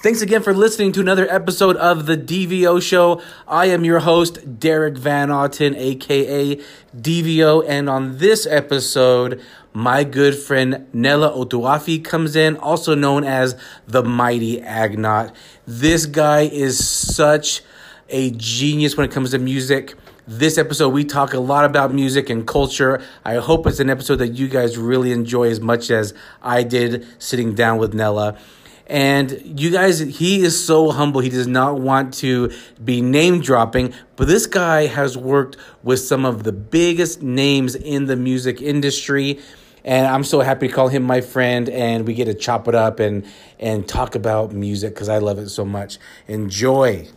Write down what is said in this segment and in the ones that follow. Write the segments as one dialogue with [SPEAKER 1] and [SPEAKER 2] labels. [SPEAKER 1] Thanks again for listening to another episode of the DVO Show. I am your host, Derek Van Outen, aka DVO, and on this episode, my good friend Nella Otuafi comes in, also known as the Mighty Agnot. This guy is such a genius when it comes to music. This episode, we talk a lot about music and culture. I hope it's an episode that you guys really enjoy as much as I did sitting down with Nella. And you guys, he is so humble. He does not want to be name dropping, but this guy has worked with some of the biggest names in the music industry. And I'm so happy to call him my friend, and we get to chop it up and, and talk about music because I love it so much. Enjoy.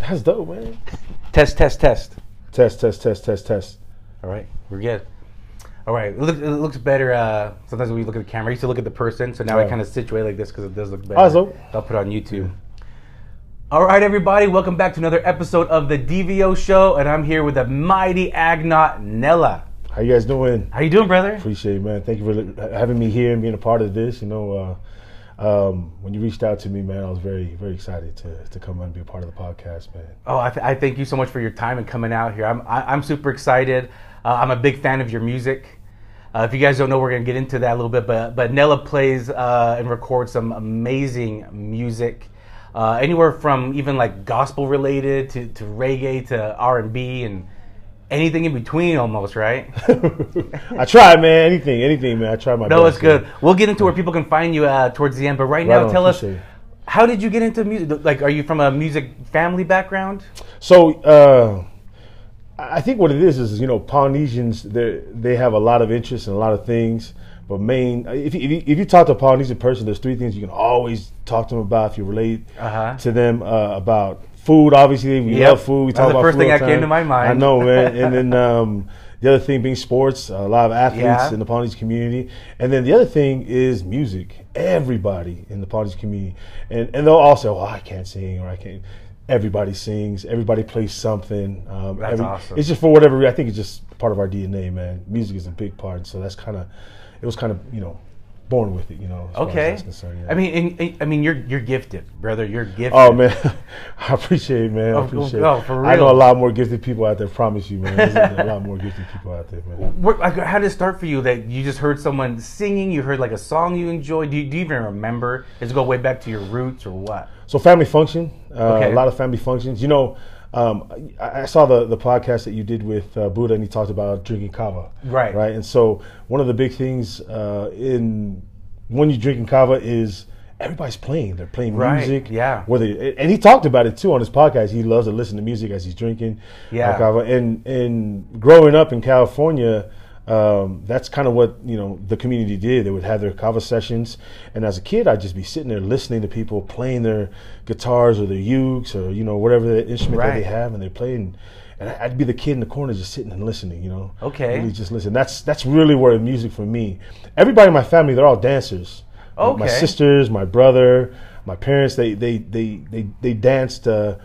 [SPEAKER 2] That's dope, man.
[SPEAKER 1] Test, test, test.
[SPEAKER 2] Test, test, test, test, test.
[SPEAKER 1] All right, we're good. All right, it looks, it looks better. Uh, sometimes when you look at the camera, I used to look at the person, so now I
[SPEAKER 2] Yeah.
[SPEAKER 1] kind of situate like this because it does look better.
[SPEAKER 2] Awesome.
[SPEAKER 1] I'll put it on YouTube. All right, everybody, welcome back to another episode of the DVO Show, and I'm here with the mighty Agnot Nella.
[SPEAKER 2] How you guys doing?
[SPEAKER 1] How you doing, brother?
[SPEAKER 2] Appreciate it, man. Thank you for having me here and being a part of this. You know, uh, um, when you reached out to me, man, I was very, very excited to, to come and be a part of the podcast, man.
[SPEAKER 1] Oh, I, th- I thank you so much for your time and coming out here. I'm I, I'm super excited. Uh, I'm a big fan of your music. Uh, if you guys don't know, we're gonna get into that a little bit. But but Nella plays uh, and records some amazing music, uh, anywhere from even like gospel related to, to reggae to R and B and anything in between, almost right.
[SPEAKER 2] I tried, man. Anything, anything, man. I tried my best.
[SPEAKER 1] No, it's
[SPEAKER 2] man.
[SPEAKER 1] good. We'll get into where people can find you uh, towards the end. But right
[SPEAKER 2] Right
[SPEAKER 1] now,
[SPEAKER 2] on,
[SPEAKER 1] tell us
[SPEAKER 2] appreciate it.
[SPEAKER 1] how did you get into music? Like, are you from a music family background?
[SPEAKER 2] So uh, I I think what it is is you know Polynesians they they have a lot of interests and a lot of things, but main if you, if you, if you talk to a Polynesian person, there's three things you can always talk to them about if you relate
[SPEAKER 1] Uh-huh.
[SPEAKER 2] to them uh, about food. Obviously, we
[SPEAKER 1] Yep.
[SPEAKER 2] love food. We
[SPEAKER 1] That's
[SPEAKER 2] talk
[SPEAKER 1] the
[SPEAKER 2] about
[SPEAKER 1] first
[SPEAKER 2] food all
[SPEAKER 1] thing
[SPEAKER 2] the
[SPEAKER 1] that came
[SPEAKER 2] time.
[SPEAKER 1] to my mind.
[SPEAKER 2] I know, man. and then um, the other thing being sports, a lot of athletes
[SPEAKER 1] Yeah.
[SPEAKER 2] in the Polynesian community, and then the other thing is music. Everybody in the Polynesian community, and and they'll all say, "Well, I can't sing," or "I can't." Everybody sings. Everybody plays something. Um,
[SPEAKER 1] That's awesome.
[SPEAKER 2] It's just for whatever. re- I think it's just part of our DNA, man. Music is a big part, so that's kind of. It was kind of you know, born with it. You know. as far as
[SPEAKER 1] Okay.
[SPEAKER 2] that's concerned, yeah.
[SPEAKER 1] I mean, and- and, I mean, you're you're gifted, brother. You're gifted.
[SPEAKER 2] Oh man, I appreciate it, man.
[SPEAKER 1] Oh,
[SPEAKER 2] I appreciate.
[SPEAKER 1] oh,
[SPEAKER 2] it.
[SPEAKER 1] for
[SPEAKER 2] I know
[SPEAKER 1] real.
[SPEAKER 2] a lot more gifted people out there. Promise you, man. There's a lot more gifted people out there, man.
[SPEAKER 1] What, like, how did it start for you? That you just heard someone singing, you heard like a song you enjoyed. Do you, do you even remember? Does it go way back to your roots or what?
[SPEAKER 2] So family function, uh,
[SPEAKER 1] Okay.
[SPEAKER 2] a lot of family functions. You know, um, I, I saw the, the podcast that you did with uh, Buddha, and he talked about drinking kava.
[SPEAKER 1] Right.
[SPEAKER 2] Right. And so one of the big things uh, in when you're drinking kava is everybody's playing. They're playing
[SPEAKER 1] Right,
[SPEAKER 2] music.
[SPEAKER 1] yeah.
[SPEAKER 2] Whether and he talked about it too on his podcast. He loves to listen to music as he's drinking. uh,
[SPEAKER 1] Yeah.
[SPEAKER 2] kava. And and growing up in California. Um, that's kind of what you know the community did. They would have their kava sessions, and as a kid, I'd just be sitting there listening to people playing their guitars or their ukes or you know whatever the instrument that they
[SPEAKER 1] Right.
[SPEAKER 2] have, and they're playing. And I- I'd be the kid in the corner just sitting and listening, you know.
[SPEAKER 1] Okay.
[SPEAKER 2] Really just listen. That's that's really where the music for me. Everybody in my family, they're all dancers. My- My
[SPEAKER 1] Okay.
[SPEAKER 2] sisters, my brother, my parents, they they they they, they danced uh,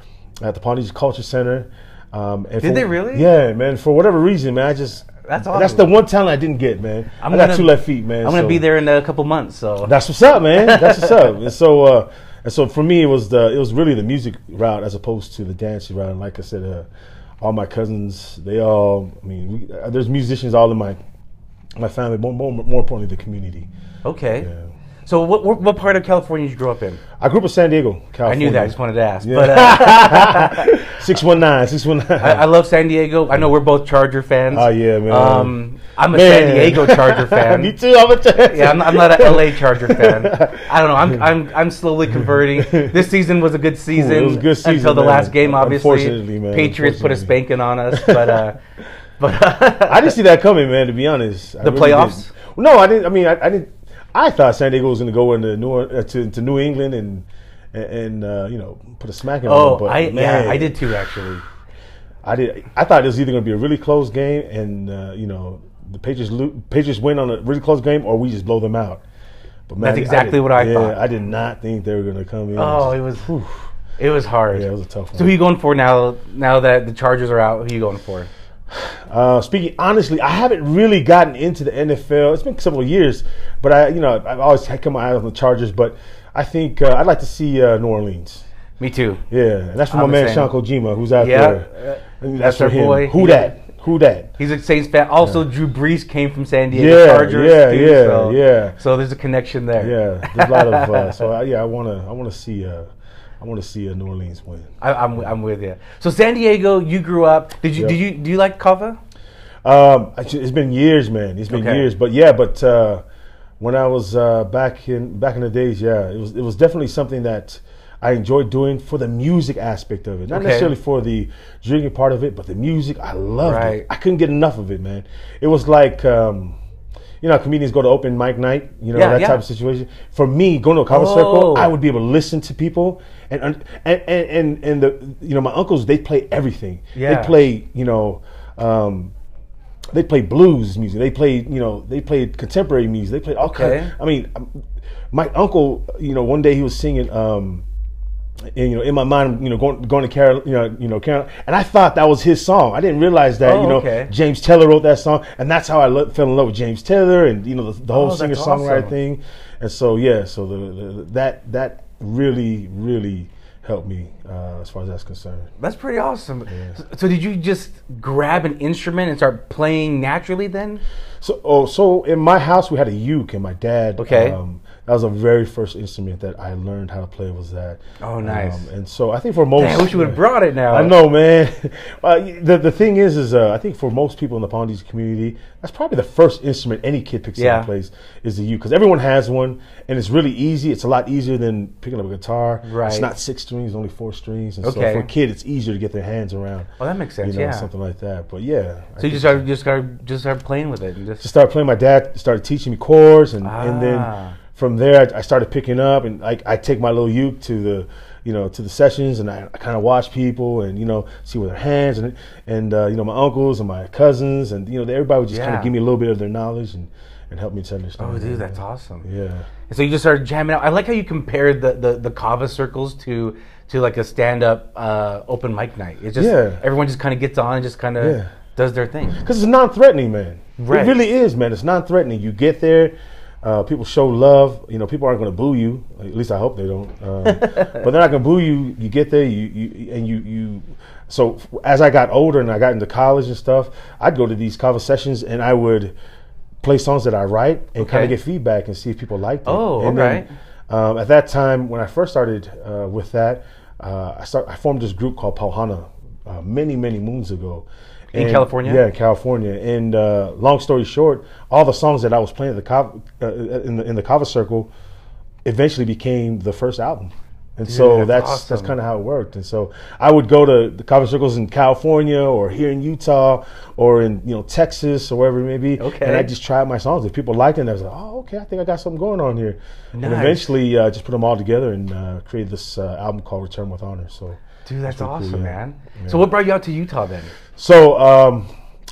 [SPEAKER 2] at the Polynesian Culture Center. Um, and
[SPEAKER 1] Did
[SPEAKER 2] for-
[SPEAKER 1] they really?
[SPEAKER 2] Yeah, man. For whatever reason, man, I just
[SPEAKER 1] That's
[SPEAKER 2] That's
[SPEAKER 1] awesome.
[SPEAKER 2] the one talent I didn't get, man.
[SPEAKER 1] I'm
[SPEAKER 2] i got
[SPEAKER 1] gonna-
[SPEAKER 2] two left feet, man.
[SPEAKER 1] I'm gonna
[SPEAKER 2] so-
[SPEAKER 1] be there in a couple months, so
[SPEAKER 2] That's what's up, man. That's what's up. And so, uh, and so for me, it was the it was really the music route as opposed to the dance route. And like I said, uh, all my cousins, they all, I mean, we, uh, there's musicians all in my my family. More, more, more importantly, the community.
[SPEAKER 1] okay. So what, what what part of California did you grow up in?
[SPEAKER 2] I grew up in San Diego,
[SPEAKER 1] I
[SPEAKER 2] California.
[SPEAKER 1] knew that. I just wanted to ask.
[SPEAKER 2] Yeah.
[SPEAKER 1] But uh,
[SPEAKER 2] Six one nine, six one nine.
[SPEAKER 1] I, I love San Diego. I know we're both Charger fans.
[SPEAKER 2] Oh, yeah, man.
[SPEAKER 1] Um, I'm a San
[SPEAKER 2] Man.
[SPEAKER 1] Diego Charger fan.
[SPEAKER 2] Me too. I'm a
[SPEAKER 1] Yeah, I'm, I'm not an LA Charger fan. I don't know. I'm, I'm I'm slowly converting. This season was a good season.
[SPEAKER 2] It was a good season,
[SPEAKER 1] until the
[SPEAKER 2] man.
[SPEAKER 1] last game, obviously.
[SPEAKER 2] Unfortunately, man.
[SPEAKER 1] Patriots put a
[SPEAKER 2] Unfortunately.
[SPEAKER 1] spanking on us, but uh, but uh,
[SPEAKER 2] I didn't see that coming, man. To be honest,
[SPEAKER 1] The playoffs?
[SPEAKER 2] No, I didn't. I mean, I, I didn't. I thought San Diego was going to go into New Or- uh, to, to New England and and uh, you know put a smack in.
[SPEAKER 1] oh,
[SPEAKER 2] them, but
[SPEAKER 1] I
[SPEAKER 2] man,
[SPEAKER 1] yeah, I did too actually.
[SPEAKER 2] I did. I thought it was either going to be a really close game, and uh, you know the Patriots lo- Patriots win on a really close game, or we just blow them out. But man,
[SPEAKER 1] That's
[SPEAKER 2] I
[SPEAKER 1] exactly
[SPEAKER 2] did-
[SPEAKER 1] what I
[SPEAKER 2] yeah,
[SPEAKER 1] thought.
[SPEAKER 2] I did not think they were gonna come in.
[SPEAKER 1] Oh, it was it was hard.
[SPEAKER 2] yeah, it was a tough one.
[SPEAKER 1] So who you going for now? Now that the Chargers are out, who you going for?
[SPEAKER 2] Uh, speaking honestly, I haven't really gotten into the NFL. It's been several years, but I, you know, I've always had come out on the Chargers. But I think uh, I'd like to see uh, New Orleans.
[SPEAKER 1] Me too.
[SPEAKER 2] Yeah, and that's for
[SPEAKER 1] I'm
[SPEAKER 2] my
[SPEAKER 1] the
[SPEAKER 2] man
[SPEAKER 1] same.
[SPEAKER 2] Sean Kojima, who's out
[SPEAKER 1] Yeah. Uh,
[SPEAKER 2] there. And
[SPEAKER 1] That's
[SPEAKER 2] that's
[SPEAKER 1] our
[SPEAKER 2] for him.
[SPEAKER 1] boy. Yeah.
[SPEAKER 2] Who that? Who that?
[SPEAKER 1] He's a Saints fan. Also, Drew Brees came from San Diego
[SPEAKER 2] Yeah,
[SPEAKER 1] Chargers.
[SPEAKER 2] yeah,
[SPEAKER 1] too,
[SPEAKER 2] yeah,
[SPEAKER 1] so,
[SPEAKER 2] yeah.
[SPEAKER 1] So there's a connection there.
[SPEAKER 2] Yeah, there's a lot of. Uh, so I, yeah, I wanna, I wanna see, uh, I wanna see a New Orleans win.
[SPEAKER 1] I, I'm, I'm with you. So San Diego, you grew up. Did you
[SPEAKER 2] Yeah.
[SPEAKER 1] do you do you like kava?
[SPEAKER 2] Um, I ju- it's been years, man. It's been
[SPEAKER 1] Okay.
[SPEAKER 2] years, but yeah, but uh, when I was uh, back in back in the days, yeah, it was it was definitely something that I enjoyed doing for the music aspect of it, not
[SPEAKER 1] Okay.
[SPEAKER 2] necessarily for the drinking part of it, but the music. I loved
[SPEAKER 1] Right.
[SPEAKER 2] it. I couldn't get enough of it, man. It was like. Um, you know, how comedians go to open mic night, you know,
[SPEAKER 1] Yeah,
[SPEAKER 2] that
[SPEAKER 1] yeah.
[SPEAKER 2] type of situation. For me, going to a comic
[SPEAKER 1] Oh.
[SPEAKER 2] circle, I would be able to listen to people. And, and, and, and, and the, you know, my uncles, they play everything.
[SPEAKER 1] Yeah.
[SPEAKER 2] They play, you know, um, they played blues music. They played, you know, they played contemporary music. They played all kind.
[SPEAKER 1] Okay.
[SPEAKER 2] I mean, um, my uncle, you know, one day he was singing, um, and you know, in my mind, you know, going going to Carol, you know, you know, Carol, and I thought that was his song. I didn't realize that,
[SPEAKER 1] Oh,
[SPEAKER 2] you know,
[SPEAKER 1] okay.
[SPEAKER 2] James Taylor wrote that song, and that's how I lo- fell in love with James Taylor, and you know, the, the
[SPEAKER 1] Oh,
[SPEAKER 2] whole
[SPEAKER 1] that's
[SPEAKER 2] singer songwriter
[SPEAKER 1] awesome.
[SPEAKER 2] thing. And so, yeah, so the, the, that that really really helped me uh, as far as that's concerned.
[SPEAKER 1] That's pretty awesome. So, so did you just grab an instrument and start playing naturally then?
[SPEAKER 2] So, oh, so in my house we had a uke, and my dad. um,
[SPEAKER 1] Okay.
[SPEAKER 2] that was the very first instrument that I learned how to play was that. Um,
[SPEAKER 1] Oh, nice.
[SPEAKER 2] and so I think for most,
[SPEAKER 1] Man, I wish you would have brought it now.
[SPEAKER 2] Oh, I know, man. Uh, the the thing is, is uh, I think for most people in the Pondies community, that's probably the first instrument any kid picks up
[SPEAKER 1] Yeah.
[SPEAKER 2] and plays is the uke because everyone has one, and it's really easy. It's a lot easier than picking up a guitar.
[SPEAKER 1] Right.
[SPEAKER 2] It's not six strings, only four strings, and
[SPEAKER 1] Okay.
[SPEAKER 2] so for a kid, it's easier to get their hands around.
[SPEAKER 1] Oh, that makes
[SPEAKER 2] You
[SPEAKER 1] sense.
[SPEAKER 2] know,
[SPEAKER 1] yeah.
[SPEAKER 2] something like that. But yeah, I
[SPEAKER 1] So you just started, just started, just started playing with it, and
[SPEAKER 2] just
[SPEAKER 1] just
[SPEAKER 2] started playing. My dad started teaching me chords, and, and
[SPEAKER 1] Ah.
[SPEAKER 2] then from there, I, I started picking up, and I, I take my little uke to the, you know, to the sessions, and I, I kind of watch people, and you know, see with their hands, and and uh, you know, my uncles and my cousins, and you know, they- everybody would just kind
[SPEAKER 1] Yeah.
[SPEAKER 2] of give me a little bit of their knowledge and and help me to understand.
[SPEAKER 1] oh, dude,
[SPEAKER 2] it.
[SPEAKER 1] that's awesome.
[SPEAKER 2] yeah.
[SPEAKER 1] And so you just started jamming out. I like how you compared the the, the kava circles to to like a stand up uh, open mic night. It's just
[SPEAKER 2] Yeah.
[SPEAKER 1] everyone just kind of gets on and just kind of
[SPEAKER 2] Yeah.
[SPEAKER 1] does their thing.
[SPEAKER 2] Because it's non-threatening, man.
[SPEAKER 1] Right.
[SPEAKER 2] It really is, man. It's non-threatening. You get there, uh, people show love. You know, people aren't going to boo you. At least I hope they don't. Um, but they're not going to boo you. You get there, you, you and you you. So f- as I got older and I got into college and stuff, I'd go to these conversations and I would play songs that I write and kind
[SPEAKER 1] Okay.
[SPEAKER 2] of get feedback and see if people liked it.
[SPEAKER 1] Oh,
[SPEAKER 2] and
[SPEAKER 1] alright.
[SPEAKER 2] Then, um, at that time, when I first started uh, with that, uh, I start I formed this group called Pauhana uh, many many moons ago.
[SPEAKER 1] In
[SPEAKER 2] And-
[SPEAKER 1] California?
[SPEAKER 2] Yeah, in California. And uh, long story short, all the songs that I was playing at the Cava, uh, in the in the Kava Circle eventually became the first album. And so
[SPEAKER 1] that's
[SPEAKER 2] that's that's,
[SPEAKER 1] awesome.
[SPEAKER 2] kind of how it worked. And so I would go to the Kava circles in California or here in Utah or in you know Texas or wherever it may be.
[SPEAKER 1] Okay.
[SPEAKER 2] And I just tried my songs. If people liked it, I was like, oh, okay, I think I got something going on here. And
[SPEAKER 1] Nice.
[SPEAKER 2] eventually, uh, just put them all together and uh, created this uh, album called Return with Honor. So.
[SPEAKER 1] Dude, that's,
[SPEAKER 2] pretty cool,
[SPEAKER 1] awesome,
[SPEAKER 2] yeah.
[SPEAKER 1] man. So what brought you out to Utah then?
[SPEAKER 2] So um,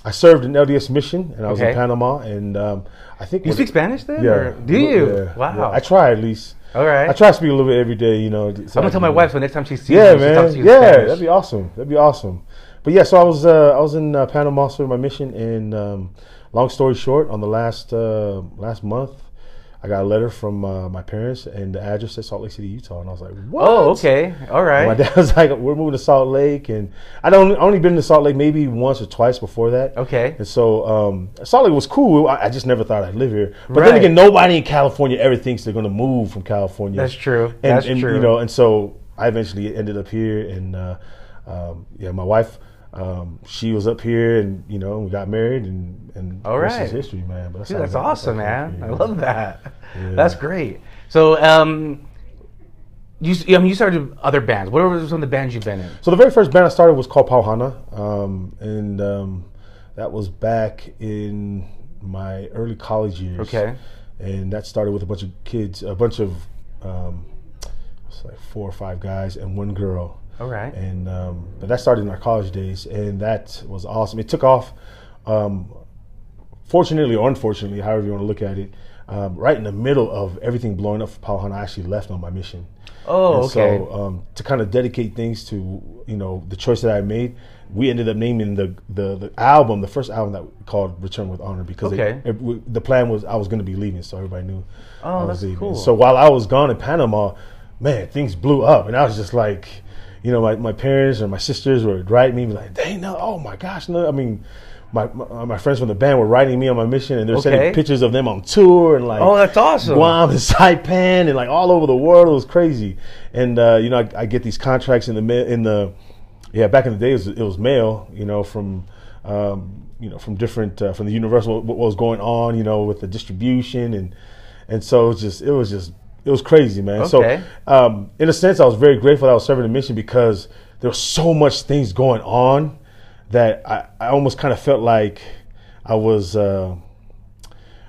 [SPEAKER 2] I served an LDS mission, and I was
[SPEAKER 1] Okay.
[SPEAKER 2] in Panama, and um, I think
[SPEAKER 1] You
[SPEAKER 2] what-
[SPEAKER 1] speak Spanish then?
[SPEAKER 2] Yeah,
[SPEAKER 1] or- do
[SPEAKER 2] Yeah,
[SPEAKER 1] you?
[SPEAKER 2] yeah.
[SPEAKER 1] wow.
[SPEAKER 2] I try at least.
[SPEAKER 1] All right.
[SPEAKER 2] I try to speak a little bit every day, you know.
[SPEAKER 1] I'm gonna tell my wife so next time she sees
[SPEAKER 2] Yeah,
[SPEAKER 1] me, she talks
[SPEAKER 2] man.
[SPEAKER 1] to you in
[SPEAKER 2] Yeah,
[SPEAKER 1] Spanish.
[SPEAKER 2] that'd be awesome. That'd be awesome. But yeah, so I was uh, I was in uh, Panama serving my mission, and um, long story short, on the last uh, last month, I got a letter from uh, my parents and the address at Salt Lake City, Utah, and I was like, what?
[SPEAKER 1] Oh, okay. All right.
[SPEAKER 2] My dad was like, "We're moving to Salt Lake," and I'd only, only been to Salt Lake maybe once or twice before that.
[SPEAKER 1] Okay.
[SPEAKER 2] and so um, Salt Lake was cool. I, I just never thought I'd live here. But
[SPEAKER 1] Right.
[SPEAKER 2] then again, nobody in California ever thinks they're going to move from California.
[SPEAKER 1] That's true.
[SPEAKER 2] And,
[SPEAKER 1] That's
[SPEAKER 2] and,
[SPEAKER 1] true.
[SPEAKER 2] You know, and so I eventually ended up here, and uh, um, yeah, my wife. Um, she was up here, and you know, we got married, and and
[SPEAKER 1] All
[SPEAKER 2] the rest
[SPEAKER 1] right.
[SPEAKER 2] is history, man. But that's,
[SPEAKER 1] Dude,
[SPEAKER 2] how
[SPEAKER 1] that's
[SPEAKER 2] it-
[SPEAKER 1] awesome,
[SPEAKER 2] how it
[SPEAKER 1] man.
[SPEAKER 2] happened,
[SPEAKER 1] I
[SPEAKER 2] yeah.
[SPEAKER 1] love that. That's great. So, um, you, s- I mean, you started other bands. What were some of the bands you've been in?
[SPEAKER 2] So the very first band I started was called Pauhana, um, and um, that was back in my early college years.
[SPEAKER 1] Okay.
[SPEAKER 2] And that started with a bunch of kids, a bunch of um, it's like four or five guys and one girl.
[SPEAKER 1] All right.
[SPEAKER 2] And um, but that started in our college days, and that was awesome. It took off. Um, fortunately or unfortunately, however you want to look at it, um, right in the middle of everything blowing up for Palhana, I actually left on my mission.
[SPEAKER 1] Oh,
[SPEAKER 2] And
[SPEAKER 1] okay.
[SPEAKER 2] So um, to kind of dedicate things to you know the choice that I made, we ended up naming the the, the album, the first album that we called Return with Honor because it-
[SPEAKER 1] Okay.
[SPEAKER 2] it, w- the plan was I was going to be leaving, so everybody knew.
[SPEAKER 1] Oh,
[SPEAKER 2] I was
[SPEAKER 1] that's
[SPEAKER 2] leaving.
[SPEAKER 1] cool.
[SPEAKER 2] So while I was gone in Panama, man, things blew up, and I was just like. You know, my, my parents or my sisters would write me, be like, "Dang, no, oh my gosh, no!" I mean, my my, my friends from the band were writing me on my mission, and they're
[SPEAKER 1] Okay.
[SPEAKER 2] sending pictures of them on tour, and like,
[SPEAKER 1] Oh, that's awesome.
[SPEAKER 2] Guam and Saipan and like all over the world. It was crazy. And uh, you know, I, I get these contracts in the ma- in the yeah. Back in the day, it was, it was mail. You know, from um, you know from different uh, from the Universal what was going on. You know, with the distribution and and so it was just it was just it was crazy, man.
[SPEAKER 1] Okay.
[SPEAKER 2] So um, in a sense, I was very grateful that I was serving the mission because there was so much things going on that I, I almost kind of felt like I was. Uh,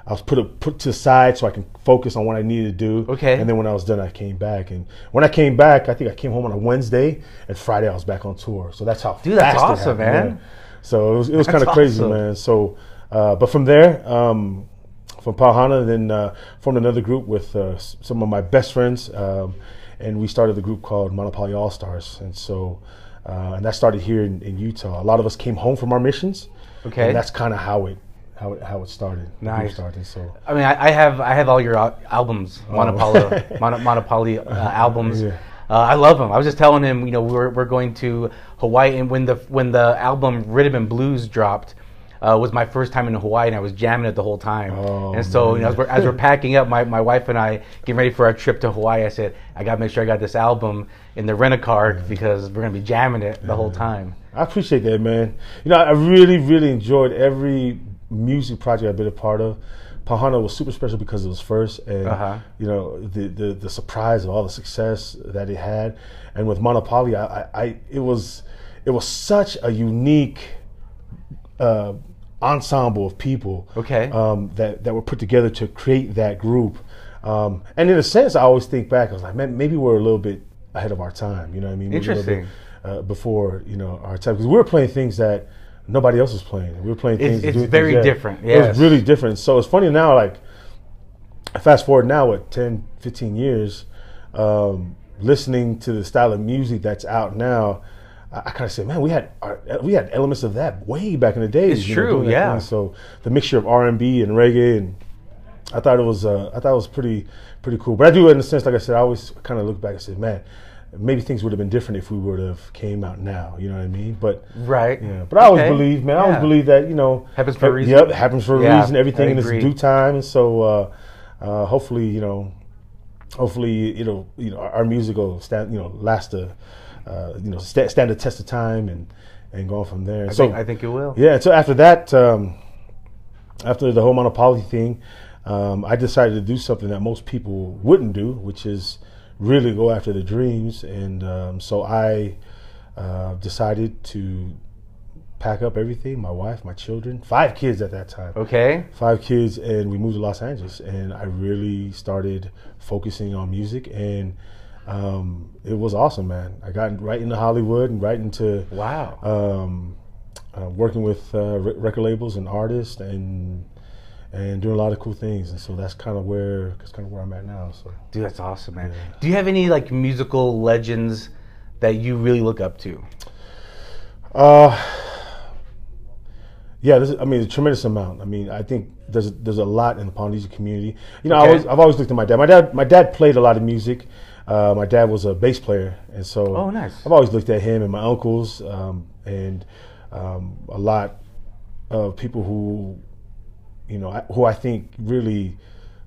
[SPEAKER 2] I was put put to the side so I can focus on what I needed to do.
[SPEAKER 1] Okay.
[SPEAKER 2] And then when I was done, I came back. And when I came back, I think I came home on a Wednesday, and Friday I was back on tour. So that's how.
[SPEAKER 1] Dude, that's
[SPEAKER 2] fast it
[SPEAKER 1] awesome,
[SPEAKER 2] happened,
[SPEAKER 1] man.
[SPEAKER 2] yeah. So it was, it was kind of
[SPEAKER 1] That's
[SPEAKER 2] crazy,
[SPEAKER 1] awesome.
[SPEAKER 2] man. So, uh, but from there, um, from Palhana, then uh, formed another group with uh, s- some of my best friends, um, and we started the group called Monopoly All Stars. And so, uh, and that started here in, in Utah. A lot of us came home from our missions.
[SPEAKER 1] Okay.
[SPEAKER 2] And that's kind of how it. How it, how it started. the group
[SPEAKER 1] Nice.
[SPEAKER 2] Started, so.
[SPEAKER 1] I mean, I, I have I have all your al- albums, Monopoly, Mono, Monopoly uh, albums.
[SPEAKER 2] Oh. Yeah.
[SPEAKER 1] Uh, I love them. I was just telling him, you know, we were, we're going to Hawaii, and when the when the album Rhythm and Blues dropped, uh, was my first time in Hawaii, and I was jamming it the whole time.
[SPEAKER 2] Oh,
[SPEAKER 1] and so, you know, as we're, as we're packing up, my, my wife and I getting ready for our trip to Hawaii, I said, I got to make sure I got this album in the rent a car because we're gonna be jamming it the whole time.
[SPEAKER 2] I appreciate that, man. You know, I really, really enjoyed every music project I've been a part of. Pahana was super special because it was first, and
[SPEAKER 1] Uh-huh.
[SPEAKER 2] you know the, the the surprise of all the success that it had, and with Monopoly, I, I, I it was it was such a unique uh, ensemble of people
[SPEAKER 1] Okay.
[SPEAKER 2] um, that that were put together to create that group. Um, and in a sense, I always think back. I was like, man, maybe we're a little bit ahead of our time. You know what I mean? Maybe a little bit,
[SPEAKER 1] Interesting.
[SPEAKER 2] uh, before you know our time because we were playing things that nobody else was playing. We were playing
[SPEAKER 1] It's-
[SPEAKER 2] things.
[SPEAKER 1] it's
[SPEAKER 2] doing things
[SPEAKER 1] very
[SPEAKER 2] that-
[SPEAKER 1] different,
[SPEAKER 2] It
[SPEAKER 1] yes.
[SPEAKER 2] was really different. So it's funny now. Like fast forward now, what 10, 15 years, um, listening to the style of music that's out now. I, I kind of say, man, we had our, we had elements of that way back in the days.
[SPEAKER 1] It's
[SPEAKER 2] you know,
[SPEAKER 1] true,
[SPEAKER 2] doing that
[SPEAKER 1] yeah.
[SPEAKER 2] thing. So the mixture of R and B and reggae and I thought it was uh, I thought it was pretty pretty cool. But I do in a sense, like I said, I always kind of look back and say, man, maybe things would have been different if we would have came out now. You know what I mean? But
[SPEAKER 1] Right.
[SPEAKER 2] yeah, but I always
[SPEAKER 1] Okay.
[SPEAKER 2] believe, man. I always
[SPEAKER 1] Yeah.
[SPEAKER 2] believe that you know
[SPEAKER 1] Happens for a
[SPEAKER 2] hap-
[SPEAKER 1] reason.
[SPEAKER 2] Yep, happens for a
[SPEAKER 1] Yeah,
[SPEAKER 2] reason.
[SPEAKER 1] I
[SPEAKER 2] Everything in its
[SPEAKER 1] agree.
[SPEAKER 2] due time, and so uh, uh, hopefully, you know, hopefully, you know, you know, our our music will stand, you know, last the, uh, you know, sta stand the test of time and and go on from there.
[SPEAKER 1] I,
[SPEAKER 2] so
[SPEAKER 1] think, I think you will.
[SPEAKER 2] yeah, and so after that, um, after the whole monopoly thing, um, I decided to do something that most people wouldn't do, which is really go after their dreams. And um, so I uh, decided to pack up everything my wife, my children, five kids at that time
[SPEAKER 1] Okay.
[SPEAKER 2] five kids and we moved to Los Angeles and I really started focusing on music and um, it was awesome man I got right into Hollywood and right into
[SPEAKER 1] Wow.
[SPEAKER 2] um, uh, working with uh, re- record labels and artists and and doing a lot of cool things and so that's kind of where that's kind of where I'm at now so
[SPEAKER 1] Dude, that's awesome, man.
[SPEAKER 2] Yeah.
[SPEAKER 1] Do you have any like musical legends that you really look up to?
[SPEAKER 2] Uh, yeah, this is, I mean, a tremendous amount. I mean, I think there's there's a lot in the Polynesian community. You know, I
[SPEAKER 1] Okay.
[SPEAKER 2] always, I've always looked at my dad. My dad, my dad played a lot of music. Uh, my dad was a bass player, and so
[SPEAKER 1] Oh, nice.
[SPEAKER 2] I've always looked at him and my uncles, um, and um, a lot of people who, you know, I, who I think really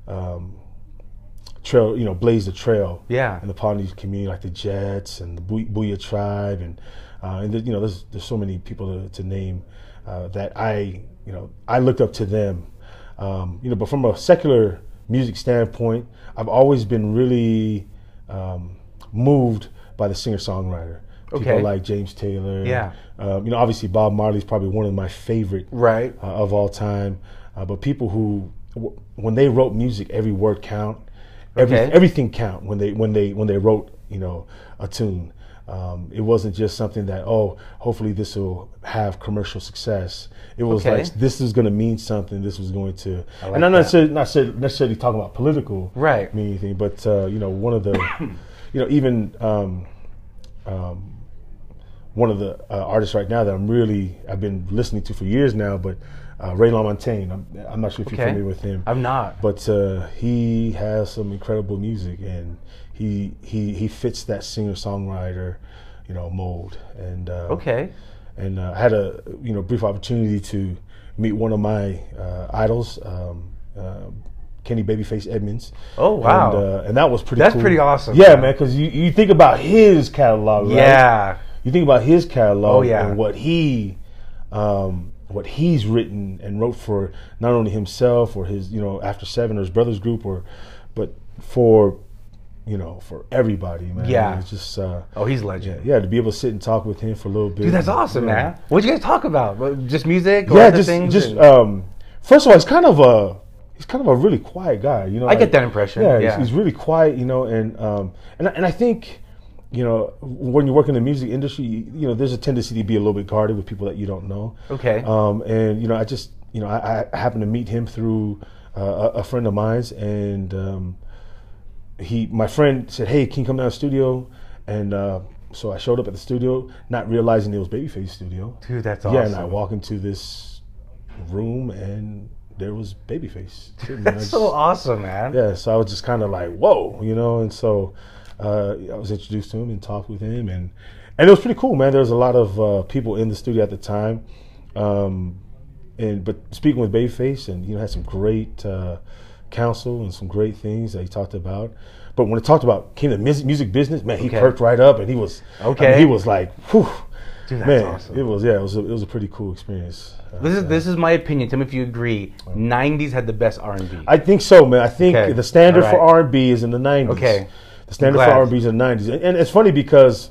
[SPEAKER 2] um, trail, you know, blaze the trail
[SPEAKER 1] Yeah.
[SPEAKER 2] in the Polynesian community, like the Jets and the Booy- Booyah Tribe, and uh, and th- you know, there's there's so many people to, to name uh, that I you know I looked up to them, um, you know. But from a secular music standpoint, I've always been really um, moved by the singer songwriter.
[SPEAKER 1] Okay.
[SPEAKER 2] People like James Taylor.
[SPEAKER 1] Yeah.
[SPEAKER 2] Um, you know, obviously Bob Marley's probably one of my favorite
[SPEAKER 1] Right.
[SPEAKER 2] uh, of all time. Uh, but people who, w- when they wrote music, every word count, every,
[SPEAKER 1] Okay.
[SPEAKER 2] everything count when they when they when they wrote you know a tune. Um, it wasn't just something that oh, hopefully this will have commercial success. It was
[SPEAKER 1] Okay.
[SPEAKER 2] like this is going to mean something. This was going to,
[SPEAKER 1] like
[SPEAKER 2] and I'm
[SPEAKER 1] that.
[SPEAKER 2] not necessarily, not necessarily- necessarily talking about political
[SPEAKER 1] Right.
[SPEAKER 2] mean anything, but uh, you know one of the, you know even um, um, one of the uh, artists right now that I'm really I've been listening to for years now, but uh, Ray LaMontagne. I'm, I'm not sure if you're
[SPEAKER 1] Okay.
[SPEAKER 2] familiar with him.
[SPEAKER 1] I'm not.
[SPEAKER 2] But uh, he has some incredible music, and he he he fits that singer songwriter, you know, mold. And uh,
[SPEAKER 1] Okay.
[SPEAKER 2] and uh, I had a you know brief opportunity to meet one of my uh, idols, um, uh, Kenny Babyface Edmonds.
[SPEAKER 1] Oh, wow.
[SPEAKER 2] And, uh, and that was pretty.
[SPEAKER 1] That's
[SPEAKER 2] cool.
[SPEAKER 1] pretty awesome.
[SPEAKER 2] Yeah, man, because you you think about his catalog, right?
[SPEAKER 1] Yeah.
[SPEAKER 2] you think about his catalog
[SPEAKER 1] Oh, yeah.
[SPEAKER 2] and what he um, what he's written and wrote for not only himself or his you know after seven or his brothers group or but for you know for everybody man
[SPEAKER 1] Yeah.
[SPEAKER 2] it's just uh,
[SPEAKER 1] Oh, he's
[SPEAKER 2] yeah,
[SPEAKER 1] legend.
[SPEAKER 2] yeah to be able to sit and talk with him for a little bit
[SPEAKER 1] Dude, that's awesome,
[SPEAKER 2] Yeah.
[SPEAKER 1] man. What'd you guys talk about? What- Just music? Or
[SPEAKER 2] yeah
[SPEAKER 1] other
[SPEAKER 2] just
[SPEAKER 1] things
[SPEAKER 2] just
[SPEAKER 1] and-
[SPEAKER 2] um, first of all it's kind of a he's kind of a really quiet guy you know
[SPEAKER 1] I get that impression.
[SPEAKER 2] yeah,
[SPEAKER 1] Yeah.
[SPEAKER 2] He's, he's really quiet, you know, and um, and I- and I think, you know, when you work in the music industry, you, you know, there's a tendency to be a little bit guarded with people that you don't know.
[SPEAKER 1] Okay.
[SPEAKER 2] Um, and you know, I just, you know, I, I happened to meet him through uh, a, a friend of mine's, and um, he, my friend, said, "Hey, can you come down to the studio?" And uh, so I showed up at the studio, not realizing it was Babyface Studio.
[SPEAKER 1] Dude, that's
[SPEAKER 2] Yeah, and I
[SPEAKER 1] awesome.
[SPEAKER 2] walk into this room, and there was Babyface. sitting there. I
[SPEAKER 1] that's
[SPEAKER 2] just-
[SPEAKER 1] so awesome, man.
[SPEAKER 2] yeah, so I was just kind of like, whoa, you know. And so uh, I was introduced to him and talked with him, and and it was pretty cool, man. There was a lot of uh, people in the studio at the time, um, and but speaking with Babyface, and you know, had some great uh, counsel and some great things that he talked about. But when it talked about came to music, music business, man, he
[SPEAKER 1] Okay.
[SPEAKER 2] perked right up, and he was I mean,
[SPEAKER 1] Okay.
[SPEAKER 2] he was like, whew.
[SPEAKER 1] Dude, that's
[SPEAKER 2] man,
[SPEAKER 1] awesome.
[SPEAKER 2] it was yeah, it was a, it was a pretty cool experience. Uh,
[SPEAKER 1] This is this is my opinion. Tell me if you agree. '90s had the best R&B.
[SPEAKER 2] Oh. I think so, man. I think
[SPEAKER 1] Okay.
[SPEAKER 2] the standard for
[SPEAKER 1] All
[SPEAKER 2] R and B is in the nineties.
[SPEAKER 1] Okay.
[SPEAKER 2] The standard
[SPEAKER 1] Glad.
[SPEAKER 2] for R and B is in the nineties, and, and it's funny because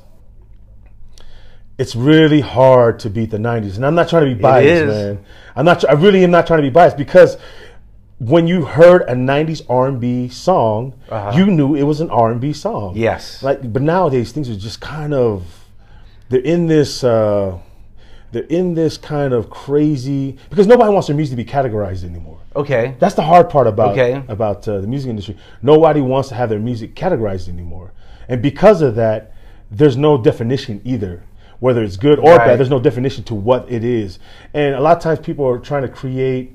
[SPEAKER 2] it's really hard to beat the nineties. And I'm not trying to be biased,
[SPEAKER 1] is.
[SPEAKER 2] man. I'm not. tr- I really am not trying to be biased because when you heard a nineties R and B song,
[SPEAKER 1] Uh-huh.
[SPEAKER 2] you knew it was an R and B song.
[SPEAKER 1] Yes.
[SPEAKER 2] Like, but nowadays things are just kind of they're in this. Uh, they're in this kind of crazy because nobody wants their music to be categorized anymore.
[SPEAKER 1] okay.
[SPEAKER 2] That's the hard part about
[SPEAKER 1] Okay.
[SPEAKER 2] about uh, the music industry. Nobody wants to have their music categorized anymore, and because of that, there's no definition either. Whether it's good or
[SPEAKER 1] Right.
[SPEAKER 2] bad, there's no definition to what it is, and a lot of times people are trying to create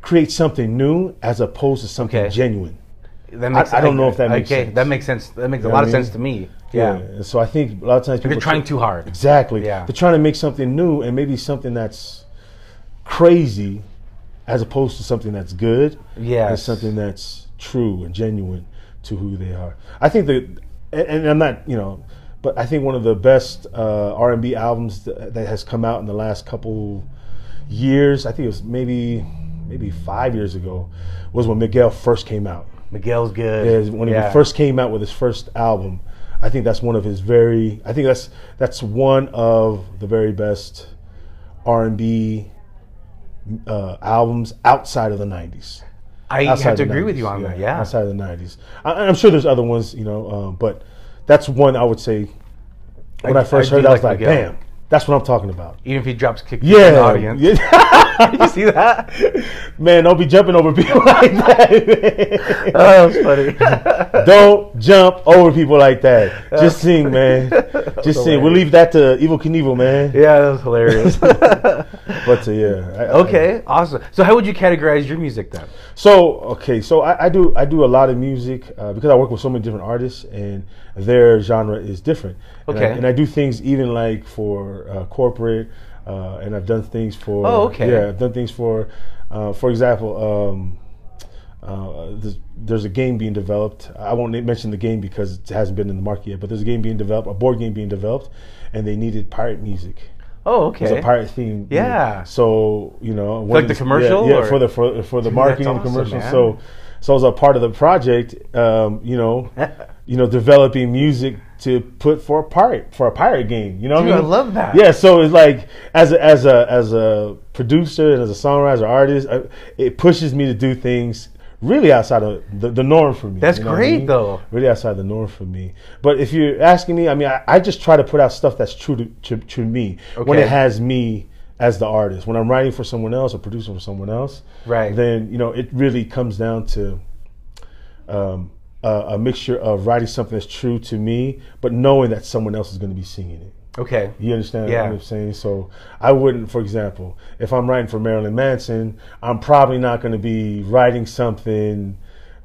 [SPEAKER 2] create something new as opposed to something
[SPEAKER 1] Okay.
[SPEAKER 2] genuine.
[SPEAKER 1] That
[SPEAKER 2] I don't know if that makes
[SPEAKER 1] okay,
[SPEAKER 2] sense.
[SPEAKER 1] that makes sense. That makes
[SPEAKER 2] You
[SPEAKER 1] a
[SPEAKER 2] know
[SPEAKER 1] lot
[SPEAKER 2] what
[SPEAKER 1] of
[SPEAKER 2] I mean?
[SPEAKER 1] sense to me. Yeah.
[SPEAKER 2] and so I think a lot of times people
[SPEAKER 1] They're trying too hard.
[SPEAKER 2] Exactly.
[SPEAKER 1] Yeah.
[SPEAKER 2] They're trying to make something new and maybe something that's crazy as opposed to something that's good.
[SPEAKER 1] Yes.
[SPEAKER 2] And something that's true and genuine to who they are. I think that, and, and I'm not, you know, but I think one of the best uh, R&B albums that, that has come out in the last couple years, I think it was maybe maybe five years ago, was when Miguel first came out
[SPEAKER 1] Miguel's good.
[SPEAKER 2] is when he first came out with his first album. I think that's one of his very. I think that's that's one of the very best R and B uh, albums outside of the '90s.
[SPEAKER 1] I
[SPEAKER 2] Outside
[SPEAKER 1] have to
[SPEAKER 2] of the
[SPEAKER 1] agree with
[SPEAKER 2] 90s,
[SPEAKER 1] you on that. Yeah.
[SPEAKER 2] outside of the '90s. I, I'm sure there's other ones, you know, um, but that's one I would say. When
[SPEAKER 1] I-
[SPEAKER 2] I, first
[SPEAKER 1] I do
[SPEAKER 2] heard, it, I was
[SPEAKER 1] like
[SPEAKER 2] like,
[SPEAKER 1] Miguel.
[SPEAKER 2] "Damn, that's what I'm talking about."
[SPEAKER 1] Even if he drops kick yeah. in the
[SPEAKER 2] Yeah,
[SPEAKER 1] audience.
[SPEAKER 2] yeah.
[SPEAKER 1] Did you see that?
[SPEAKER 2] man, don't be jumping over people like that. man.
[SPEAKER 1] oh, that's funny.
[SPEAKER 2] Don't jump over people like that. Just sing, man. Just sing.
[SPEAKER 1] hilarious.
[SPEAKER 2] We'll leave that to Evil Knievel, man.
[SPEAKER 1] yeah, that was hilarious.
[SPEAKER 2] But uh, yeah. I- I-
[SPEAKER 1] okay, awesome. So, how would you categorize your music then?
[SPEAKER 2] so okay, so I, I do I do a lot of music uh, because I work with so many different artists and their genre is different. And I-
[SPEAKER 1] Okay.
[SPEAKER 2] and I do things even like for uh, corporate, uh, and I've done things for.
[SPEAKER 1] Oh, okay.
[SPEAKER 2] Yeah, I've done things for, uh, for example. Um, uh, there's, there's a game being developed. I won't na- mention the game because it hasn't been in the market yet. But there's a game being developed, a board game being developed, and they needed pirate music.
[SPEAKER 1] Oh,
[SPEAKER 2] It's
[SPEAKER 1] okay.
[SPEAKER 2] a pirate theme.
[SPEAKER 1] Yeah.
[SPEAKER 2] So you know, one
[SPEAKER 1] like
[SPEAKER 2] of
[SPEAKER 1] the
[SPEAKER 2] s-
[SPEAKER 1] commercial,
[SPEAKER 2] Yeah, yeah
[SPEAKER 1] or-
[SPEAKER 2] for the for, for the
[SPEAKER 1] Dude,
[SPEAKER 2] marketing
[SPEAKER 1] that's awesome,
[SPEAKER 2] commercial.
[SPEAKER 1] man.
[SPEAKER 2] So so I was a part of the project. Um, you know, you know, developing music to put for a pirate for a pirate game. You know,
[SPEAKER 1] Dude,
[SPEAKER 2] what I
[SPEAKER 1] I
[SPEAKER 2] mean?
[SPEAKER 1] love that.
[SPEAKER 2] Yeah. So it's like as a, as a as a producer and as a songwriter artist, I, it pushes me to do things really outside of the, the norm for me.
[SPEAKER 1] That's
[SPEAKER 2] what
[SPEAKER 1] great, though.
[SPEAKER 2] Really outside the norm for me. But if you're asking me, I mean, I, I just try to put out stuff that's true to, to, to me when
[SPEAKER 1] Okay.
[SPEAKER 2] it has me as the artist. When I'm writing for someone else or producing for someone else,
[SPEAKER 1] Right.
[SPEAKER 2] Then you know it really comes down to um, a, a mixture of writing something that's true to me, but knowing that someone else is going to be singing it.
[SPEAKER 1] Okay.
[SPEAKER 2] You understand
[SPEAKER 1] Yeah.
[SPEAKER 2] what I'm saying? So I wouldn't, for example, if I'm writing for Marilyn Manson, I'm probably not going to be writing something,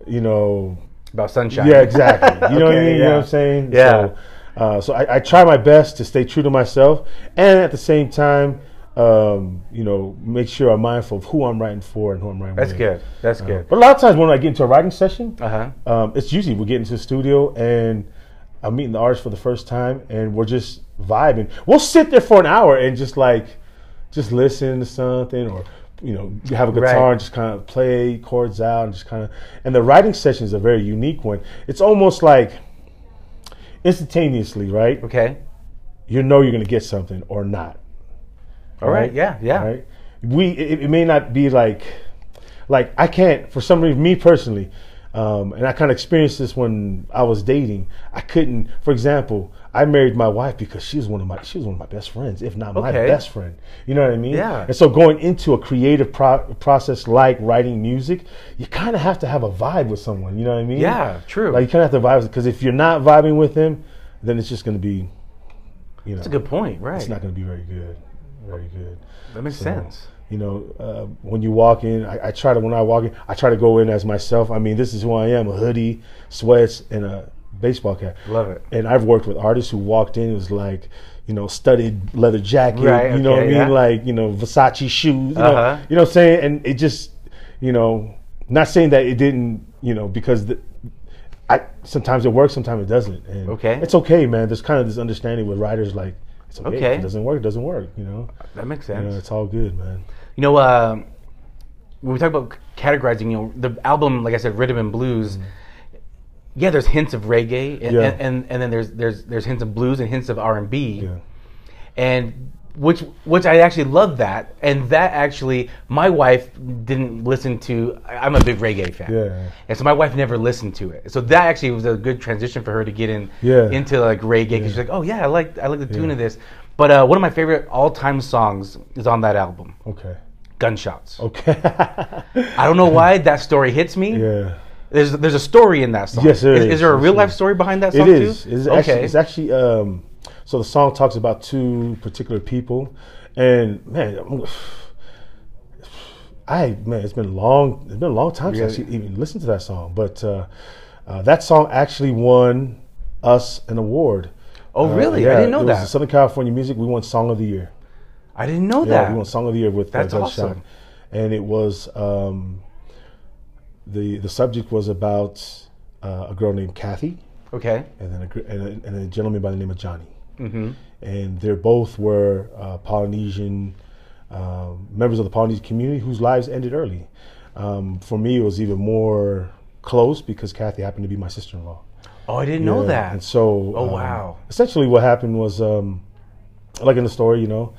[SPEAKER 2] you know.
[SPEAKER 1] About sunshine.
[SPEAKER 2] Yeah, exactly. You know what I
[SPEAKER 1] Okay,
[SPEAKER 2] mean? You know
[SPEAKER 1] yeah.
[SPEAKER 2] what I'm saying?
[SPEAKER 1] Yeah.
[SPEAKER 2] So, uh, so I, I try my best to stay true to myself, and at the same time, um, you know, make sure I'm mindful of who I'm writing for and who I'm writing.
[SPEAKER 1] That's
[SPEAKER 2] with.
[SPEAKER 1] good. That's good.
[SPEAKER 2] But a lot of times when I get into a writing session,
[SPEAKER 1] Uh huh.
[SPEAKER 2] um, it's usually we get into the studio and I'm meeting the artist for the first time and we're just vibing. We'll sit there for an hour and just like just listen to something or you know have a guitar
[SPEAKER 1] Right.
[SPEAKER 2] and just kind of play chords out and just kind of and the writing session is a very unique one. It's almost like instantaneously, right?
[SPEAKER 1] Okay.
[SPEAKER 2] You know you're gonna get something or not.
[SPEAKER 1] All right. Yeah. Yeah.
[SPEAKER 2] Right? We it, it may not be like like I can't for some reason me personally, um, and I kind of experienced this when I was dating. I couldn't, for example, I married my wife because she was one of my she was one of my best friends, if not my
[SPEAKER 1] Okay.
[SPEAKER 2] best friend. You know what I mean?
[SPEAKER 1] Yeah.
[SPEAKER 2] And so going into a creative pro- process like writing music, you kind of have to have a vibe with someone. You know what I mean?
[SPEAKER 1] Yeah, true.
[SPEAKER 2] Like you kind of have to vibe because if you're not vibing with them, then it's just going to be, you know,
[SPEAKER 1] That's a good point. Right.
[SPEAKER 2] it's not going to be very good. Very good.
[SPEAKER 1] that makes
[SPEAKER 2] So,
[SPEAKER 1] sense.
[SPEAKER 2] You know, uh, when you walk in, I, I try to when I walk in, I try to go in as myself. I mean, this is who I am: a hoodie, sweats, and a baseball cap.
[SPEAKER 1] Love it.
[SPEAKER 2] And I've worked with artists who walked in it was like, you know, studded leather jacket.
[SPEAKER 1] Right,
[SPEAKER 2] you know what I
[SPEAKER 1] okay,
[SPEAKER 2] mean?
[SPEAKER 1] yeah.
[SPEAKER 2] Like you know, Versace shoes. You,
[SPEAKER 1] Uh-huh.
[SPEAKER 2] know, you know what I'm saying? And it just, you know, not saying that it didn't, you know, because the, I sometimes it works, sometimes it doesn't. And
[SPEAKER 1] Okay.
[SPEAKER 2] it's okay, man. There's kind of this understanding with writers like. It's okay.
[SPEAKER 1] Okay.
[SPEAKER 2] If it doesn't work. It doesn't work. You know.
[SPEAKER 1] That makes
[SPEAKER 2] You
[SPEAKER 1] sense.
[SPEAKER 2] know, it's all good, man.
[SPEAKER 1] You know, um when we talk about c- categorizing, you know, the album, like I said, Rhythm and Blues. Yeah, there's hints of reggae, and,
[SPEAKER 2] Mm-hmm. Yeah.
[SPEAKER 1] and, and and then there's there's there's hints of blues and hints of R and B,
[SPEAKER 2] Yeah.
[SPEAKER 1] and which which I actually love that, and that actually my wife didn't listen to. I- I'm a big reggae fan,
[SPEAKER 2] Yeah.
[SPEAKER 1] and so my wife never listened to it. So that actually was a good transition for her to get in
[SPEAKER 2] Yeah.
[SPEAKER 1] into like reggae because she's like, oh yeah, I like I like the tune of this. But uh, one of my favorite all time songs is on that album,
[SPEAKER 2] Okay.
[SPEAKER 1] Gunshots.
[SPEAKER 2] Okay.
[SPEAKER 1] I don't know why that story hits me.
[SPEAKER 2] yeah.
[SPEAKER 1] There's there's a story in that song.
[SPEAKER 2] Yes, there
[SPEAKER 1] is,
[SPEAKER 2] is.
[SPEAKER 1] there a
[SPEAKER 2] Yes,
[SPEAKER 1] real
[SPEAKER 2] there
[SPEAKER 1] life
[SPEAKER 2] is.
[SPEAKER 1] story behind that
[SPEAKER 2] It
[SPEAKER 1] song
[SPEAKER 2] is.
[SPEAKER 1] too?
[SPEAKER 2] It's
[SPEAKER 1] okay.
[SPEAKER 2] actually. It's actually. Um, so the song talks about two particular people, and man, I'm- I man, it's been long. It's been a long time since I
[SPEAKER 1] Really?
[SPEAKER 2] actually even listened to that song. But uh, uh, that song actually won us an award.
[SPEAKER 1] oh
[SPEAKER 2] Uh,
[SPEAKER 1] really? I
[SPEAKER 2] yeah,
[SPEAKER 1] didn't know
[SPEAKER 2] it was
[SPEAKER 1] that.
[SPEAKER 2] Southern California Music. We won Song of the Year.
[SPEAKER 1] I didn't know
[SPEAKER 2] Yeah,
[SPEAKER 1] that.
[SPEAKER 2] we won Song of the Year with
[SPEAKER 1] That's
[SPEAKER 2] uh, Gunshot.
[SPEAKER 1] awesome.
[SPEAKER 2] And it was um, the the subject was about uh, a girl named Kathy
[SPEAKER 1] okay.
[SPEAKER 2] and then a, gr- and a, and a gentleman by the name of Johnny.
[SPEAKER 1] Mm-hmm.
[SPEAKER 2] And they both were uh, Polynesian um, members of the Polynesian community whose lives ended early. Um, for me, it was even more close because Kathy happened to be my sister-in-law.
[SPEAKER 1] Oh, I didn't know
[SPEAKER 2] Yeah,
[SPEAKER 1] that.
[SPEAKER 2] And so,
[SPEAKER 1] Oh,
[SPEAKER 2] um,
[SPEAKER 1] wow.
[SPEAKER 2] Essentially, what happened was, um, like in the story, you know,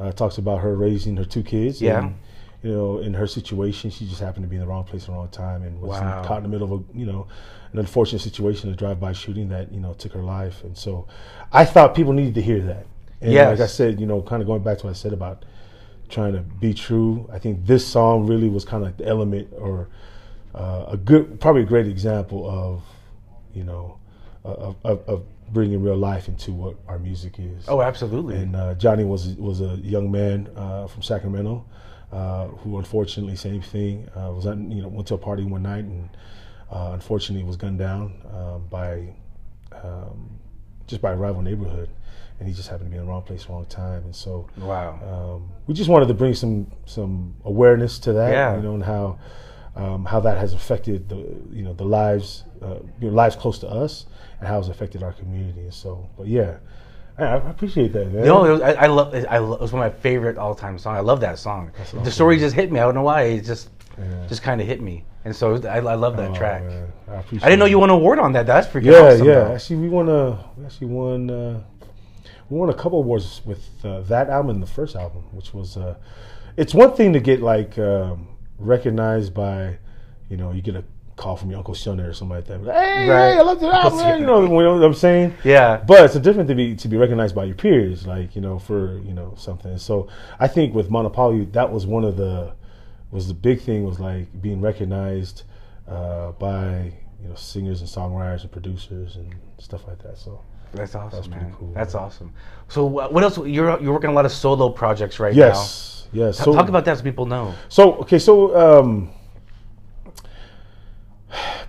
[SPEAKER 2] uh, it talks about her raising her two kids.
[SPEAKER 1] Yeah.
[SPEAKER 2] and, you know, in her situation, she just happened to be in the wrong place at the wrong time and was in-
[SPEAKER 1] Wow.
[SPEAKER 2] caught in the middle of a, you know, an unfortunate situation, a drive-by shooting that you know took her life. And so, I thought people needed to hear that. And
[SPEAKER 1] Yes.
[SPEAKER 2] like I said, you know, kind of going back to what I said about trying to be true. I think this song really was kind of like the element or uh, a good, probably a great example of, you know, uh, of, of, of bringing real life into what our music is.
[SPEAKER 1] oh, absolutely.
[SPEAKER 2] And uh, Johnny was was a young man uh, from Sacramento uh, who, unfortunately, same thing. Uh, was on, you know went to a party one night and uh, unfortunately was gunned down um, by um, just by a rival neighborhood, and he just happened to be in the wrong place, wrong time. And so,
[SPEAKER 1] wow.
[SPEAKER 2] um, we just wanted to bring some some awareness to that,
[SPEAKER 1] Yeah.
[SPEAKER 2] you know, and how um, how that has affected the you know the lives uh, your lives close to us, and how it's affected our community. And so, but yeah, I, I appreciate that, man.
[SPEAKER 1] no, it was, I, I love. I lo- it was one of my favorite all-time songs. I love that song. The story just hit me. I don't know why. It just,
[SPEAKER 2] Yeah.
[SPEAKER 1] just kind of hit me. And so I, I love that
[SPEAKER 2] Oh,
[SPEAKER 1] track.
[SPEAKER 2] man, I, appreciate
[SPEAKER 1] I didn't know
[SPEAKER 2] it.
[SPEAKER 1] you won an award on that. That's freaking
[SPEAKER 2] Yeah,
[SPEAKER 1] awesome.
[SPEAKER 2] yeah.
[SPEAKER 1] though.
[SPEAKER 2] Actually, we won a we actually won uh, we won a couple awards with uh, that album and the first album, which was uh, it's one thing to get like um, recognized by you know, you get a call from your uncle Shunner or something like that. Like, hey,
[SPEAKER 1] Right.
[SPEAKER 2] hey, I love it out, man. You know, you know what I'm saying?
[SPEAKER 1] Yeah.
[SPEAKER 2] But it's different to be to be recognized by your peers, like you know, for you know something. So I think with Monopoly, that was one of the was the big thing was like being recognized uh, by you know singers and songwriters and producers and stuff like that. So
[SPEAKER 1] That's awesome,
[SPEAKER 2] pretty
[SPEAKER 1] man.
[SPEAKER 2] cool.
[SPEAKER 1] That's awesome. So wha- what else? You're you're working on a lot of solo projects right now.
[SPEAKER 2] yes, yes. So
[SPEAKER 1] Talk about that so people know.
[SPEAKER 2] So okay, so um,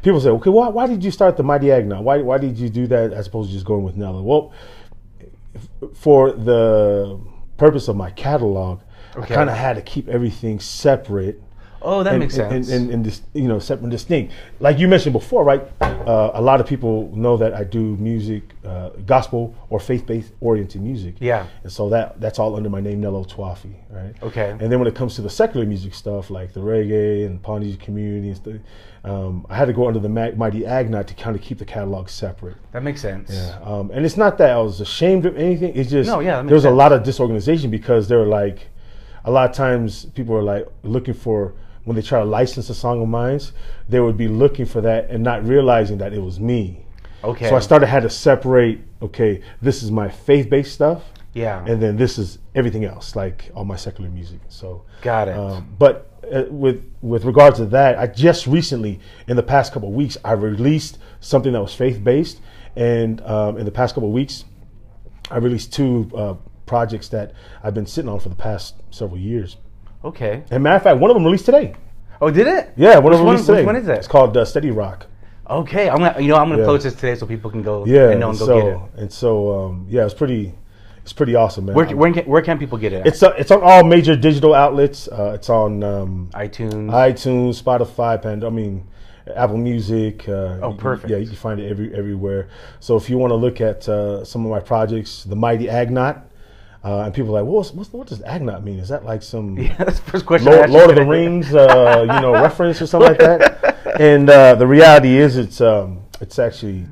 [SPEAKER 2] people say, okay, why, why did you start the Mighty Ag now? Why why did you do that as opposed to just going with Nella? Well, f- for the purpose of my catalog,
[SPEAKER 1] Okay.
[SPEAKER 2] I kind of had to keep everything separate.
[SPEAKER 1] Oh, that
[SPEAKER 2] and,
[SPEAKER 1] makes
[SPEAKER 2] and-
[SPEAKER 1] sense.
[SPEAKER 2] And, and, and dis- you know, separate and distinct. Like you mentioned before, right? Uh, a lot of people know that I do music, uh, gospel or faith-based oriented music.
[SPEAKER 1] Yeah.
[SPEAKER 2] And so that that's all under my name, Nello Twafi, right?
[SPEAKER 1] Okay.
[SPEAKER 2] And then when it comes to the secular music stuff, like the reggae and Polynesian community and stuff, um, I had to go under the Ma- Mighty Agna to kind of keep the catalog separate.
[SPEAKER 1] that makes sense.
[SPEAKER 2] Um, and it's not that I was ashamed of anything. It's just
[SPEAKER 1] No, yeah, that makes
[SPEAKER 2] there's a
[SPEAKER 1] sense.
[SPEAKER 2] lot of disorganization because they're like, a lot of times people are like looking for when they try to license a song of mine, they would be looking for that and not realizing that it was me.
[SPEAKER 1] Okay.
[SPEAKER 2] So I started had to separate. Okay, this is my faith-based stuff,
[SPEAKER 1] Yeah.
[SPEAKER 2] and then this is everything else, like all my secular music. So
[SPEAKER 1] Got it.
[SPEAKER 2] Um, but uh, with with regards to that, I just recently, in the past couple of weeks, I released something that was faith-based, and um, in the past couple of weeks, I released two uh, projects that I've been sitting on for the past several years.
[SPEAKER 1] okay.
[SPEAKER 2] And matter of fact, one of them released today.
[SPEAKER 1] Oh, did it?
[SPEAKER 2] Yeah, one
[SPEAKER 1] Which
[SPEAKER 2] of them
[SPEAKER 1] one-
[SPEAKER 2] released today.
[SPEAKER 1] which one is it?
[SPEAKER 2] It's called uh, Steady Rock.
[SPEAKER 1] Okay. I'm gonna you know I'm gonna
[SPEAKER 2] Yeah.
[SPEAKER 1] post this today so people can go
[SPEAKER 2] Yeah,
[SPEAKER 1] and know and go
[SPEAKER 2] so
[SPEAKER 1] get it.
[SPEAKER 2] and so um, yeah, it's pretty, it's pretty awesome, man.
[SPEAKER 1] Where, can- where, can, where can people get it?
[SPEAKER 2] It's uh, it's on all major digital outlets. Uh, it's on um,
[SPEAKER 1] iTunes.
[SPEAKER 2] iTunes, Spotify, Pand- I mean, Apple Music. Uh,
[SPEAKER 1] Oh,
[SPEAKER 2] you-
[SPEAKER 1] perfect.
[SPEAKER 2] yeah, you can find it every everywhere. So if you want to look at uh, some of my projects, the Mighty Agnot, uh, and people are like, what's, what's, what does Agnot mean? Is that like some
[SPEAKER 1] yeah, that's the first question. I
[SPEAKER 2] Lord,
[SPEAKER 1] asked
[SPEAKER 2] Lord of
[SPEAKER 1] you
[SPEAKER 2] the
[SPEAKER 1] today.
[SPEAKER 2] Rings, uh, you know, reference or something like that? And uh, the reality is, it's um, it's actually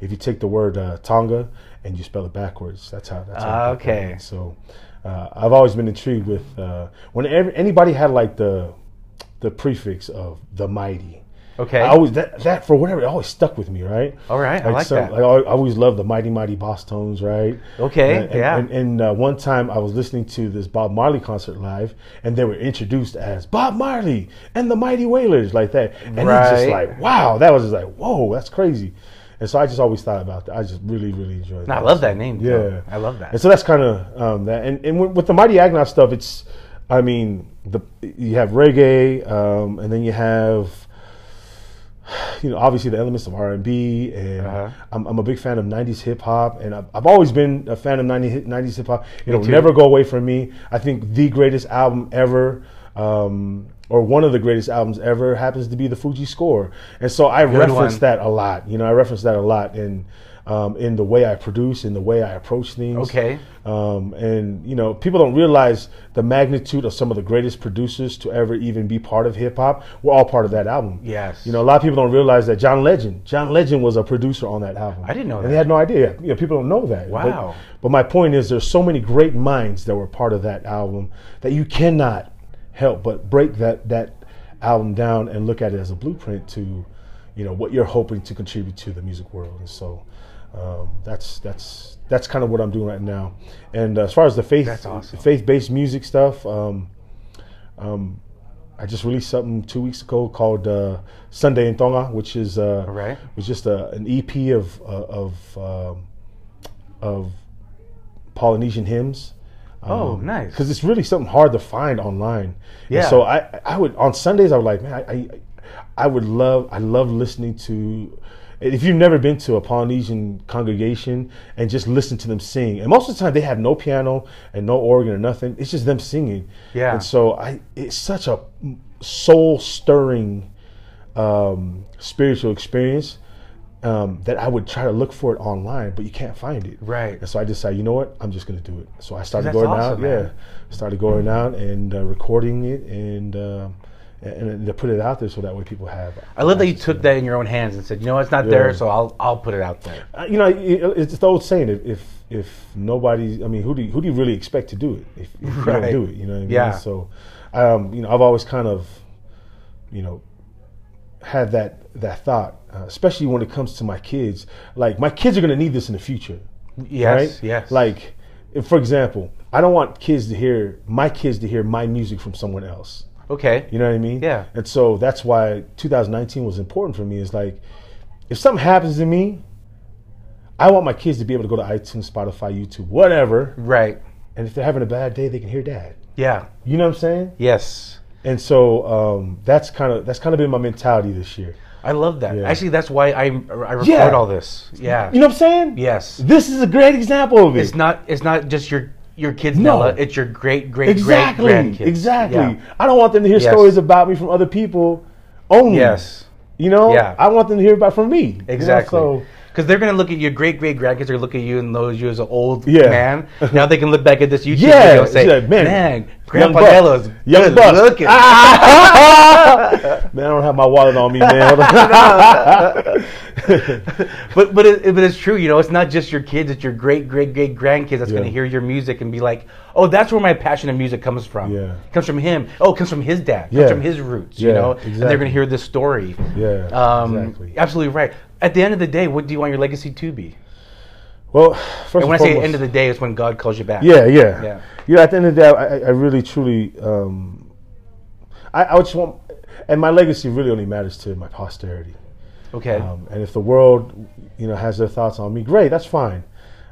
[SPEAKER 2] if you take the word uh, Tonga and you spell it backwards, that's how. That's how
[SPEAKER 1] Ah,
[SPEAKER 2] it
[SPEAKER 1] okay.
[SPEAKER 2] means. So uh, I've always been intrigued with uh, when every, anybody had like the the prefix of the mighty.
[SPEAKER 1] Okay.
[SPEAKER 2] I always that, that for whatever it always stuck with me, right?
[SPEAKER 1] All right, I like that.
[SPEAKER 2] I al- I always loved the mighty mighty Boss Tones, right?
[SPEAKER 1] Okay,
[SPEAKER 2] And- and-
[SPEAKER 1] yeah.
[SPEAKER 2] And, and uh, one time I was listening to this Bob Marley concert live, and they were introduced as Bob Marley and the Mighty Wailers, like that. And it's just
[SPEAKER 1] Right.
[SPEAKER 2] like, wow, that was just like, whoa, that's crazy. And so I just always thought about that. I just really, really enjoyed.
[SPEAKER 1] No, I love that name.
[SPEAKER 2] Yeah,
[SPEAKER 1] though. I love that.
[SPEAKER 2] And so that's kind of um, that. And and with- with the Mighty Agnos stuff, it's, I mean, the you have reggae, um, and then you have, you know, obviously the elements of R and B, and
[SPEAKER 1] Uh-huh.
[SPEAKER 2] I'm, I'm a big fan of '90s hip hop, and I've, I've always been a fan of 90, hip- '90s hip hop. It'll
[SPEAKER 1] too.
[SPEAKER 2] never go away from me. I think the greatest album ever. Um, or one of the greatest albums ever happens to be the Fuji Score, and so I reference
[SPEAKER 1] one.
[SPEAKER 2] that a lot. You know, I reference that a lot in um, in the way I produce, in the way I approach things.
[SPEAKER 1] Okay.
[SPEAKER 2] Um, and you know, people don't realize the magnitude of some of the greatest producers to ever even be part of hip hop. We're all part of that album.
[SPEAKER 1] Yes.
[SPEAKER 2] You know, a lot of people don't realize that John Legend, John Legend was a producer on that album.
[SPEAKER 1] I didn't know
[SPEAKER 2] and
[SPEAKER 1] that.
[SPEAKER 2] They had no idea. You know, people don't know that. But-
[SPEAKER 1] Wow.
[SPEAKER 2] But, my point is, there's so many great minds that were part of that album that you cannot help but break that that album down and look at it as a blueprint to, you know, what you're hoping to contribute to the music world. And so, um, that's that's that's kind of what I'm doing right now. And uh, as far as the faith
[SPEAKER 1] That's awesome.
[SPEAKER 2] faith-based music stuff. Um, I just released something two weeks ago called uh, Sunday in Tonga, which is uh,
[SPEAKER 1] Alright.
[SPEAKER 2] was just a, an EP of uh, of um, of Polynesian hymns.
[SPEAKER 1] Oh, nice.
[SPEAKER 2] Because it's really something hard to find online. And
[SPEAKER 1] Yeah.
[SPEAKER 2] so I I would on Sundays I would like man I, I I would love I love listening to. If you've never been to a Polynesian congregation and just listen to them sing, and most of the time they have no piano and no organ or nothing, it's just them singing.
[SPEAKER 1] Yeah.
[SPEAKER 2] And so I, it's such a soul stirring um, spiritual experience um, that I would try to look for it online, but you can't find it.
[SPEAKER 1] Right.
[SPEAKER 2] And so I decided, you know what? I'm just going to do it. So I started
[SPEAKER 1] That's
[SPEAKER 2] going out.
[SPEAKER 1] awesome, man.
[SPEAKER 2] Yeah. Started going out and uh, recording it and. Um, and, and to put it out there so that way people have.
[SPEAKER 1] I love that you took that in your own hands and said, you know, it's not there, so I'll I'll put it out there.
[SPEAKER 2] Uh, You know, it- it's the old saying: if if, if nobody, I mean, who do you, who do you really expect to do it? If, if you
[SPEAKER 1] Right.
[SPEAKER 2] don't do it, you know what I mean.
[SPEAKER 1] Yeah.
[SPEAKER 2] So, um, you know, I've always kind of, you know, have that that thought, uh, especially when it comes to my kids. Like my kids are going to need this in the future.
[SPEAKER 1] Yes, yes.
[SPEAKER 2] Like, if, for example, I don't want kids to hear my kids to hear my music from someone else.
[SPEAKER 1] Okay.
[SPEAKER 2] You know what I mean?
[SPEAKER 1] Yeah.
[SPEAKER 2] And so that's why 2019 was important for me. Is like, if something happens to me, I want my kids to be able to go to iTunes, Spotify, YouTube, whatever,
[SPEAKER 1] Right.
[SPEAKER 2] and if they're having a bad day, they can hear Dad.
[SPEAKER 1] Yeah.
[SPEAKER 2] You know what I'm saying?
[SPEAKER 1] Yes.
[SPEAKER 2] And so um, that's kind of that's kind of been my mentality this year.
[SPEAKER 1] I love that.
[SPEAKER 2] Yeah.
[SPEAKER 1] Actually, that's why I I record
[SPEAKER 2] Yeah.
[SPEAKER 1] all this. Yeah.
[SPEAKER 2] You know what I'm saying?
[SPEAKER 1] yes.
[SPEAKER 2] This is a great example of it.
[SPEAKER 1] It's not. It's not just your your kids,
[SPEAKER 2] No.
[SPEAKER 1] Nella. It's your great great
[SPEAKER 2] exactly.
[SPEAKER 1] great grandkids.
[SPEAKER 2] Exactly.
[SPEAKER 1] Yeah.
[SPEAKER 2] I don't want them to hear
[SPEAKER 1] Yes.
[SPEAKER 2] stories about me from other people only.
[SPEAKER 1] Yes.
[SPEAKER 2] You know?
[SPEAKER 1] Yeah.
[SPEAKER 2] I want them to hear about from me. you know?
[SPEAKER 1] Exactly.
[SPEAKER 2] So
[SPEAKER 1] because they're gonna look at your great great grandkids are look at you and knows you as an old
[SPEAKER 2] Yeah.
[SPEAKER 1] man. Now they can look back at this YouTube
[SPEAKER 2] Yeah,
[SPEAKER 1] video and say,
[SPEAKER 2] yeah, man.
[SPEAKER 1] "Man, Grandpa
[SPEAKER 2] buck.
[SPEAKER 1] Nello's
[SPEAKER 2] Young
[SPEAKER 1] good
[SPEAKER 2] buck. Ah,
[SPEAKER 1] looking."
[SPEAKER 2] man, I don't have my wallet on me, man.
[SPEAKER 1] But but it, but it's true, you know. It's not just your kids; it's your great great great grandkids that's going
[SPEAKER 2] Yeah.
[SPEAKER 1] to hear your music and be like, "Oh, that's where my passion in music comes from.
[SPEAKER 2] Yeah.
[SPEAKER 1] Comes from him. Oh, it comes from his dad.
[SPEAKER 2] Yeah.
[SPEAKER 1] Comes from his roots. You
[SPEAKER 2] Yeah,
[SPEAKER 1] know." And they're
[SPEAKER 2] exactly.
[SPEAKER 1] going to hear this story.
[SPEAKER 2] Yeah,
[SPEAKER 1] Um,
[SPEAKER 2] exactly.
[SPEAKER 1] Absolutely right. At the end of the day, what do you want your legacy to be?
[SPEAKER 2] well, first
[SPEAKER 1] And when
[SPEAKER 2] and
[SPEAKER 1] I say
[SPEAKER 2] foremost-
[SPEAKER 1] end of the day, it's when God calls you back.
[SPEAKER 2] Yeah, yeah.
[SPEAKER 1] Yeah.
[SPEAKER 2] You know, at the end of the day, I, I- I really, truly, um, I, I just want, and my legacy really only matters to my posterity.
[SPEAKER 1] Okay.
[SPEAKER 2] Um, and if the world, you know, has their thoughts on me, great, that's fine.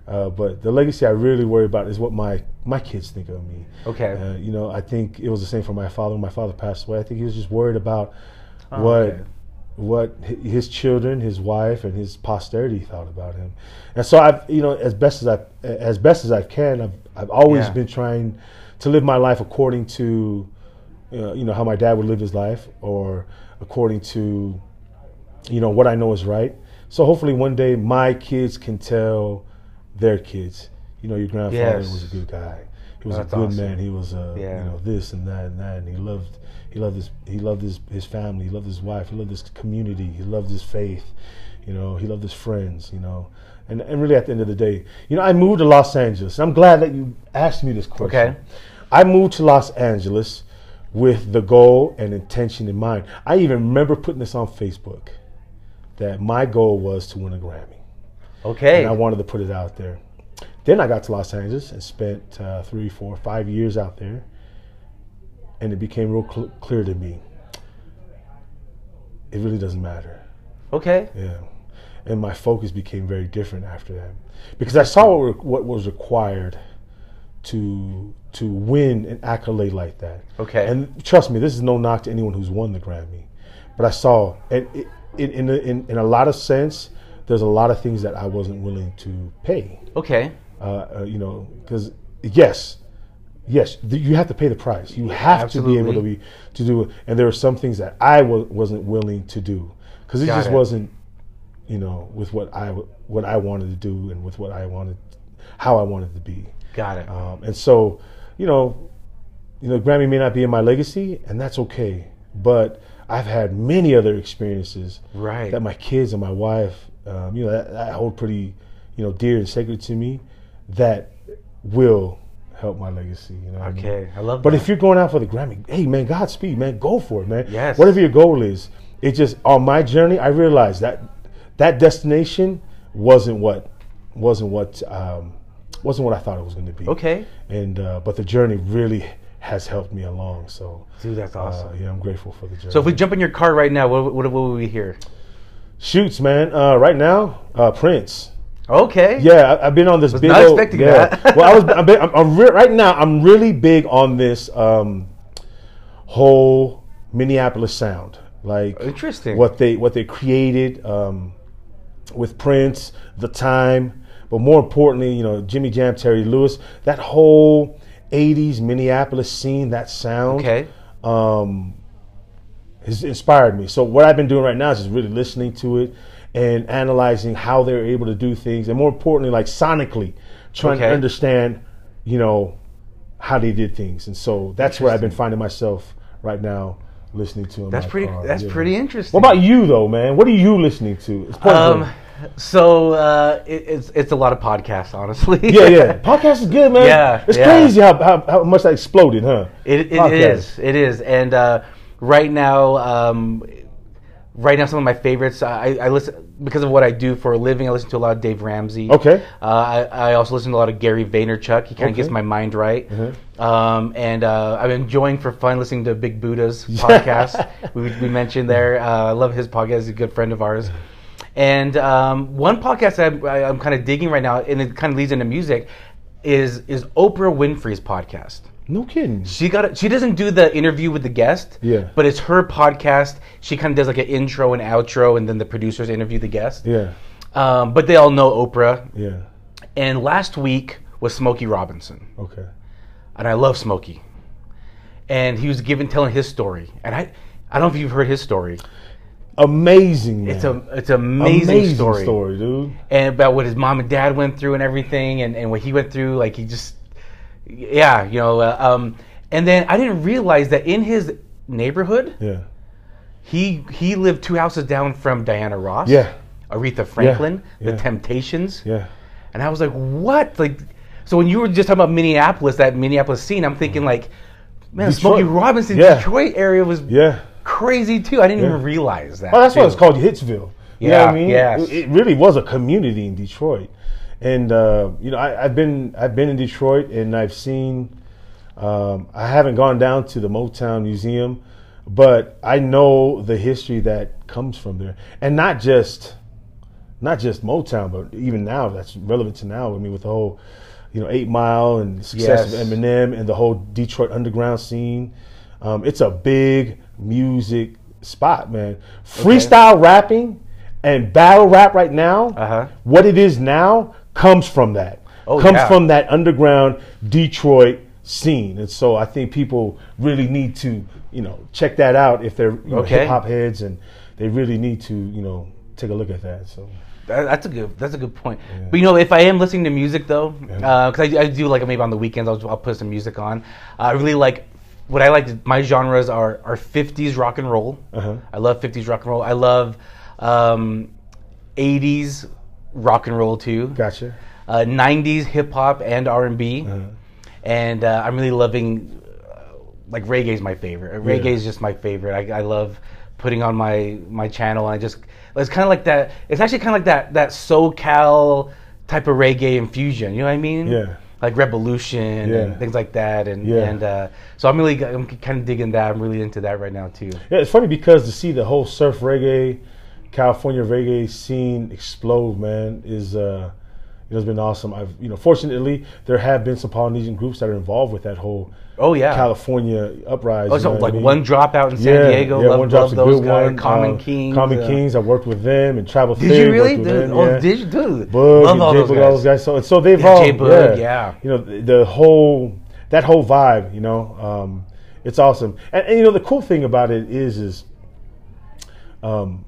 [SPEAKER 2] Uh, but the legacy I really worry about is what my my kids think of me.
[SPEAKER 1] Okay.
[SPEAKER 2] Uh, you know, I think it was the same for my father. When my father passed away, I think he was just worried about
[SPEAKER 1] Oh,
[SPEAKER 2] what
[SPEAKER 1] okay.
[SPEAKER 2] what hi- his children, his wife, and his posterity thought about him. And so I've, you know, as best as I as best as I can, I've I've always
[SPEAKER 1] Yeah.
[SPEAKER 2] been trying to live my life according to, uh, you know, how my dad would live his life, or according to you know what I know is right. So hopefully one day my kids can tell their kids, you know, your grandfather
[SPEAKER 1] Yes.
[SPEAKER 2] was a good guy. He was
[SPEAKER 1] That's
[SPEAKER 2] a good
[SPEAKER 1] awesome.
[SPEAKER 2] man. He was a
[SPEAKER 1] Yeah.
[SPEAKER 2] you know this and that and that, and he loved he loved his he loved his his family. He loved his wife. He loved his community. He loved his faith. You know, he loved his friends. You know. And, and really, at the end of the day, you know, I moved to Los Angeles. I'm glad that you asked me this question.
[SPEAKER 1] Okay.
[SPEAKER 2] I moved to Los Angeles with the goal and intention in mind. I even remember putting this on Facebook that my goal was to win a Grammy.
[SPEAKER 1] okay.
[SPEAKER 2] And I wanted to put it out there. Then I got to Los Angeles and spent uh, three, four, five years out there. And it became real cl- clear to me it really doesn't matter.
[SPEAKER 1] okay.
[SPEAKER 2] Yeah. And my focus became very different after that because I saw what, were, what was required to to win an accolade like that.
[SPEAKER 1] Okay.
[SPEAKER 2] And trust me, this is no knock to anyone who's won the Grammy, but I saw and it, in in, a- in in a lot of sense, there's a lot of things that I wasn't willing to pay.
[SPEAKER 1] Okay.
[SPEAKER 2] Uh, uh, you know, because yes, yes, th- you have to pay the price. You have to be able to
[SPEAKER 1] Absolutely.
[SPEAKER 2] be to do it. And there were some things that I wa- wasn't willing to do because it
[SPEAKER 1] Got
[SPEAKER 2] just
[SPEAKER 1] it.
[SPEAKER 2] wasn't, you know, with what I w- what I wanted to do and with what I wanted, how I wanted to be.
[SPEAKER 1] Got it.
[SPEAKER 2] Um, and so, you know, you know, Grammy may not be in my legacy, and that's okay. But I've had many other experiences
[SPEAKER 1] Right.
[SPEAKER 2] that my kids and my wife, um, you know, that, that I hold pretty, you know, dear and sacred to me, that will help my legacy. You know. what I mean?
[SPEAKER 1] okay. I love.
[SPEAKER 2] But
[SPEAKER 1] that.
[SPEAKER 2] if you're going out for the Grammy, hey man, Godspeed, man, go for it, man.
[SPEAKER 1] Yes.
[SPEAKER 2] Whatever your goal is, it just on my journey, I realized that that destination wasn't what wasn't what um, wasn't what I thought it was going to be.
[SPEAKER 1] okay.
[SPEAKER 2] And uh, but the journey really has helped me along. So
[SPEAKER 1] Dude, that's awesome.
[SPEAKER 2] uh, yeah, I'm grateful for the journey.
[SPEAKER 1] So if we jump in your car right now, what what, what would we hear?
[SPEAKER 2] shoots, man, uh, right now, uh, Prince.
[SPEAKER 1] Okay.
[SPEAKER 2] Yeah, I, I've been on this big.
[SPEAKER 1] not
[SPEAKER 2] old-
[SPEAKER 1] expecting
[SPEAKER 2] yeah.
[SPEAKER 1] that.
[SPEAKER 2] well, I was. I've been, I'm, I'm re- right now. I'm really big on this um, whole Minneapolis sound, like
[SPEAKER 1] Interesting.
[SPEAKER 2] what they what they created um, with Prince, the time, but more importantly, you know, Jimmy Jam, Terry Lewis, that whole '80s Minneapolis scene, that sound
[SPEAKER 1] Okay.
[SPEAKER 2] um, has inspired me. So what I've been doing right now is just really listening to it and analyzing how they're able to do things, and more importantly, like sonically, trying to
[SPEAKER 1] Okay.
[SPEAKER 2] understand, you know, how they did things. And so that's where I've been finding myself right now, listening to. in
[SPEAKER 1] That's
[SPEAKER 2] my
[SPEAKER 1] pretty.
[SPEAKER 2] car,
[SPEAKER 1] That's
[SPEAKER 2] yeah.
[SPEAKER 1] pretty interesting.
[SPEAKER 2] What about you though, man? What are you listening to? It's part of
[SPEAKER 1] Um,
[SPEAKER 2] it.
[SPEAKER 1] so uh, it, it's it's a lot of podcasts, honestly.
[SPEAKER 2] yeah, yeah. Podcast is good, man.
[SPEAKER 1] Yeah,
[SPEAKER 2] it's
[SPEAKER 1] yeah.
[SPEAKER 2] crazy how, how how much that exploded, huh?
[SPEAKER 1] It, it
[SPEAKER 2] Podcast.
[SPEAKER 1] is. It is. And uh, right now, um, right now some of my favorites. I, I listen because of what I do for a living. I listen to a lot of Dave Ramsey.
[SPEAKER 2] Okay.
[SPEAKER 1] Uh, I, I also listen to a lot of Gary Vaynerchuk. He kind of
[SPEAKER 2] Okay. Mm-hmm.
[SPEAKER 1] gets my mind right. Um, and uh, I'm enjoying for fun listening to Big Buddha's podcast. we, we mentioned there. Uh, I love his podcast. He's a good friend of ours. And um, one podcast that I, I'm kind of digging right now, and it kind of leads into music, is is Oprah Winfrey's podcast.
[SPEAKER 2] No kidding.
[SPEAKER 1] She got a, she doesn't do the interview with the guest.
[SPEAKER 2] Yeah.
[SPEAKER 1] But it's her podcast. She kind of does like an intro and outro, and then the producers interview the guest.
[SPEAKER 2] Yeah.
[SPEAKER 1] Um, but they all know Oprah.
[SPEAKER 2] Yeah.
[SPEAKER 1] And last week was Smokey Robinson,
[SPEAKER 2] Okay.
[SPEAKER 1] and I love Smokey. And he was given telling his story, and I I don't know if you've heard his story.
[SPEAKER 2] Amazing. Man.
[SPEAKER 1] It's a it's an amazing, story.
[SPEAKER 2] dude.
[SPEAKER 1] and about what his mom and dad went through and everything and, and what he went through like he just yeah you know uh, um, and then i didn't realize that in his neighborhood
[SPEAKER 2] Yeah.
[SPEAKER 1] he he lived two houses down from diana ross
[SPEAKER 2] Yeah.
[SPEAKER 1] aretha franklin
[SPEAKER 2] yeah.
[SPEAKER 1] the temptations
[SPEAKER 2] Yeah.
[SPEAKER 1] and i was like what like so when you were just talking about minneapolis that minneapolis scene i'm thinking like man
[SPEAKER 2] Detroit.
[SPEAKER 1] smokey robinson
[SPEAKER 2] Yeah.
[SPEAKER 1] detroit area was
[SPEAKER 2] Yeah.
[SPEAKER 1] crazy too i didn't
[SPEAKER 2] Yeah.
[SPEAKER 1] even realize that
[SPEAKER 2] Oh, that's why
[SPEAKER 1] too.
[SPEAKER 2] it's called Hitsville. You know what
[SPEAKER 1] Yeah,
[SPEAKER 2] I mean?
[SPEAKER 1] yes.
[SPEAKER 2] It, it really was a community in Detroit, and uh, you know I, I've been I've been in Detroit and I've seen. Um, I haven't gone down to the Motown Museum, but I know the history that comes from there, and not just not just Motown, but even now that's relevant to now. I mean, with the whole, you know, Eight Mile and the success
[SPEAKER 1] Yes.
[SPEAKER 2] of Eminem and the whole Detroit underground scene, um, it's a big music spot, man. Freestyle rapping and battle rap right now,
[SPEAKER 1] Uh-huh.
[SPEAKER 2] what it is now comes from that.
[SPEAKER 1] Oh,
[SPEAKER 2] comes
[SPEAKER 1] yeah.
[SPEAKER 2] from that underground Detroit scene, and so I think people really need to, you know, check that out if they're you know,
[SPEAKER 1] Okay.
[SPEAKER 2] hip hop heads, and they really need to, you know, take a look at that. So.
[SPEAKER 1] That- That's a good. That's a good point. But you know, if I am listening to music though, because I, I do like maybe on the weekends I'll, I'll put some music on. Uh, I really like what I like. to- My genres are are fifties rock and roll. I love fifties rock and roll. I love um, eighties rock and roll too.
[SPEAKER 2] Gotcha.
[SPEAKER 1] Uh, 90s hip hop and R&B,
[SPEAKER 2] Uh-huh.
[SPEAKER 1] and uh, I'm really loving. Uh, like reggae's my favorite. Uh, Reggae is just my favorite. I, I love putting on my my channel and I just it's kind of like that. It's actually kind of like that that SoCal type of reggae infusion. You know what I mean?
[SPEAKER 2] Yeah.
[SPEAKER 1] Like Revolution
[SPEAKER 2] Yeah.
[SPEAKER 1] and things like that. And
[SPEAKER 2] Yeah.
[SPEAKER 1] and uh, so I'm really I'm kind of digging that. I'm really into that right now too.
[SPEAKER 2] Yeah, it's funny because to see the whole surf reggae, California reggae scene explode, man, is uh, you know, it's been awesome. I've you know, fortunately, there have been some Polynesian groups that are involved with that whole
[SPEAKER 1] Oh yeah.
[SPEAKER 2] California uprising.
[SPEAKER 1] Oh, so like one dropout in San Diego. love,
[SPEAKER 2] Drop's
[SPEAKER 1] love those guys.
[SPEAKER 2] Uh,
[SPEAKER 1] Common Kings.
[SPEAKER 2] Common
[SPEAKER 1] uh,
[SPEAKER 2] Kings. I worked with them and Travel
[SPEAKER 1] Did you really? Dude, oh, did you, dude?
[SPEAKER 2] Boog
[SPEAKER 1] love
[SPEAKER 2] and
[SPEAKER 1] all
[SPEAKER 2] J
[SPEAKER 1] those
[SPEAKER 2] Boog,
[SPEAKER 1] guys.
[SPEAKER 2] all those guys. So, so they've
[SPEAKER 1] Yeah,
[SPEAKER 2] all,
[SPEAKER 1] J Boog, yeah.
[SPEAKER 2] you know, the, the whole that whole vibe, you know, um, it's awesome. And, and you know, the cool thing about it is, is um,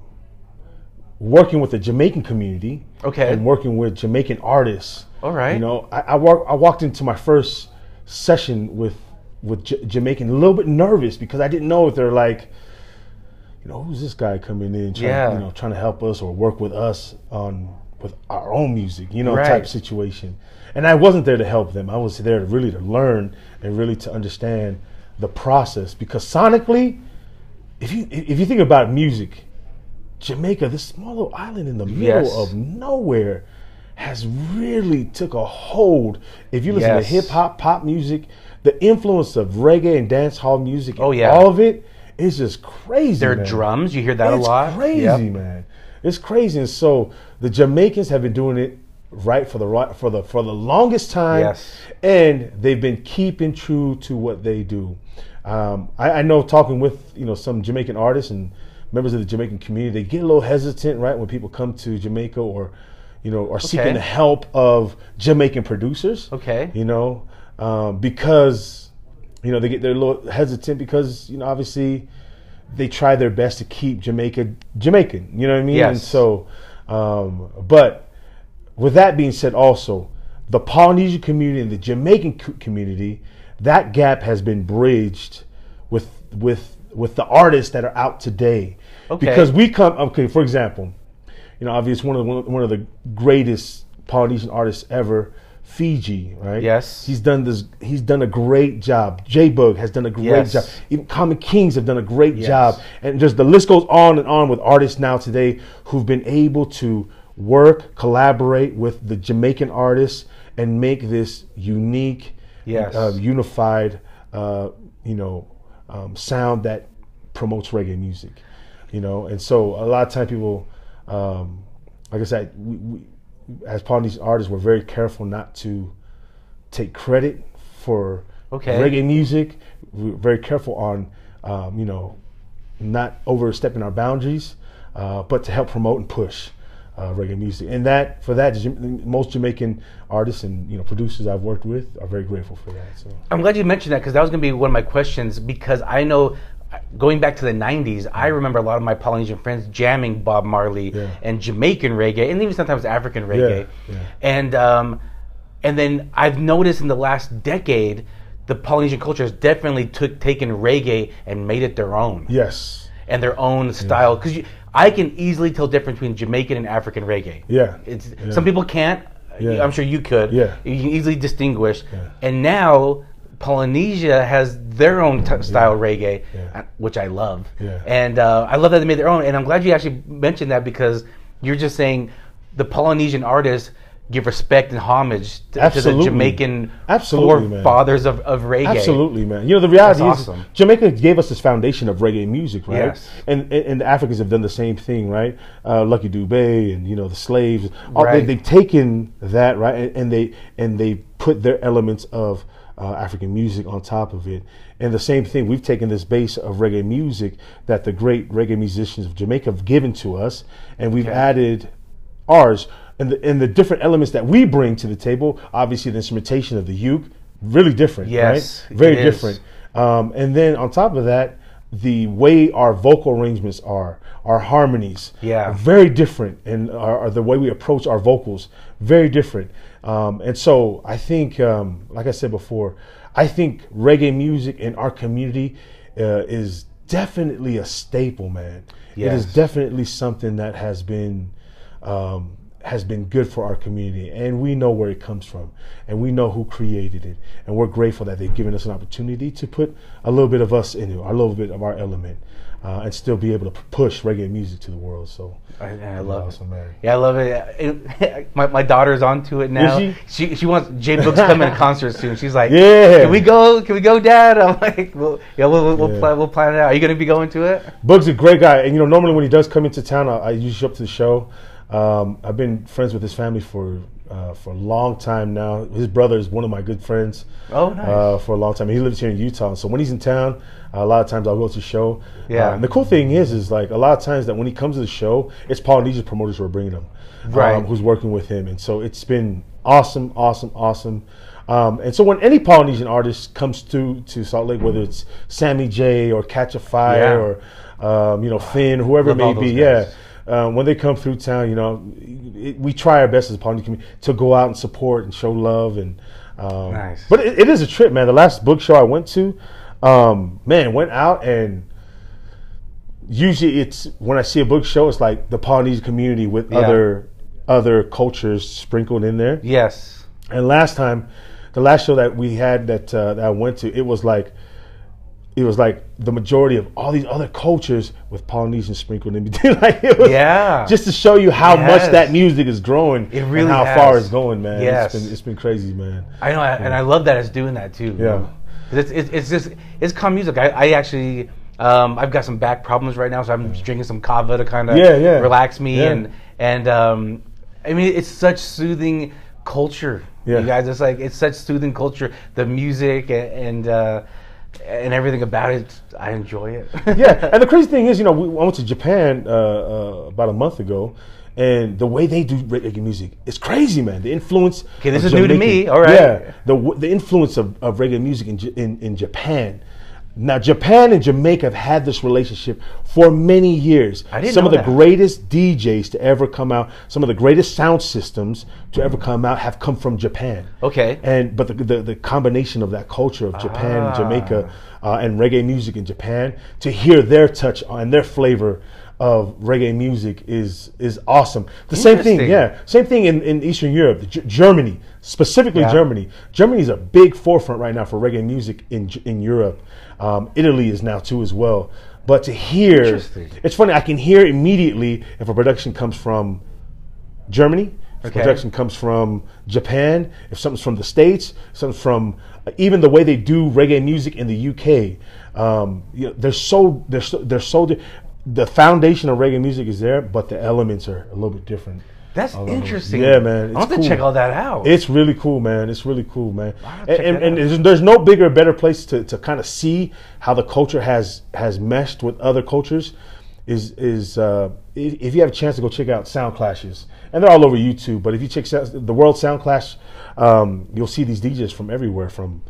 [SPEAKER 2] working with the Jamaican community,
[SPEAKER 1] Okay.
[SPEAKER 2] and working with Jamaican artists.
[SPEAKER 1] All right.
[SPEAKER 2] you know, I, I walk, I walked into my first session with with J- Jamaican, a little bit nervous because I didn't know if they're like you know, who's this guy coming in, trying,
[SPEAKER 1] Yeah.
[SPEAKER 2] you know, trying to help us or work with us on with our own music, you know,
[SPEAKER 1] Right.
[SPEAKER 2] type situation. And I wasn't there to help them. I was there really to learn and really to understand the process because sonically, if you if you think about music, Jamaica, this small little island in the middle
[SPEAKER 1] Yes.
[SPEAKER 2] of nowhere, has really took a hold. If you listen
[SPEAKER 1] Yes.
[SPEAKER 2] to hip hop, pop music, the influence of reggae and dance hall music,
[SPEAKER 1] Oh,
[SPEAKER 2] and
[SPEAKER 1] yeah.
[SPEAKER 2] all of it is just crazy.
[SPEAKER 1] Their
[SPEAKER 2] man.
[SPEAKER 1] drums, you hear that
[SPEAKER 2] it's
[SPEAKER 1] a lot.
[SPEAKER 2] crazy,
[SPEAKER 1] Yep.
[SPEAKER 2] man. It's crazy. And so the Jamaicans have been doing it right for the right for the for the longest time.
[SPEAKER 1] Yes.
[SPEAKER 2] And they've been keeping true to what they do. Um, I, I know talking with you know some Jamaican artists and members of the Jamaican community, they get a little hesitant, right, when people come to Jamaica or you know are
[SPEAKER 1] Okay.
[SPEAKER 2] seeking the help of Jamaican producers.
[SPEAKER 1] Okay.
[SPEAKER 2] You know, um, because you know they get they're a little hesitant because you know obviously they try their best to keep Jamaica Jamaican. You know what I mean?
[SPEAKER 1] Yes.
[SPEAKER 2] And so, um, but with that being said, also the Polynesian community and the Jamaican co- community, that gap has been bridged with with with the artists that are out today.
[SPEAKER 1] Okay.
[SPEAKER 2] Because we come okay, for example, you know, obviously one of the, one of the greatest Polynesian artists ever, Fiji, right?
[SPEAKER 1] Yes.
[SPEAKER 2] He's done this. He's done a great job. J Bug has done a great
[SPEAKER 1] Yes.
[SPEAKER 2] job. Even Common Kings have done a great
[SPEAKER 1] Yes.
[SPEAKER 2] job, and just the list goes on and on with artists now today who've been able to work, collaborate with the Jamaican artists, and make this unique,
[SPEAKER 1] Yes.
[SPEAKER 2] uh, unified, uh, you know, um, sound that promotes reggae music. You know, and so a lot of time people, um, like I said, we, we, as part of these artists, we're very careful not to take credit for
[SPEAKER 1] Okay.
[SPEAKER 2] reggae music. We're very careful on, um, you know, not overstepping our boundaries, uh, but to help promote and push uh, reggae music. And that for that, Jam- most Jamaican artists and you know producers I've worked with are very grateful for that. So
[SPEAKER 1] I'm glad you mentioned that because that was going to be one of my questions because I know. Going back to the '90s, I remember a lot of my Polynesian friends jamming Bob Marley
[SPEAKER 2] Yeah.
[SPEAKER 1] and Jamaican reggae, and even sometimes African reggae.
[SPEAKER 2] yeah.
[SPEAKER 1] And um, and then I've noticed in the last decade, the Polynesian culture has definitely took taken reggae and made it their own.
[SPEAKER 2] yes,
[SPEAKER 1] and their own style. Because I can easily tell difference between Jamaican and African reggae.
[SPEAKER 2] Yeah.
[SPEAKER 1] it's
[SPEAKER 2] Yeah.
[SPEAKER 1] some people can't.
[SPEAKER 2] Yeah.
[SPEAKER 1] I'm sure you could.
[SPEAKER 2] Yeah.
[SPEAKER 1] you can easily distinguish. And now Polynesia has their own t- style reggae,
[SPEAKER 2] Yeah.
[SPEAKER 1] uh, which I love.
[SPEAKER 2] Yeah.
[SPEAKER 1] And uh, I love that they made their own. And I'm glad you actually mentioned that because you're just saying the Polynesian artists. Give respect and homage to, to the
[SPEAKER 2] Absolutely.
[SPEAKER 1] Jamaican
[SPEAKER 2] Absolutely, man.
[SPEAKER 1] forefathers of, of reggae.
[SPEAKER 2] Absolutely, man. You know the reality
[SPEAKER 1] That's
[SPEAKER 2] is
[SPEAKER 1] awesome.
[SPEAKER 2] Jamaica gave us this foundation of reggae music, right?
[SPEAKER 1] Yes.
[SPEAKER 2] And, and and the Africans have done the same thing, right? Uh, Lucky Dubé and you know the slaves. All,
[SPEAKER 1] Right.
[SPEAKER 2] They, they've taken that right, and, and they and they put their elements of uh, African music on top of it. And the same thing, we've taken this base of reggae music that the great reggae musicians of Jamaica have given to us, and we've added ours and the, and the different elements that we bring to the table. Obviously, the instrumentation of the uke, really different
[SPEAKER 1] Yes,
[SPEAKER 2] right? Very
[SPEAKER 1] it is.
[SPEAKER 2] different. Um, and then on top of that, the way our vocal arrangements are, our harmonies,
[SPEAKER 1] Yeah.
[SPEAKER 2] are very different, and our, our- the way we approach our vocals, very different. Um, and so I think, um, like I said before, I think reggae music in our community uh, is definitely a staple, man. It is
[SPEAKER 1] Yes.
[SPEAKER 2] definitely something that has been um, has been good for our community, and we know where it comes from, and we know who created it, and we're grateful that they've given us an opportunity to put a little bit of us into it, a little bit of our element, uh, and still be able to p- push reggae music to the world. So
[SPEAKER 1] I, I love it.
[SPEAKER 2] awesome, man.
[SPEAKER 1] Yeah, I love it. It- my, my daughter's onto it now.
[SPEAKER 2] Is
[SPEAKER 1] she? she wants J Book's coming to concert soon. She's like,
[SPEAKER 2] Yeah.
[SPEAKER 1] can we go? Can we go, Dad? I'm like, well, yeah, we'll we'll,
[SPEAKER 2] Yeah.
[SPEAKER 1] we'll, plan, we'll plan it out. Are you gonna be going to it?
[SPEAKER 2] Bug's a great guy, and you know normally when he does come into town, I, I usually show up to the show. Um, I've been friends with his family for uh, for a long time now. His brother is one of my good friends.
[SPEAKER 1] Oh, nice.
[SPEAKER 2] Uh, for a long time, he lives here in Utah. So when he's in town, a lot of times I'll go to the show.
[SPEAKER 1] Yeah.
[SPEAKER 2] Uh, and the cool thing is, is like a lot of times that when he comes to the show, it's Polynesian promoters who are bringing him, um,
[SPEAKER 1] Right.
[SPEAKER 2] who's working with him, and so it's been awesome, awesome, awesome. Um, and so when any Polynesian artist comes through to Salt Lake, whether it's Sammy J or Catch a Fire
[SPEAKER 1] Yeah.
[SPEAKER 2] or um, you know, Finn, whoever it
[SPEAKER 1] Love all
[SPEAKER 2] may be.
[SPEAKER 1] those guys.
[SPEAKER 2] Yeah. Um, when they come through town, you know, it, we try our best as a Polynesian community to go out and support and show love. And um,
[SPEAKER 1] Nice.
[SPEAKER 2] but it, it is a trip, man. The last book show I went to, um, man, went out and usually it's when I see a book show, it's like the Polynesian community with
[SPEAKER 1] Yeah.
[SPEAKER 2] other other cultures sprinkled in there.
[SPEAKER 1] Yes.
[SPEAKER 2] And last time, the last show that we had that uh, that I went to, it was like it was like the majority of all these other cultures with Polynesian sprinkled in between. like it was
[SPEAKER 1] Yeah.
[SPEAKER 2] just to show you how
[SPEAKER 1] Yes.
[SPEAKER 2] much that music is growing.
[SPEAKER 1] It really
[SPEAKER 2] and how
[SPEAKER 1] has.
[SPEAKER 2] far it's going, man.
[SPEAKER 1] Yes.
[SPEAKER 2] It's been it's been crazy, man.
[SPEAKER 1] I know, I- and I love that it's doing that too.
[SPEAKER 2] Yeah.
[SPEAKER 1] 'Cause It's, it's, it's just it's calm music. I, I actually um, I've got some back problems right now, so I'm drinking some kava to kind of
[SPEAKER 2] Yeah, yeah.
[SPEAKER 1] relax me
[SPEAKER 2] Yeah.
[SPEAKER 1] and and um, I mean it's such soothing culture.
[SPEAKER 2] Yeah.
[SPEAKER 1] You guys, it's like it's such soothing culture. The music and and, uh, and everything about it, I enjoy it.
[SPEAKER 2] yeah, and the crazy thing is, you know, we, I went to Japan uh, uh, about a month ago, and the way they do reggae music, it's crazy, man. The influence.
[SPEAKER 1] Okay, this
[SPEAKER 2] of
[SPEAKER 1] is new to
[SPEAKER 2] Jamaican-
[SPEAKER 1] me, all right.
[SPEAKER 2] Yeah, the w- the influence of, of reggae music in, J- in in Japan. Now, Japan and Jamaica have had this relationship for many years.
[SPEAKER 1] I didn't
[SPEAKER 2] some of
[SPEAKER 1] know
[SPEAKER 2] the
[SPEAKER 1] that.
[SPEAKER 2] greatest DJs to ever come out, some of the greatest sound systems to ever come out, have come from Japan.
[SPEAKER 1] Okay. Ah.
[SPEAKER 2] And but the the, the combination of that culture of Japan, and Jamaica, uh, and reggae music in Japan to hear their touch on- and their flavor of reggae music is is awesome. The same thing,
[SPEAKER 1] Interesting.
[SPEAKER 2] yeah, same thing in, in Eastern Europe, G- Germany specifically.
[SPEAKER 1] Yeah.
[SPEAKER 2] Germany, Germany is a big forefront right now for reggae music in G- in Europe. Um, Italy is now too as well. But to hear,
[SPEAKER 1] Interesting.
[SPEAKER 2] it's funny. I can hear immediately if a production comes from Germany. If
[SPEAKER 1] Okay.
[SPEAKER 2] production comes from Japan, if something's from the States, something's from uh, even the way they do reggae music in the UK, um, you know, they're so they're so, they're so di- the foundation of reggae music is there, but the elements are a little bit different.
[SPEAKER 1] That's interesting.
[SPEAKER 2] Yeah, man, it's
[SPEAKER 1] I want
[SPEAKER 2] cool.
[SPEAKER 1] to check all that out.
[SPEAKER 2] It's really cool, man. It's really cool, man.
[SPEAKER 1] Wow,
[SPEAKER 2] And,
[SPEAKER 1] check
[SPEAKER 2] and,
[SPEAKER 1] that
[SPEAKER 2] and
[SPEAKER 1] out.
[SPEAKER 2] there's, there's no bigger, better place to, to kind of see how the culture has has meshed with other cultures. Is is uh, if, if you have a chance to go check out Sound Clashes, and they're all over YouTube. But if you check Sound- the World Sound Clash, um, you'll see these DJs from everywhere, from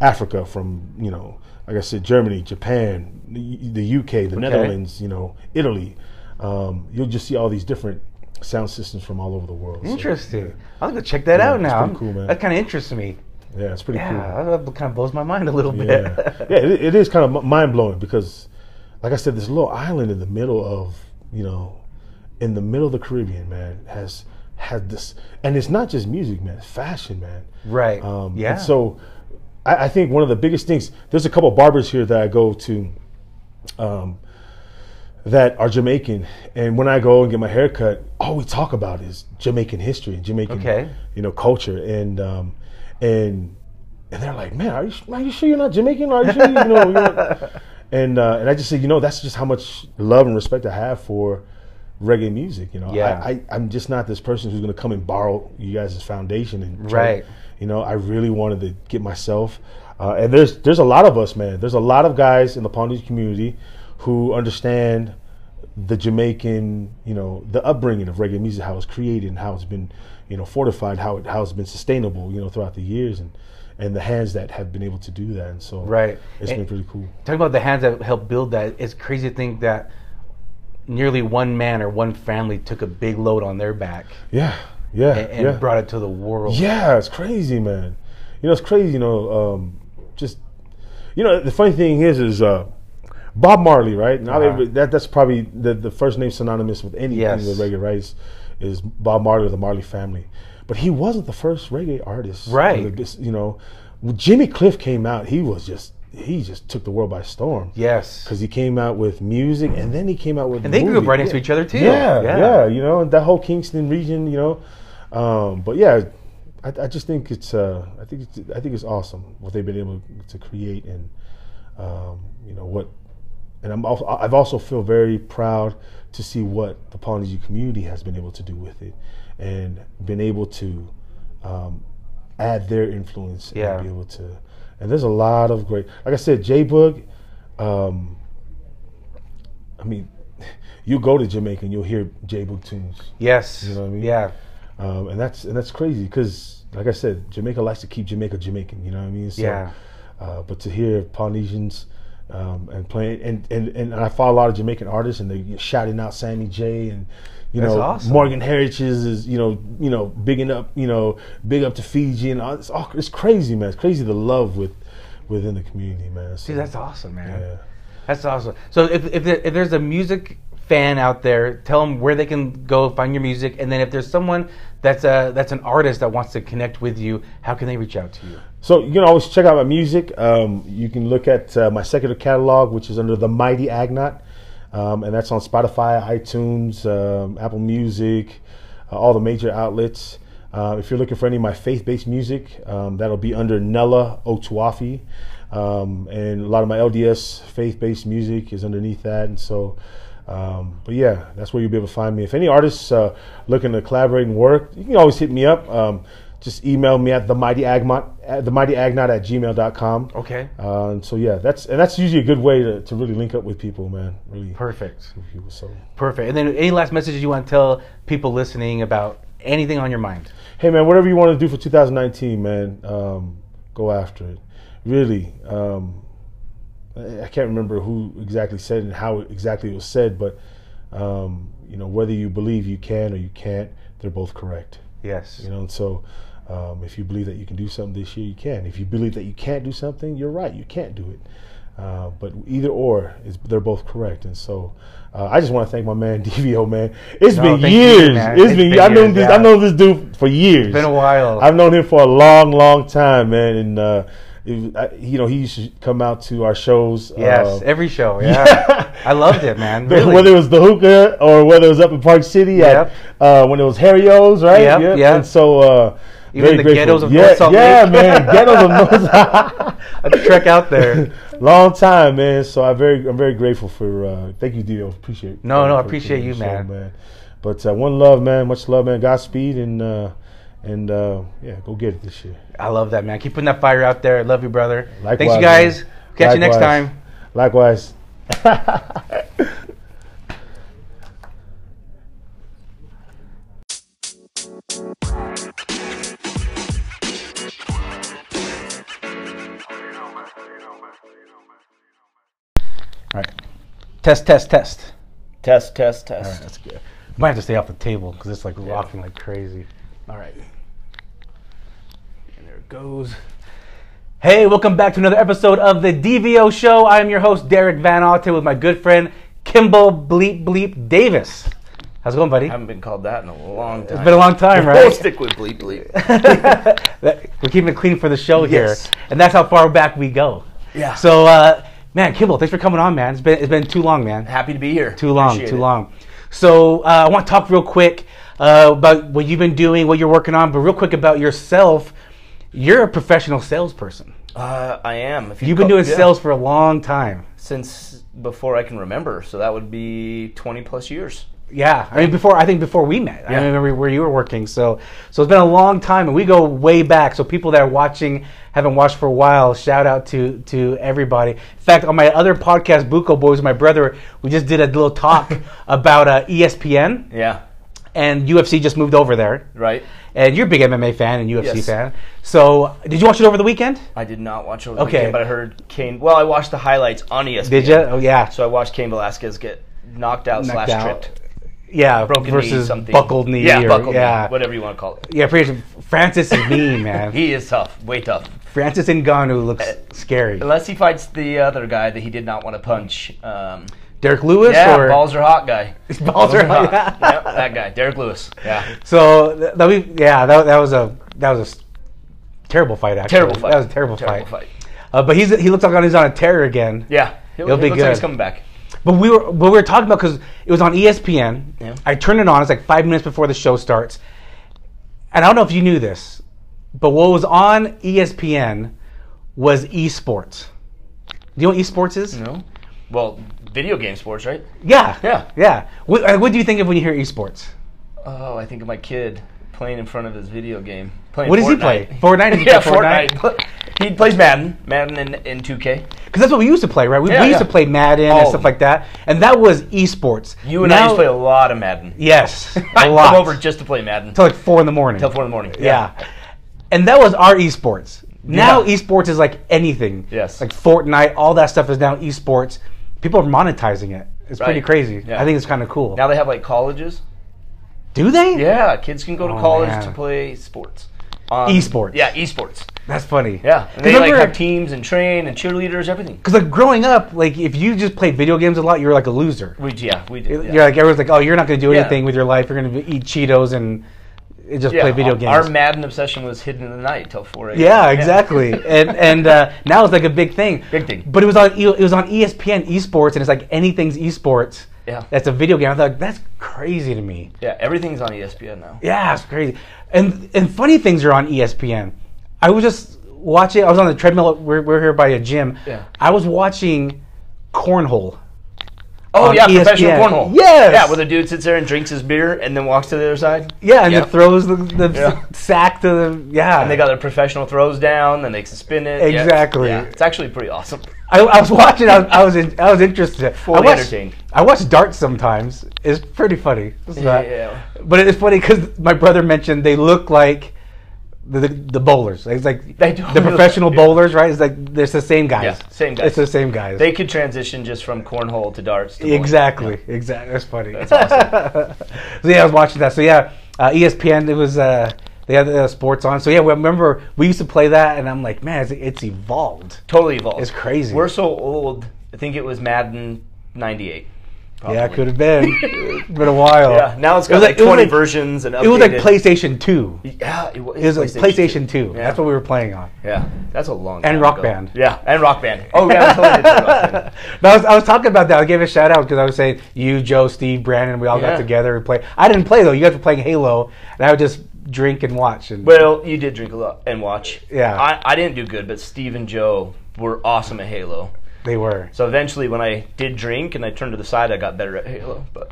[SPEAKER 2] Africa, from you know, like I said, Germany, Japan, the, the UK, the Netherlands, you know, Italy. Um, you'll just see all these different sound systems from all over the world. So,
[SPEAKER 1] interesting. I'll go check that
[SPEAKER 2] Yeah,
[SPEAKER 1] out
[SPEAKER 2] it's
[SPEAKER 1] now.
[SPEAKER 2] pretty cool, man.
[SPEAKER 1] That kind of interests me.
[SPEAKER 2] yeah, it's pretty cool.
[SPEAKER 1] Yeah, that kind of blows my mind a little
[SPEAKER 2] yeah,
[SPEAKER 1] bit.
[SPEAKER 2] yeah it, it is kind of mind blowing because, like I said, this little island in the middle of you know, in the middle of the Caribbean, man, has had this, and it's not just music, man, it's fashion, man.
[SPEAKER 1] right.
[SPEAKER 2] Um,
[SPEAKER 1] yeah.
[SPEAKER 2] And so, I, I think one of the biggest things. There's a couple barbers here that I go to, um, that are Jamaican, and when I go and get my hair cut, all we talk about is Jamaican history and Jamaican,
[SPEAKER 1] Okay.
[SPEAKER 2] you know, culture, and um, and and they're like, "Man, are you are you sure you're not Jamaican? Are you sure you know?" You're not-" and uh, and I just said, you know, that's just how much love and respect I have for reggae music. You know,
[SPEAKER 1] Yeah.
[SPEAKER 2] I, I I'm just not this person who's going to come and borrow you guys' foundation and try-
[SPEAKER 1] Right.
[SPEAKER 2] You know, I really wanted to get myself. Uh, and there's there's a lot of us, man. There's a lot of guys in the Palm Beach community who understand the Jamaican, you know, the upbringing of reggae music, how it's created, and how it's been, you know, fortified, how it how it's been sustainable, you know, throughout the years, and and the hands that have been able to do that, and so
[SPEAKER 1] Right.
[SPEAKER 2] it's
[SPEAKER 1] And-
[SPEAKER 2] been pretty cool.
[SPEAKER 1] Talking about the hands that helped build that, it's crazy to think that nearly one man or one family took a big load on their back
[SPEAKER 2] Yeah, yeah,
[SPEAKER 1] and, and
[SPEAKER 2] yeah.
[SPEAKER 1] brought it to the world.
[SPEAKER 2] Yeah, it's crazy, man. You know, it's crazy. You know, um, just you know, the funny thing is, is uh, Bob Marley, right? Now
[SPEAKER 1] Uh-huh.
[SPEAKER 2] they- that that's probably the, the first name synonymous with anything
[SPEAKER 1] Yes.
[SPEAKER 2] with reggae rights is Bob Marley or the Marley family. But he wasn't the first reggae artist,
[SPEAKER 1] Right.
[SPEAKER 2] Or the best- you know, when Jimmy Cliff came out, he was just he just took the world by storm.
[SPEAKER 1] Yes.
[SPEAKER 2] Because he came out with music, and then he came out with
[SPEAKER 1] And they grew up
[SPEAKER 2] movie.
[SPEAKER 1] right next to each other, too.
[SPEAKER 2] Yeah, yeah,
[SPEAKER 1] Yeah.
[SPEAKER 2] you know that whole Kingston region, you know. Um, but yeah, I, I just think it's uh, I think it's, I think it's awesome what they've been able to create, and um, you know what, and I'm also, I've also feel very proud to see what the Polynesian community has been able to do with it, and been able to um, add their influence
[SPEAKER 1] Yeah.
[SPEAKER 2] and be able to. And there's a lot of great, like I said, J Boog. Um, I mean, you go to Jamaica and you'll hear J Book tunes,
[SPEAKER 1] Yes.
[SPEAKER 2] You know what I mean?
[SPEAKER 1] Yeah.
[SPEAKER 2] um, and that's and that's crazy because, like I said, Jamaica likes to keep Jamaica Jamaican. You know what I mean? So,
[SPEAKER 1] Yeah.
[SPEAKER 2] Uh, but to hear Polynesians um, and playing, and, and and I follow a lot of Jamaican artists, and they're shouting out Sammy J and. You
[SPEAKER 1] That's
[SPEAKER 2] know,
[SPEAKER 1] awesome.
[SPEAKER 2] Morgan Heritage's is you know you know bigging up you know big up to Fiji and all, it's all, it's crazy man. It's crazy the love with within the community man. So,
[SPEAKER 1] Dude, that's awesome, man.
[SPEAKER 2] yeah.
[SPEAKER 1] That's awesome. So if if, there, if there's a music fan out there, tell them where they can go find your music, and then if there's someone that's a that's an artist that wants to connect with you, how can they reach out to you?
[SPEAKER 2] So you can always check out my music. Um, you can look at uh, my secular catalog, which is under the Mighty Agnot, um, and that's on Spotify, iTunes, um, Apple Music, uh, all the major outlets. Uh, if you're looking for any of my faith-based music, um, that'll be under Nella Otuafi, um, and a lot of my LDS faith-based music is underneath that. And so, um, but yeah, that's where you'll be able to find me. If any artists uh, looking to collaborate and work, you can always hit me up. Um, just email me at the mighty agmont at the mighty agnot at gmail.com.
[SPEAKER 1] Okay.
[SPEAKER 2] Uh, and so yeah, that's and that's usually a good way to, to really link up with people, man. Really,
[SPEAKER 1] Perfect.
[SPEAKER 2] with people. So
[SPEAKER 1] Perfect. And then any last messages you want to tell people listening about anything on your mind?
[SPEAKER 2] hey, man, whatever you want to do for 2019, man, um, go after it. Really, um, I I can't remember who exactly said it and how exactly it was said, but um, you know whether you believe you can or you can't, they're both correct.
[SPEAKER 1] Yes.
[SPEAKER 2] You know, and so um, if you believe that you can do something this year, you can. If you believe that you can't do something, you're right, you can't do it. Uh, but either or is they're both correct, and so uh, I just want to thank my man DVO man. It's
[SPEAKER 1] No,
[SPEAKER 2] been
[SPEAKER 1] thank you,
[SPEAKER 2] years.
[SPEAKER 1] man.
[SPEAKER 2] it's
[SPEAKER 1] It's
[SPEAKER 2] been,
[SPEAKER 1] been
[SPEAKER 2] I know
[SPEAKER 1] years,
[SPEAKER 2] this
[SPEAKER 1] yeah.
[SPEAKER 2] I know this dude for years.
[SPEAKER 1] It's been a while.
[SPEAKER 2] I've known him for a long, long time, man. And uh, if, I, you know he used to come out to our shows.
[SPEAKER 1] yes,
[SPEAKER 2] uh,
[SPEAKER 1] every show. Yeah, I loved it, man.
[SPEAKER 2] the-
[SPEAKER 1] Really.
[SPEAKER 2] Whether it was the hookah or whether it was up in Park City,
[SPEAKER 1] Yep.
[SPEAKER 2] at, uh, when it was Harry's, right?
[SPEAKER 1] Yep, yep.
[SPEAKER 2] And so, uh,
[SPEAKER 1] Even the ghettos of
[SPEAKER 2] yeah,
[SPEAKER 1] North Salt
[SPEAKER 2] yeah,
[SPEAKER 1] Lake.
[SPEAKER 2] man, ghettos of North.
[SPEAKER 1] I trek out there.
[SPEAKER 2] Long time, man. So I very, I'm very grateful for. Uh, thank you, Dio. Appreciate. uh,
[SPEAKER 1] No, no, I
[SPEAKER 2] for-
[SPEAKER 1] appreciate
[SPEAKER 2] for
[SPEAKER 1] you,
[SPEAKER 2] the show,
[SPEAKER 1] man.
[SPEAKER 2] But uh, one love, man. Much love, man. Godspeed, and uh, and uh, yeah, go get it this year.
[SPEAKER 1] I love that, man. Keep putting that fire out there. I love you, brother. Thanks,
[SPEAKER 2] Likewise,
[SPEAKER 1] you guys.
[SPEAKER 2] man.
[SPEAKER 1] Catch you next
[SPEAKER 2] Likewise.
[SPEAKER 1] time.
[SPEAKER 2] Likewise.
[SPEAKER 1] All right. Test, test, test.
[SPEAKER 3] Test, test, test.
[SPEAKER 1] That's good. Might have to stay off the table because it's like rocking like crazy. All right. And there it goes. Hey, welcome back to another episode of the DVO Show. I am your host, Derek Van Auten, with my good friend, Kimbo Bleep Bleep Davis. How's it going, buddy?
[SPEAKER 3] I haven't been called that in a long time.
[SPEAKER 1] it's been a long time,
[SPEAKER 3] We'll
[SPEAKER 1] right?
[SPEAKER 3] stick with bleep bleep.
[SPEAKER 1] That- We're keeping it clean for the show
[SPEAKER 3] Yes.
[SPEAKER 1] here, and that's how far back we go.
[SPEAKER 3] Yeah.
[SPEAKER 1] So, uh, man, Kimbo, thanks for coming on, man. It's been it's been too long, man.
[SPEAKER 3] Happy to be here.
[SPEAKER 1] Too long,
[SPEAKER 3] Appreciate
[SPEAKER 1] too
[SPEAKER 3] it.
[SPEAKER 1] long. So, uh, I want to talk real quick uh, about what you've been doing, what you're working on, but real quick about yourself. You're a professional salesperson.
[SPEAKER 3] Uh, I am. If you
[SPEAKER 1] You've been
[SPEAKER 3] co-
[SPEAKER 1] doing
[SPEAKER 3] yeah.
[SPEAKER 1] sales for a long time.
[SPEAKER 3] since before I can remember, so that would be 20 plus years.
[SPEAKER 1] Yeah, I mean before I think before we met, I
[SPEAKER 3] Yeah.
[SPEAKER 1] remember where you were working. So so it's been a long time, and we go way back. So people that are watching haven't watched for a while. Shout out to to everybody. In fact, on my other podcast, Buko Boys, my brother, we just did a little talk about uh, ESPN
[SPEAKER 3] Yeah.
[SPEAKER 1] and UFC just moved over there.
[SPEAKER 3] Right.
[SPEAKER 1] And you're a big MMA fan and UFC
[SPEAKER 3] Yes.
[SPEAKER 1] fan. So did you watch it over the weekend?
[SPEAKER 3] I did not watch over the
[SPEAKER 1] Okay.
[SPEAKER 3] weekend, but I heard Kane. Well, I watched the highlights on E ESPN.
[SPEAKER 1] Did you? Oh yeah,
[SPEAKER 3] So I watched Kane Velasquez get knocked out
[SPEAKER 1] Knocked
[SPEAKER 3] slash
[SPEAKER 1] out.
[SPEAKER 3] tripped,
[SPEAKER 1] yeah.
[SPEAKER 3] broken knee,
[SPEAKER 1] versus
[SPEAKER 3] something
[SPEAKER 1] buckled knee.
[SPEAKER 3] Yeah,
[SPEAKER 1] or-
[SPEAKER 3] buckled
[SPEAKER 1] yeah.
[SPEAKER 3] knee, whatever you want to call it.
[SPEAKER 1] Yeah, pretty much Francis is mean, man.
[SPEAKER 3] He is tough, way tough.
[SPEAKER 1] Francis Ngannou looks
[SPEAKER 3] Uh,
[SPEAKER 1] scary.
[SPEAKER 3] Unless he fights the other guy that he did not want to punch. Um,
[SPEAKER 1] Derek Lewis
[SPEAKER 3] yeah,
[SPEAKER 1] or
[SPEAKER 3] balls are hot guy.
[SPEAKER 1] Balls are hot.
[SPEAKER 3] Yep, that guy, Derek Lewis. Yeah.
[SPEAKER 1] So th- that we yeah that, that was a that was a s- terrible fight actually.
[SPEAKER 3] Terrible fight.
[SPEAKER 1] That was a terrible,
[SPEAKER 3] Terrible
[SPEAKER 1] fight.
[SPEAKER 3] fight.
[SPEAKER 1] Uh, but he's he looks like he's on a tear again.
[SPEAKER 3] Yeah. He'll,
[SPEAKER 1] He'll
[SPEAKER 3] it
[SPEAKER 1] be
[SPEAKER 3] looks Like he's
[SPEAKER 1] good.
[SPEAKER 3] coming back.
[SPEAKER 1] But we were but we were talking about because it was on E ESPN.
[SPEAKER 3] Yeah.
[SPEAKER 1] I turned it on. It's like five minutes before the show starts, and I don't know if you knew this, but what was on E ESPN was esports. Do you know what esports is?
[SPEAKER 3] No. Well, video game sports, right?
[SPEAKER 1] Yeah.
[SPEAKER 3] Yeah.
[SPEAKER 1] Yeah. What, uh, what do you think of when you hear esports?
[SPEAKER 3] Oh, I think of my kid playing in front of his video game. Playing
[SPEAKER 1] What does he play?
[SPEAKER 3] Fortnite.
[SPEAKER 1] Fortnite? Does he
[SPEAKER 3] yeah,
[SPEAKER 1] play Fortnite?
[SPEAKER 3] Fortnite. he plays Madden, Madden and, and 2K.
[SPEAKER 1] Because that's what we used to play, right? We,
[SPEAKER 3] Yeah,
[SPEAKER 1] we used
[SPEAKER 3] yeah.
[SPEAKER 1] to play Madden
[SPEAKER 3] All
[SPEAKER 1] and
[SPEAKER 3] of
[SPEAKER 1] stuff
[SPEAKER 3] them.
[SPEAKER 1] like that, and that was esports.
[SPEAKER 3] You and I used to play a lot of Madden.
[SPEAKER 1] yes,
[SPEAKER 3] I
[SPEAKER 1] a lot.
[SPEAKER 3] come over just to play Madden
[SPEAKER 1] till like four in the morning.
[SPEAKER 3] till four in the morning.
[SPEAKER 1] yeah. and that was our esports. Now esports is like anything.
[SPEAKER 3] Yes.
[SPEAKER 1] like Fortnite, all that stuff is now esports. People are monetizing it. It's pretty
[SPEAKER 3] Right.
[SPEAKER 1] crazy.
[SPEAKER 3] Yeah.
[SPEAKER 1] I think it's kind of cool.
[SPEAKER 3] Now they have like colleges.
[SPEAKER 1] Do they?
[SPEAKER 3] Yeah, kids can go to
[SPEAKER 1] Oh,
[SPEAKER 3] college
[SPEAKER 1] man.
[SPEAKER 3] to play sports. Um,
[SPEAKER 1] Esports.
[SPEAKER 3] Yeah, esports.
[SPEAKER 1] that's funny.
[SPEAKER 3] Yeah, and they
[SPEAKER 1] Remember-
[SPEAKER 3] like have teams and train and cheerleaders, everything.
[SPEAKER 1] Because like growing up, like if you just played video games a lot, you were like a loser.
[SPEAKER 3] We, yeah, we did. Yeah.
[SPEAKER 1] You're like everyone's like, oh, you're not going to do
[SPEAKER 3] Yeah.
[SPEAKER 1] anything with your life. You're going to eat Cheetos and just
[SPEAKER 3] Yeah,
[SPEAKER 1] play video
[SPEAKER 3] our-
[SPEAKER 1] games.
[SPEAKER 3] Our Madden obsession was hidden in the night till four a.m.
[SPEAKER 1] Yeah, exactly. and and uh, now it's like a big thing.
[SPEAKER 3] Big thing.
[SPEAKER 1] But it was on E, it was on ESPN esports, and it's like anything's esports.
[SPEAKER 3] Yeah.
[SPEAKER 1] That's a video game. I thought that's crazy to me.
[SPEAKER 3] Yeah, everything's on E ESPN now.
[SPEAKER 1] Yeah, it's crazy. And and funny things are on E ESPN. I was just watching. I was on the treadmill. We're, we're here by a gym.
[SPEAKER 3] Yeah.
[SPEAKER 1] I was watching cornhole.
[SPEAKER 3] Oh
[SPEAKER 1] on E
[SPEAKER 3] yeah, professional
[SPEAKER 1] ESPN.
[SPEAKER 3] cornhole.
[SPEAKER 1] Yes.
[SPEAKER 3] Yeah, where the dude sits there and drinks his beer and then walks to the other side.
[SPEAKER 1] Yeah, and
[SPEAKER 3] Yeah.
[SPEAKER 1] it throws the, the
[SPEAKER 3] Yeah.
[SPEAKER 1] sack to the yeah.
[SPEAKER 3] And they got their professional throws down, then they can spin it. Yeah.
[SPEAKER 1] Exactly.
[SPEAKER 3] Yeah, it's actually pretty awesome.
[SPEAKER 1] I, I was watching. I was I was, in, I was interested. I
[SPEAKER 3] Fully
[SPEAKER 1] watched,
[SPEAKER 3] entertained.
[SPEAKER 1] I watch darts sometimes. It's pretty funny. It's not-
[SPEAKER 3] Yeah.
[SPEAKER 1] But it's funny because my brother mentioned they look like the the, the bowlers. It's like
[SPEAKER 3] They do
[SPEAKER 1] the
[SPEAKER 3] look-
[SPEAKER 1] professional
[SPEAKER 3] yeah.
[SPEAKER 1] bowlers, right? It's like it's the same guys.
[SPEAKER 3] Yeah, same guys.
[SPEAKER 1] It's the same guys.
[SPEAKER 3] They could transition just from cornhole to darts. To bowling.
[SPEAKER 1] exactly. E Exactly. That's funny. so yeah, I was watching that. So yeah, uh, ESPN. It was uh, They had uh, sports on. So yeah, we- remember we used to play that, and I'm like, man, it's, it's evolved.
[SPEAKER 3] Totally evolved.
[SPEAKER 1] It's crazy.
[SPEAKER 3] We're so old. I think it was Madden 98.
[SPEAKER 1] Yeah, it
[SPEAKER 3] probably.
[SPEAKER 1] could have been. it's been a while.
[SPEAKER 3] Yeah, now it's
[SPEAKER 1] Oh. It was
[SPEAKER 3] got like,
[SPEAKER 1] it was
[SPEAKER 3] 20 versions and updated.
[SPEAKER 1] It was like PlayStation Two.
[SPEAKER 3] Yeah, it was,
[SPEAKER 1] It was like PlayStation Two.
[SPEAKER 3] Yeah.
[SPEAKER 1] That's what we were playing on.
[SPEAKER 3] Yeah, that's a long
[SPEAKER 1] And
[SPEAKER 3] time
[SPEAKER 1] Rock
[SPEAKER 3] ago.
[SPEAKER 1] Band.
[SPEAKER 3] Yeah, and Rock Band. Oh, yeah, we totally did play Rock Band.
[SPEAKER 1] But I was, I was talking about that. I gave a shout out because I was saying you, Joe, Steve, Brandon, we all got
[SPEAKER 3] Yeah.
[SPEAKER 1] together and played. I didn't play though. You guys were playing Halo, and I would just drink and watch. And
[SPEAKER 3] Well, you did drink a lot and watch.
[SPEAKER 1] Yeah.
[SPEAKER 3] I, I didn't do good, but Steve and Joe were awesome at Halo.
[SPEAKER 1] they were.
[SPEAKER 3] So eventually, when I did drink and I turned to the side, I got better at Halo. But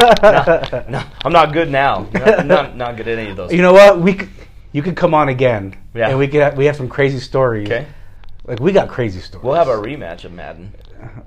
[SPEAKER 3] no, no, I'm not good now. Not, not, not good at any of those.
[SPEAKER 1] You know what? We could, you could come on again.
[SPEAKER 3] Yeah.
[SPEAKER 1] And we could have, we have some crazy stories.
[SPEAKER 3] Okay.
[SPEAKER 1] Like we got crazy stories.
[SPEAKER 3] We'll have a rematch of Madden.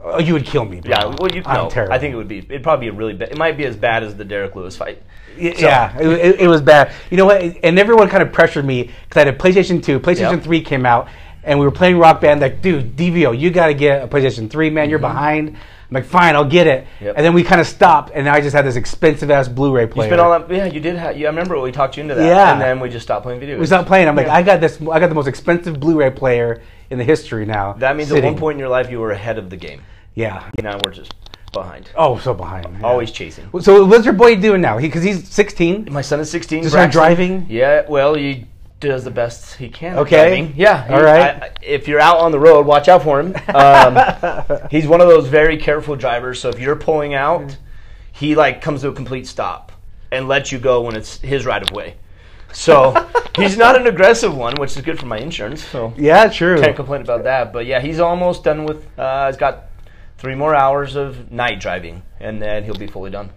[SPEAKER 1] Oh, you would kill me. Bro.
[SPEAKER 3] Yeah, well, you
[SPEAKER 1] I'm
[SPEAKER 3] know,
[SPEAKER 1] terrible.
[SPEAKER 3] I think it would be. It'd probably be really bad. It might be as bad as the Derek Lewis fight.
[SPEAKER 1] Y- Yeah, it, it, it was bad. You know what? And everyone kind of pressured me because I had a PlayStation 2, PlayStation
[SPEAKER 3] Yep.
[SPEAKER 1] 3 came out, and we were playing Rock Band. Like, dude, DVO, you got to get a PlayStation 3, man. You're behind. I'm like, fine, I'll get it.
[SPEAKER 3] Mm-hmm. Yep.
[SPEAKER 1] And then we kind of stopped, and I just had this expensive ass Blu-ray player.
[SPEAKER 3] It's been all that. Yeah, you did. Have, yeah, I remember we talked you into that.
[SPEAKER 1] Yeah.
[SPEAKER 3] And then we just stopped playing video.
[SPEAKER 1] we
[SPEAKER 3] games.
[SPEAKER 1] stopped playing. I'm like,
[SPEAKER 3] Yeah.
[SPEAKER 1] I got this. I got the most expensive Blu-ray player in the history now.
[SPEAKER 3] That means at
[SPEAKER 1] sitting.
[SPEAKER 3] one point in your life you were ahead of the game.
[SPEAKER 1] Yeah.
[SPEAKER 3] Now we're just behind.
[SPEAKER 1] Oh, so behind. Yeah.
[SPEAKER 3] Always chasing.
[SPEAKER 1] So what's your boy doing now? Because he's 16.
[SPEAKER 3] My son is 16.
[SPEAKER 1] Just not
[SPEAKER 3] Braxton.
[SPEAKER 1] driving?
[SPEAKER 3] Yeah, well, he does the best he can. at
[SPEAKER 1] Okay.
[SPEAKER 3] driving. Yeah. he-
[SPEAKER 1] All right.
[SPEAKER 3] I- I- if you're out on the road, watch out for him. Um, he's one of those very careful drivers. So if you're pulling out, he like comes to a complete stop and lets you go when it's his right of way. So he's not an aggressive one, which is good for my insurance. So
[SPEAKER 1] Yeah, true.
[SPEAKER 3] can't complain about that. But yeah, he's almost done with. Uh, he's got three more hours of night driving, and then he'll be fully done.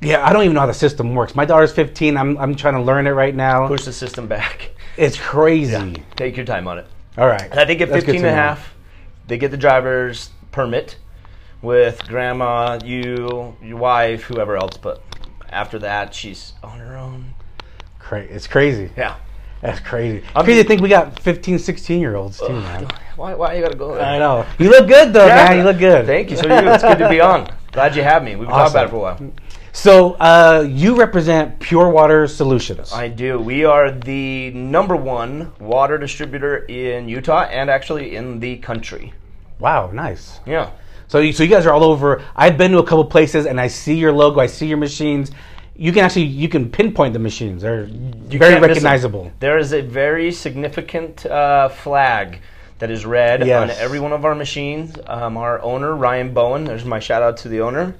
[SPEAKER 1] Yeah, I don't even know how the system works. My daughter's 15. I'm, I'm trying to learn it right now.
[SPEAKER 3] Push the system back.
[SPEAKER 1] It's crazy.
[SPEAKER 3] Take your time on it.
[SPEAKER 1] All right.
[SPEAKER 3] I think at
[SPEAKER 1] That's good
[SPEAKER 3] 15 and
[SPEAKER 1] to
[SPEAKER 3] a
[SPEAKER 1] know.
[SPEAKER 3] half, they get the driver's permit with grandma, you, your wife, whoever else. But after that, she's on her own.
[SPEAKER 1] Cra- it's crazy.
[SPEAKER 3] Yeah.
[SPEAKER 1] That's crazy. I'm crazy to think we got 15, 16 year olds too, man.
[SPEAKER 3] Why, why you gotta go there?
[SPEAKER 1] I know. You look good though,
[SPEAKER 3] Yeah.
[SPEAKER 1] man. You look good.
[SPEAKER 3] Thank you. So you, it's good to be on. Glad you have me. We've talked about it for a while.
[SPEAKER 1] So uh, you represent Pure Water Solutions.
[SPEAKER 3] I do. We are the number one water distributor in Utah and actually in the country.
[SPEAKER 1] wow, nice.
[SPEAKER 3] Yeah.
[SPEAKER 1] So you, so you guys are all over. I've been to a couple places and I see your logo. I see your machines. You can actually you can pinpoint the machines. They're very
[SPEAKER 3] Can't miss 'em.
[SPEAKER 1] recognizable.
[SPEAKER 3] There is a very significant uh, flag that is red on
[SPEAKER 1] Yes.
[SPEAKER 3] every one of our machines. Um, our owner, Ryan Bowen, there's my shout out to the owner,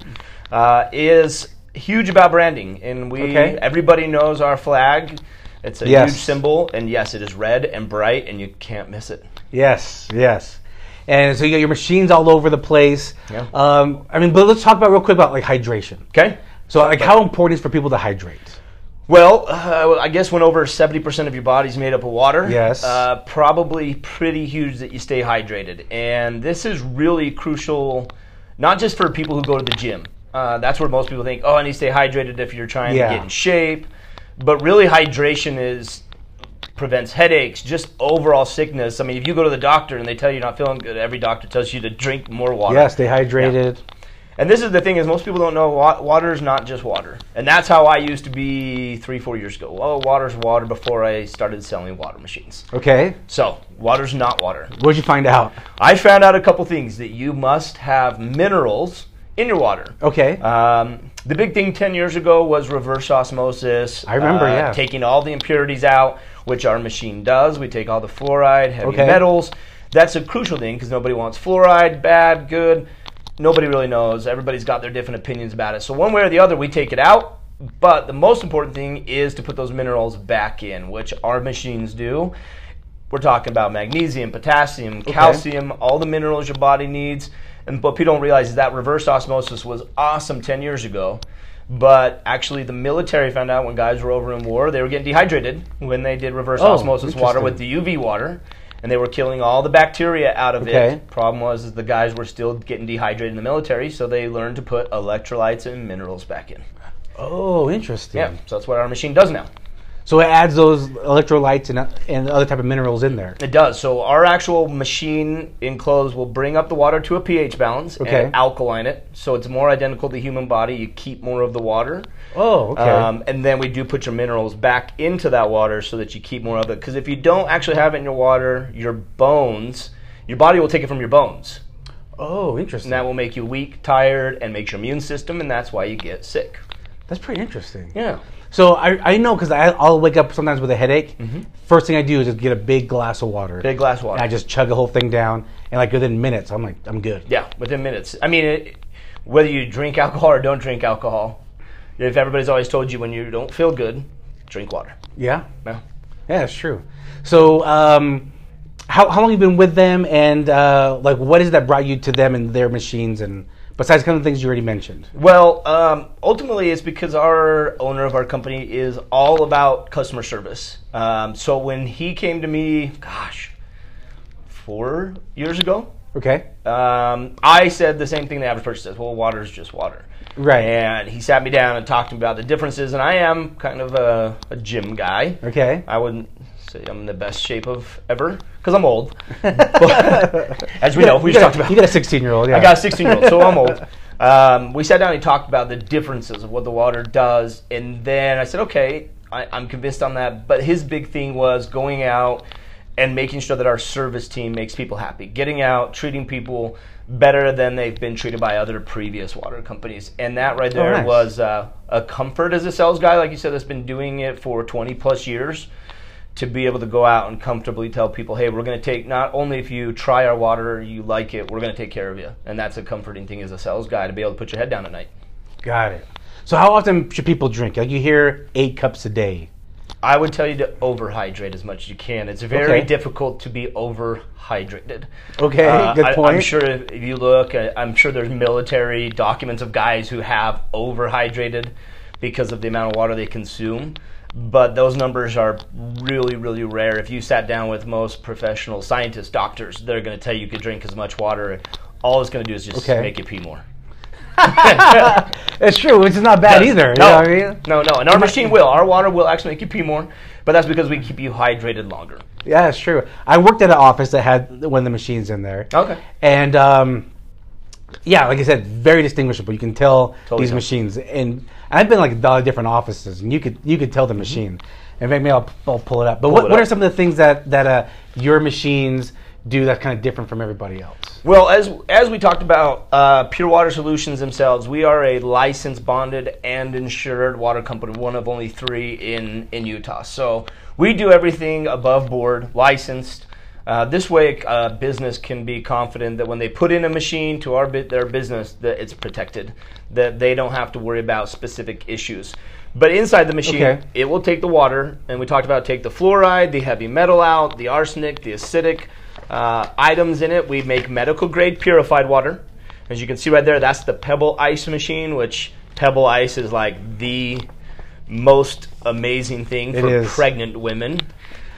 [SPEAKER 3] uh, is huge about branding. And we
[SPEAKER 1] Okay.
[SPEAKER 3] everybody knows our flag. It's a
[SPEAKER 1] Yes.
[SPEAKER 3] huge symbol. And yes, it is red and bright, and you can't miss it.
[SPEAKER 1] Yes, yes. And so you got your machines all over the place.
[SPEAKER 3] Yeah.
[SPEAKER 1] Um, I mean, but let's talk about real quick about like hydration.
[SPEAKER 3] Okay?
[SPEAKER 1] So like, how important is for people to hydrate?
[SPEAKER 3] Well, uh, I guess when over 70% of your body's made up of water,
[SPEAKER 1] Yes.
[SPEAKER 3] uh, probably pretty huge that you stay hydrated. And this is really crucial, not just for people who go to the gym. Uh, that's where most people think, oh, I need to stay hydrated if you're trying
[SPEAKER 1] Yeah.
[SPEAKER 3] to get in shape. But really, hydration is prevents headaches, just overall sickness. I mean, if you go to the doctor and they tell you you're not feeling good, every doctor tells you to drink more water.
[SPEAKER 1] Yes, stay hydrated.
[SPEAKER 3] And this is the thing is most people don't know wa- water is not just water, and that's how I used to be three four years ago. Well, water's water before I started selling water machines.
[SPEAKER 1] Okay.
[SPEAKER 3] So water's not water.
[SPEAKER 1] What'd you find out?
[SPEAKER 3] I found out a couple things that you must have minerals in your water.
[SPEAKER 1] Okay.
[SPEAKER 3] Um, the big thing 10 years ago was reverse osmosis. uh,
[SPEAKER 1] I remember, yeah.
[SPEAKER 3] Taking all the impurities out, which our machine does. We take all the fluoride, heavy
[SPEAKER 1] Okay.
[SPEAKER 3] metals. That's a crucial thing because nobody wants fluoride, bad, good. Nobody really knows. Everybody's got their different opinions about it. So, one way or the other, we take it out. But the most important thing is to put those minerals back in, which our machines do. We're talking about magnesium, potassium, calcium, all the minerals your body needs. And what people don't realize is that reverse osmosis was awesome 10 years ago. But actually, the military found out when guys were over in war, they were getting dehydrated when they did reverse
[SPEAKER 1] Oh,
[SPEAKER 3] osmosis water with the UV water. And they were killing all the bacteria out of
[SPEAKER 1] Okay.
[SPEAKER 3] it. Problem was, is the guys were still getting dehydrated in the military, so they learned to put electrolytes and minerals back in.
[SPEAKER 1] oh, interesting.
[SPEAKER 3] Yeah, so that's what our machine does now.
[SPEAKER 1] So it adds those electrolytes and, and other type of minerals in there.
[SPEAKER 3] It does. So our actual machine enclosed will bring up the water to a pH balance
[SPEAKER 1] Okay.
[SPEAKER 3] and alkaline it, so it's more identical to human body. You keep more of the water.
[SPEAKER 1] Oh, okay.
[SPEAKER 3] Um, and then we do put your minerals back into that water so that you keep more of it. Because if you don't actually have it in your water, your bones, your body will take it from your bones.
[SPEAKER 1] oh, interesting.
[SPEAKER 3] And that will make you weak, tired, and makes your immune system, and that's why you get sick.
[SPEAKER 1] That's pretty interesting.
[SPEAKER 3] Yeah.
[SPEAKER 1] So I, I know because I'll wake up sometimes with a headache. First thing I do is just get a big glass of water.
[SPEAKER 3] Mm-hmm. Big glass of water.
[SPEAKER 1] And I just chug the whole thing down, and like within minutes, I'm like, I'm good.
[SPEAKER 3] Yeah, within minutes. I mean, it, whether you drink alcohol or don't drink alcohol, if everybody's always told you when you don't feel good, drink water.
[SPEAKER 1] Yeah,
[SPEAKER 3] No.
[SPEAKER 1] yeah, that's true. So, um, how how long you been with them, and uh, like what is it that brought you to them and their machines, and besides kind of the things you already mentioned?
[SPEAKER 3] Well, um, ultimately, it's because our owner of our company is all about customer service. Um, so when he came to me, gosh, four years ago,
[SPEAKER 1] Okay.
[SPEAKER 3] um, I said the same thing the average person says. Well, water is just water.
[SPEAKER 1] Right.
[SPEAKER 3] And he sat me down and talked to me about the differences. And I am kind of a, a gym guy.
[SPEAKER 1] Okay.
[SPEAKER 3] I wouldn't say I'm in the best shape of ever because I'm old. But, as we know, we
[SPEAKER 1] you
[SPEAKER 3] just
[SPEAKER 1] got
[SPEAKER 3] talked
[SPEAKER 1] a-
[SPEAKER 3] about.
[SPEAKER 1] you got a 16 year old. Yeah.
[SPEAKER 3] I got a 16 year old, so I'm old. Um, we sat down and talked about the differences of what the water does, and then I said, okay, I, I'm convinced on that. But his big thing was going out and making sure that our service team makes people happy, getting out, treating people better than they've been treated by other previous water companies, and that right there
[SPEAKER 1] nice.
[SPEAKER 3] was uh, a comfort as a sales guy, like you said, that's been doing it for 20 plus years to be able to go out and comfortably tell people, hey, we're going to take not only if you try our water, you like it, we're going to take care of you. And that's a comforting thing as a sales guy to be able to put your head down at night.
[SPEAKER 1] Got it. So how often should people drink? Like you hear eight cups a day.
[SPEAKER 3] I would tell you to overhydrate as much as you can. It's very
[SPEAKER 1] Okay.
[SPEAKER 3] difficult to be overhydrated.
[SPEAKER 1] Okay,
[SPEAKER 3] Uh,
[SPEAKER 1] good
[SPEAKER 3] I, I'm
[SPEAKER 1] point.
[SPEAKER 3] sure if if you look, uh, I'm sure there's military documents of guys who have overhydrated because of the amount of water they consume. But those numbers are really, really rare. If you sat down with most professional scientists, doctors, they're going to tell you you could drink as much water. and All it's going to do is just
[SPEAKER 1] Okay.
[SPEAKER 3] make you pee more.
[SPEAKER 1] It's true, which is not bad either. You know
[SPEAKER 3] No,
[SPEAKER 1] what I mean?
[SPEAKER 3] no, no. And our machine will. Our water will actually make you pee more, but that's because we keep you hydrated longer.
[SPEAKER 1] Yeah, it's true. I worked at an office that had one of the machines in there.
[SPEAKER 3] Okay.
[SPEAKER 1] And um, yeah, like I said, very distinguishable. You can tell
[SPEAKER 3] Totally
[SPEAKER 1] these
[SPEAKER 3] so.
[SPEAKER 1] machines. And I've been like a lot of different offices, and you could you could tell the machine. And maybe I'll, I'll pull it up. But what,
[SPEAKER 3] it
[SPEAKER 1] what
[SPEAKER 3] up.
[SPEAKER 1] are some of the things that that uh, your machines do that's kind of different from everybody else?
[SPEAKER 3] Well, as as we talked about, uh, Pure Water Solutions themselves, we are a licensed, bonded, and insured water company, one of only three in in Utah. So we do everything above board, licensed. Uh, this way, a business can be confident that when they put in a machine to our bu- their business, that it's protected, that they don't have to worry about specific issues. But inside the machine,
[SPEAKER 1] Okay.
[SPEAKER 3] it will take the water, and we talked about take the fluoride, the heavy metal out, the arsenic, the acidic uh, items in it. We make medical grade purified water. As you can see right there, that's the Pebble Ice machine, which Pebble Ice is like the most amazing thing for
[SPEAKER 1] is.
[SPEAKER 3] pregnant women.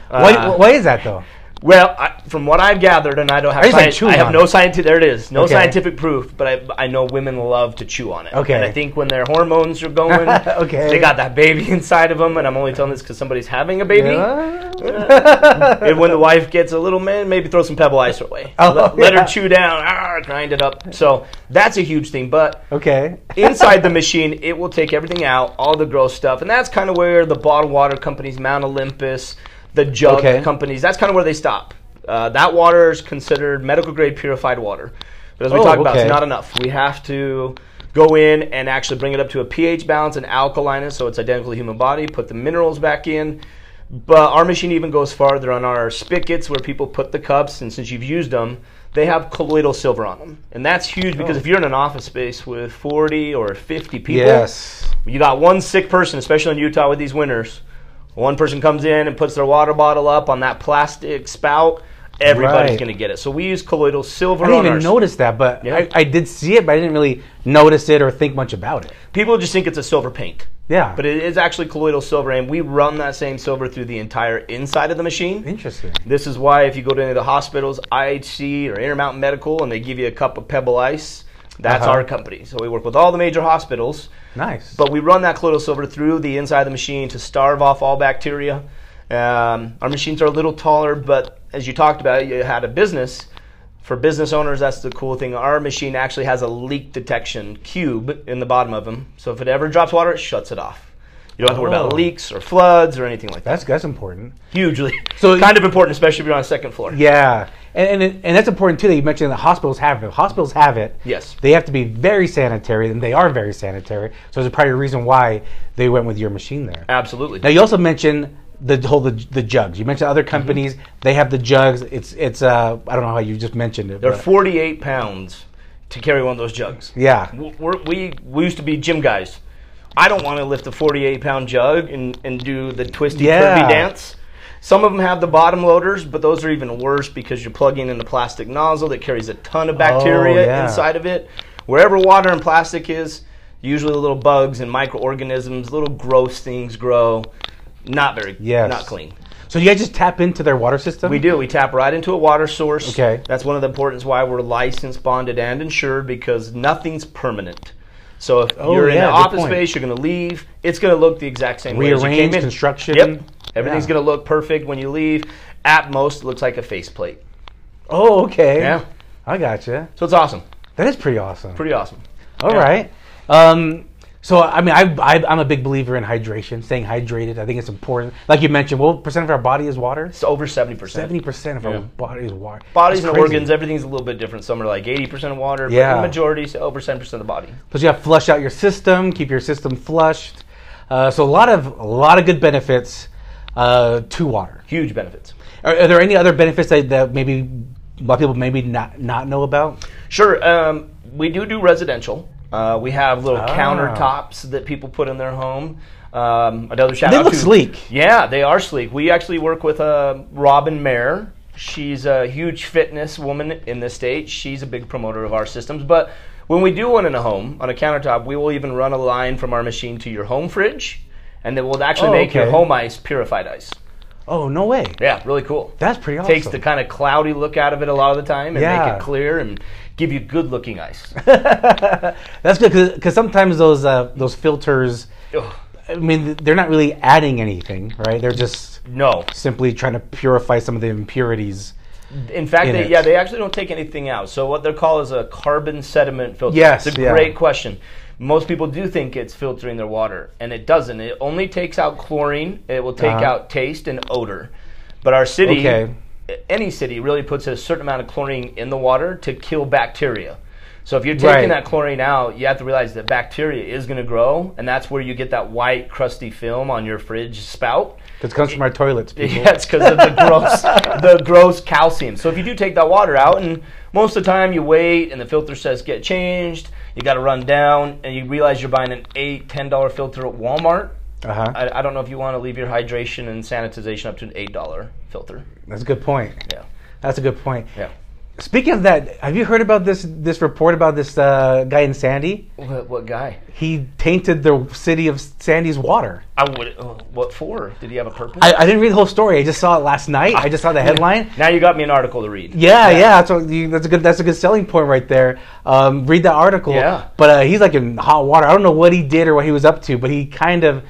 [SPEAKER 3] Uh,
[SPEAKER 1] why, why is that though?
[SPEAKER 3] Well, I, from what I've gathered, and I don't have
[SPEAKER 1] I just like
[SPEAKER 3] science-
[SPEAKER 1] chewing
[SPEAKER 3] I have
[SPEAKER 1] on
[SPEAKER 3] no
[SPEAKER 1] it.
[SPEAKER 3] scientific. There it is, no
[SPEAKER 1] Okay.
[SPEAKER 3] scientific proof, but I, I know women love to chew on it.
[SPEAKER 1] Okay.
[SPEAKER 3] and I think when their hormones are going,
[SPEAKER 1] Okay.
[SPEAKER 3] they got that baby inside of them, and I'm only telling this because somebody's having a baby.
[SPEAKER 1] Yeah.
[SPEAKER 3] And when the wife gets a little man, maybe throw some pebble ice away.
[SPEAKER 1] Oh,
[SPEAKER 3] let, let
[SPEAKER 1] yeah.
[SPEAKER 3] her chew down, ah, grind it up. So that's a huge thing, but
[SPEAKER 1] Okay.
[SPEAKER 3] inside the machine, it will take everything out, all the gross stuff, and that's kind of where the bottled water companies, Mount Olympus, the jug
[SPEAKER 1] Okay.
[SPEAKER 3] companies, that's kind of where they stop. Uh, that water is considered medical grade purified water, but as we
[SPEAKER 1] Oh,
[SPEAKER 3] talked about,
[SPEAKER 1] okay.
[SPEAKER 3] it's not enough. We have to go in and actually bring it up to a pH balance and alkaline it, so it's identical to human body. Put the minerals back in. But our machine even goes farther on our spigots where people put the cups, and since you've used them, they have colloidal silver on them. And that's huge
[SPEAKER 1] Oh.
[SPEAKER 3] because if you're in an office space with 40 or 50 people,
[SPEAKER 1] Yes.
[SPEAKER 3] you got one sick person, especially in Utah with these winters. One person comes in and puts their water bottle up on that plastic spout, everybody's
[SPEAKER 1] Right.
[SPEAKER 3] going to get it. So we use colloidal silver
[SPEAKER 1] I didn't
[SPEAKER 3] on
[SPEAKER 1] even
[SPEAKER 3] our
[SPEAKER 1] notice that, but
[SPEAKER 3] Yeah.
[SPEAKER 1] I, I did see it, but I didn't really notice it or think much about it.
[SPEAKER 3] People just think it's a silver paint.
[SPEAKER 1] Yeah.
[SPEAKER 3] But it is actually colloidal silver, and we run that same silver through the entire inside of the machine.
[SPEAKER 1] Interesting.
[SPEAKER 3] This is why if you go to any of the hospitals, IHC or Intermountain Medical, and they give you a cup of Pebble Ice, That's
[SPEAKER 1] Uh-huh.
[SPEAKER 3] our company. So we work with all the major hospitals.
[SPEAKER 1] Nice.
[SPEAKER 3] But we run that colloidal silver through the inside of the machine to starve off all bacteria. Um, our machines are a little taller, but as you talked about, you had a business. For business owners, that's the cool thing. Our machine actually has a leak detection cube in the bottom of them. So if it ever drops water, it shuts it off. You don't have to worry about
[SPEAKER 1] Oh.
[SPEAKER 3] leaks or floods or anything like that.
[SPEAKER 1] that's that's important.
[SPEAKER 3] Hugely.
[SPEAKER 1] So-
[SPEAKER 3] So kind of important, especially if you're on a second floor.
[SPEAKER 1] Yeah, and and, it, and that's important too. That you mentioned that hospitals have it. Hospitals have it.
[SPEAKER 3] Yes.
[SPEAKER 1] They have to be very sanitary, and they are very sanitary. So there's probably a reason why they went with your machine there.
[SPEAKER 3] Absolutely.
[SPEAKER 1] Now you also mentioned the whole the, the jugs. You mentioned other companies.
[SPEAKER 3] Mm-hmm.
[SPEAKER 1] They have the jugs. It's it's uh I don't know how you just mentioned it.
[SPEAKER 3] They're
[SPEAKER 1] but-
[SPEAKER 3] 48 pounds to carry one of those jugs.
[SPEAKER 1] yeah.
[SPEAKER 3] W- We're, we we used to be gym guys. I don't want to lift a 48 pound jug and, and do the twisty
[SPEAKER 1] Yeah.
[SPEAKER 3] curvy dance. Some of them have the bottom loaders, but those are even worse because you're plugging in a plastic nozzle that carries a ton of bacteria
[SPEAKER 1] Oh, yeah.
[SPEAKER 3] inside of it. Wherever water and plastic is, usually little bugs and microorganisms, little gross things grow. Not very,
[SPEAKER 1] Yes.
[SPEAKER 3] not clean.
[SPEAKER 1] So you guys just tap into their water system.
[SPEAKER 3] We do. We tap right into a water source.
[SPEAKER 1] Okay.
[SPEAKER 3] That's one of the importance why we're licensed, bonded, and insured because nothing's permanent. So if you're in
[SPEAKER 1] Oh, yeah,
[SPEAKER 3] an
[SPEAKER 1] good
[SPEAKER 3] office
[SPEAKER 1] point.
[SPEAKER 3] space, you're going to leave. It's going to look the exact same way as you
[SPEAKER 1] Rearranged
[SPEAKER 3] came in.
[SPEAKER 1] construction.
[SPEAKER 3] Yep. Everything's
[SPEAKER 1] Yeah.
[SPEAKER 3] going to look perfect when you leave. At most, it looks like a faceplate.
[SPEAKER 1] Oh, okay.
[SPEAKER 3] Yeah.
[SPEAKER 1] I gotcha.
[SPEAKER 3] So it's awesome.
[SPEAKER 1] That is pretty awesome.
[SPEAKER 3] Pretty awesome.
[SPEAKER 1] All
[SPEAKER 3] Yeah.
[SPEAKER 1] right. Um, so I mean, I, I, I'm a big believer in hydration, staying hydrated. I think it's important. Like you mentioned, what percent of our body is water?
[SPEAKER 3] It's over 70%.
[SPEAKER 1] Seventy percent of
[SPEAKER 3] Yeah.
[SPEAKER 1] our body is water.
[SPEAKER 3] Bodies
[SPEAKER 1] That's
[SPEAKER 3] and
[SPEAKER 1] crazy.
[SPEAKER 3] organs, everything's a little bit different. Some are like 80% water, but
[SPEAKER 1] Yeah.
[SPEAKER 3] the majority is over 70% of the body.
[SPEAKER 1] Plus, you have to flush out your system, keep your system flushed. Uh, so a lot of a lot of good benefits uh, to water.
[SPEAKER 3] Huge benefits.
[SPEAKER 1] Are, are there any other benefits that, that maybe a lot of people maybe not not know about?
[SPEAKER 3] Sure. Um, we do do residential. Uh, we have little
[SPEAKER 1] Ah.
[SPEAKER 3] countertops that people put in their home. Um, another shout
[SPEAKER 1] They
[SPEAKER 3] out
[SPEAKER 1] look
[SPEAKER 3] to
[SPEAKER 1] sleek.
[SPEAKER 3] Yeah, they are sleek. We actually work with uh, Robin Mayer. She's a huge fitness woman in the state. She's a big promoter of our systems. But when we do one in a home on a countertop, we will even run a line from our machine to your home fridge, and then we'll actually
[SPEAKER 1] Oh,
[SPEAKER 3] make your
[SPEAKER 1] okay.
[SPEAKER 3] home ice purified ice.
[SPEAKER 1] Oh no way!
[SPEAKER 3] Yeah, really cool
[SPEAKER 1] That's pretty awesome.
[SPEAKER 3] takes the kind of cloudy look out of it a lot of the time and
[SPEAKER 1] Yeah.
[SPEAKER 3] make it clear and give you good looking ice.
[SPEAKER 1] That's good because sometimes those uh, those filters.
[SPEAKER 3] Ugh,
[SPEAKER 1] I mean, they're not really adding anything, right? They're just
[SPEAKER 3] no.
[SPEAKER 1] simply trying to purify some of the impurities.
[SPEAKER 3] In fact,
[SPEAKER 1] In
[SPEAKER 3] they,
[SPEAKER 1] it.
[SPEAKER 3] yeah, they actually don't take anything out. So what they're called is a carbon sediment filter.
[SPEAKER 1] Yes,
[SPEAKER 3] it's a
[SPEAKER 1] yeah.
[SPEAKER 3] great question. Most people do think it's filtering their water, and it doesn't. It only takes out chlorine. It will take
[SPEAKER 1] Uh-huh.
[SPEAKER 3] out taste and odor. But our city,
[SPEAKER 1] Okay.
[SPEAKER 3] any city, really puts a certain amount of chlorine in the water to kill bacteria. So if you're taking
[SPEAKER 1] Right.
[SPEAKER 3] that chlorine out, you have to realize that bacteria is going to grow, and that's where you get that white crusty film on your fridge spout.
[SPEAKER 1] Because it comes from our toilets, people.
[SPEAKER 3] Yes, because of the gross, the gross calcium. So if you do take that water out, and most of the time you wait, and the filter says get changed, you got to run down, and you realize you're buying an eight, ten dollar filter at Walmart.
[SPEAKER 1] Uh-huh.
[SPEAKER 3] I, I don't know if you want to leave your hydration and sanitization up to an eight dollar filter.
[SPEAKER 1] That's a good point.
[SPEAKER 3] Yeah,
[SPEAKER 1] That's a good point.
[SPEAKER 3] yeah.
[SPEAKER 1] Speaking of that, have you heard about this this report about this uh, guy in Sandy?
[SPEAKER 3] What, what guy?
[SPEAKER 1] He tainted the city of Sandy's water.
[SPEAKER 3] I would. oh, What for? Did he have a purpose?
[SPEAKER 1] I, I didn't read the whole story. I just saw it last night. I just saw the headline.
[SPEAKER 3] now you got me an article to read.
[SPEAKER 1] Yeah, yeah, that's, what you, that's a good that's a good selling point right there. Um, read that article.
[SPEAKER 3] Yeah.
[SPEAKER 1] But uh, he's like in hot water. I don't know what he did or what he was up to, but he kind of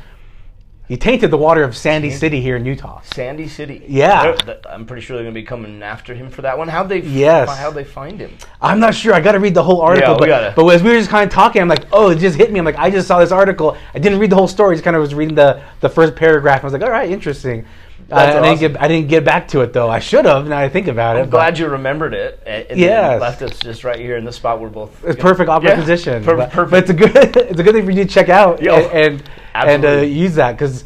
[SPEAKER 1] he tainted the water of Sandy City here in Utah.
[SPEAKER 3] Sandy City.
[SPEAKER 1] Yeah.
[SPEAKER 3] They're- th- I'm pretty sure they're going to be coming after him for that one. How they?
[SPEAKER 1] Yes.
[SPEAKER 3] How they find him?
[SPEAKER 1] I'm not sure. I got to read the whole article.
[SPEAKER 3] we
[SPEAKER 1] but,
[SPEAKER 3] gotta.
[SPEAKER 1] but as we were just kind of talking, I'm like, oh, it just hit me. I'm like, I just saw this article. I didn't read the whole story. Just kind of was reading the, the first paragraph. I was like, all right, interesting. Uh,
[SPEAKER 3] That's
[SPEAKER 1] I, didn't
[SPEAKER 3] awesome.
[SPEAKER 1] get, I didn't get back to it though. I should have. Now I think about it.
[SPEAKER 3] I'm glad you remembered it. And and then
[SPEAKER 1] Yes.
[SPEAKER 3] left us just right here in the spot we're both.
[SPEAKER 1] It's perfect
[SPEAKER 3] Yeah.
[SPEAKER 1] opposition.
[SPEAKER 3] Per-
[SPEAKER 1] but,
[SPEAKER 3] perfect.
[SPEAKER 1] but it's a good it's a good thing for you to check out
[SPEAKER 3] Yeah.
[SPEAKER 1] and and, and uh,
[SPEAKER 3] Absolutely.
[SPEAKER 1] use that because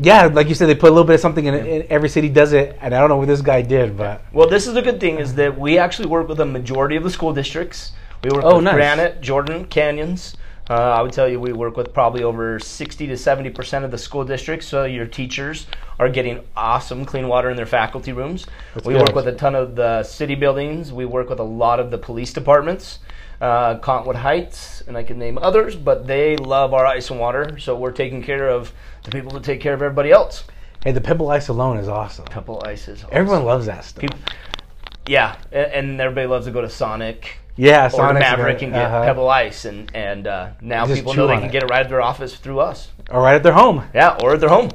[SPEAKER 1] yeah, like you said, they put a little bit of something in it. and Every city does it, and I don't know what this guy did, but
[SPEAKER 3] Well, this is a good thing is that we actually work with a majority of the school districts. We work
[SPEAKER 1] Oh,
[SPEAKER 3] with
[SPEAKER 1] nice.
[SPEAKER 3] Granite, Jordan, Canyons. Uh, I would tell you we work with probably over 60 to 70 percent of the school districts. So your teachers are getting awesome clean water in their faculty rooms. we
[SPEAKER 1] good.
[SPEAKER 3] work with a ton of the city buildings. We work with a lot of the police departments, uh, Cottonwood Heights, and I can name others. But they love our ice and water, so we're taking care of the people that take care of everybody else.
[SPEAKER 1] hey, the Pebble Ice alone is awesome.
[SPEAKER 3] Couple ices.
[SPEAKER 1] Everyone loves that stuff.
[SPEAKER 3] People- yeah, a- and everybody loves to go to Sonic.
[SPEAKER 1] Yeah,
[SPEAKER 3] or the
[SPEAKER 1] Sonic's
[SPEAKER 3] Maverick
[SPEAKER 1] gonna-
[SPEAKER 3] can get
[SPEAKER 1] uh-huh.
[SPEAKER 3] Pebble Ice, and and uh, now
[SPEAKER 1] Just
[SPEAKER 3] people
[SPEAKER 1] chew
[SPEAKER 3] know they
[SPEAKER 1] on
[SPEAKER 3] can
[SPEAKER 1] it.
[SPEAKER 3] get it right at their office through us.
[SPEAKER 1] All right, at their home.
[SPEAKER 3] Yeah, or at their home.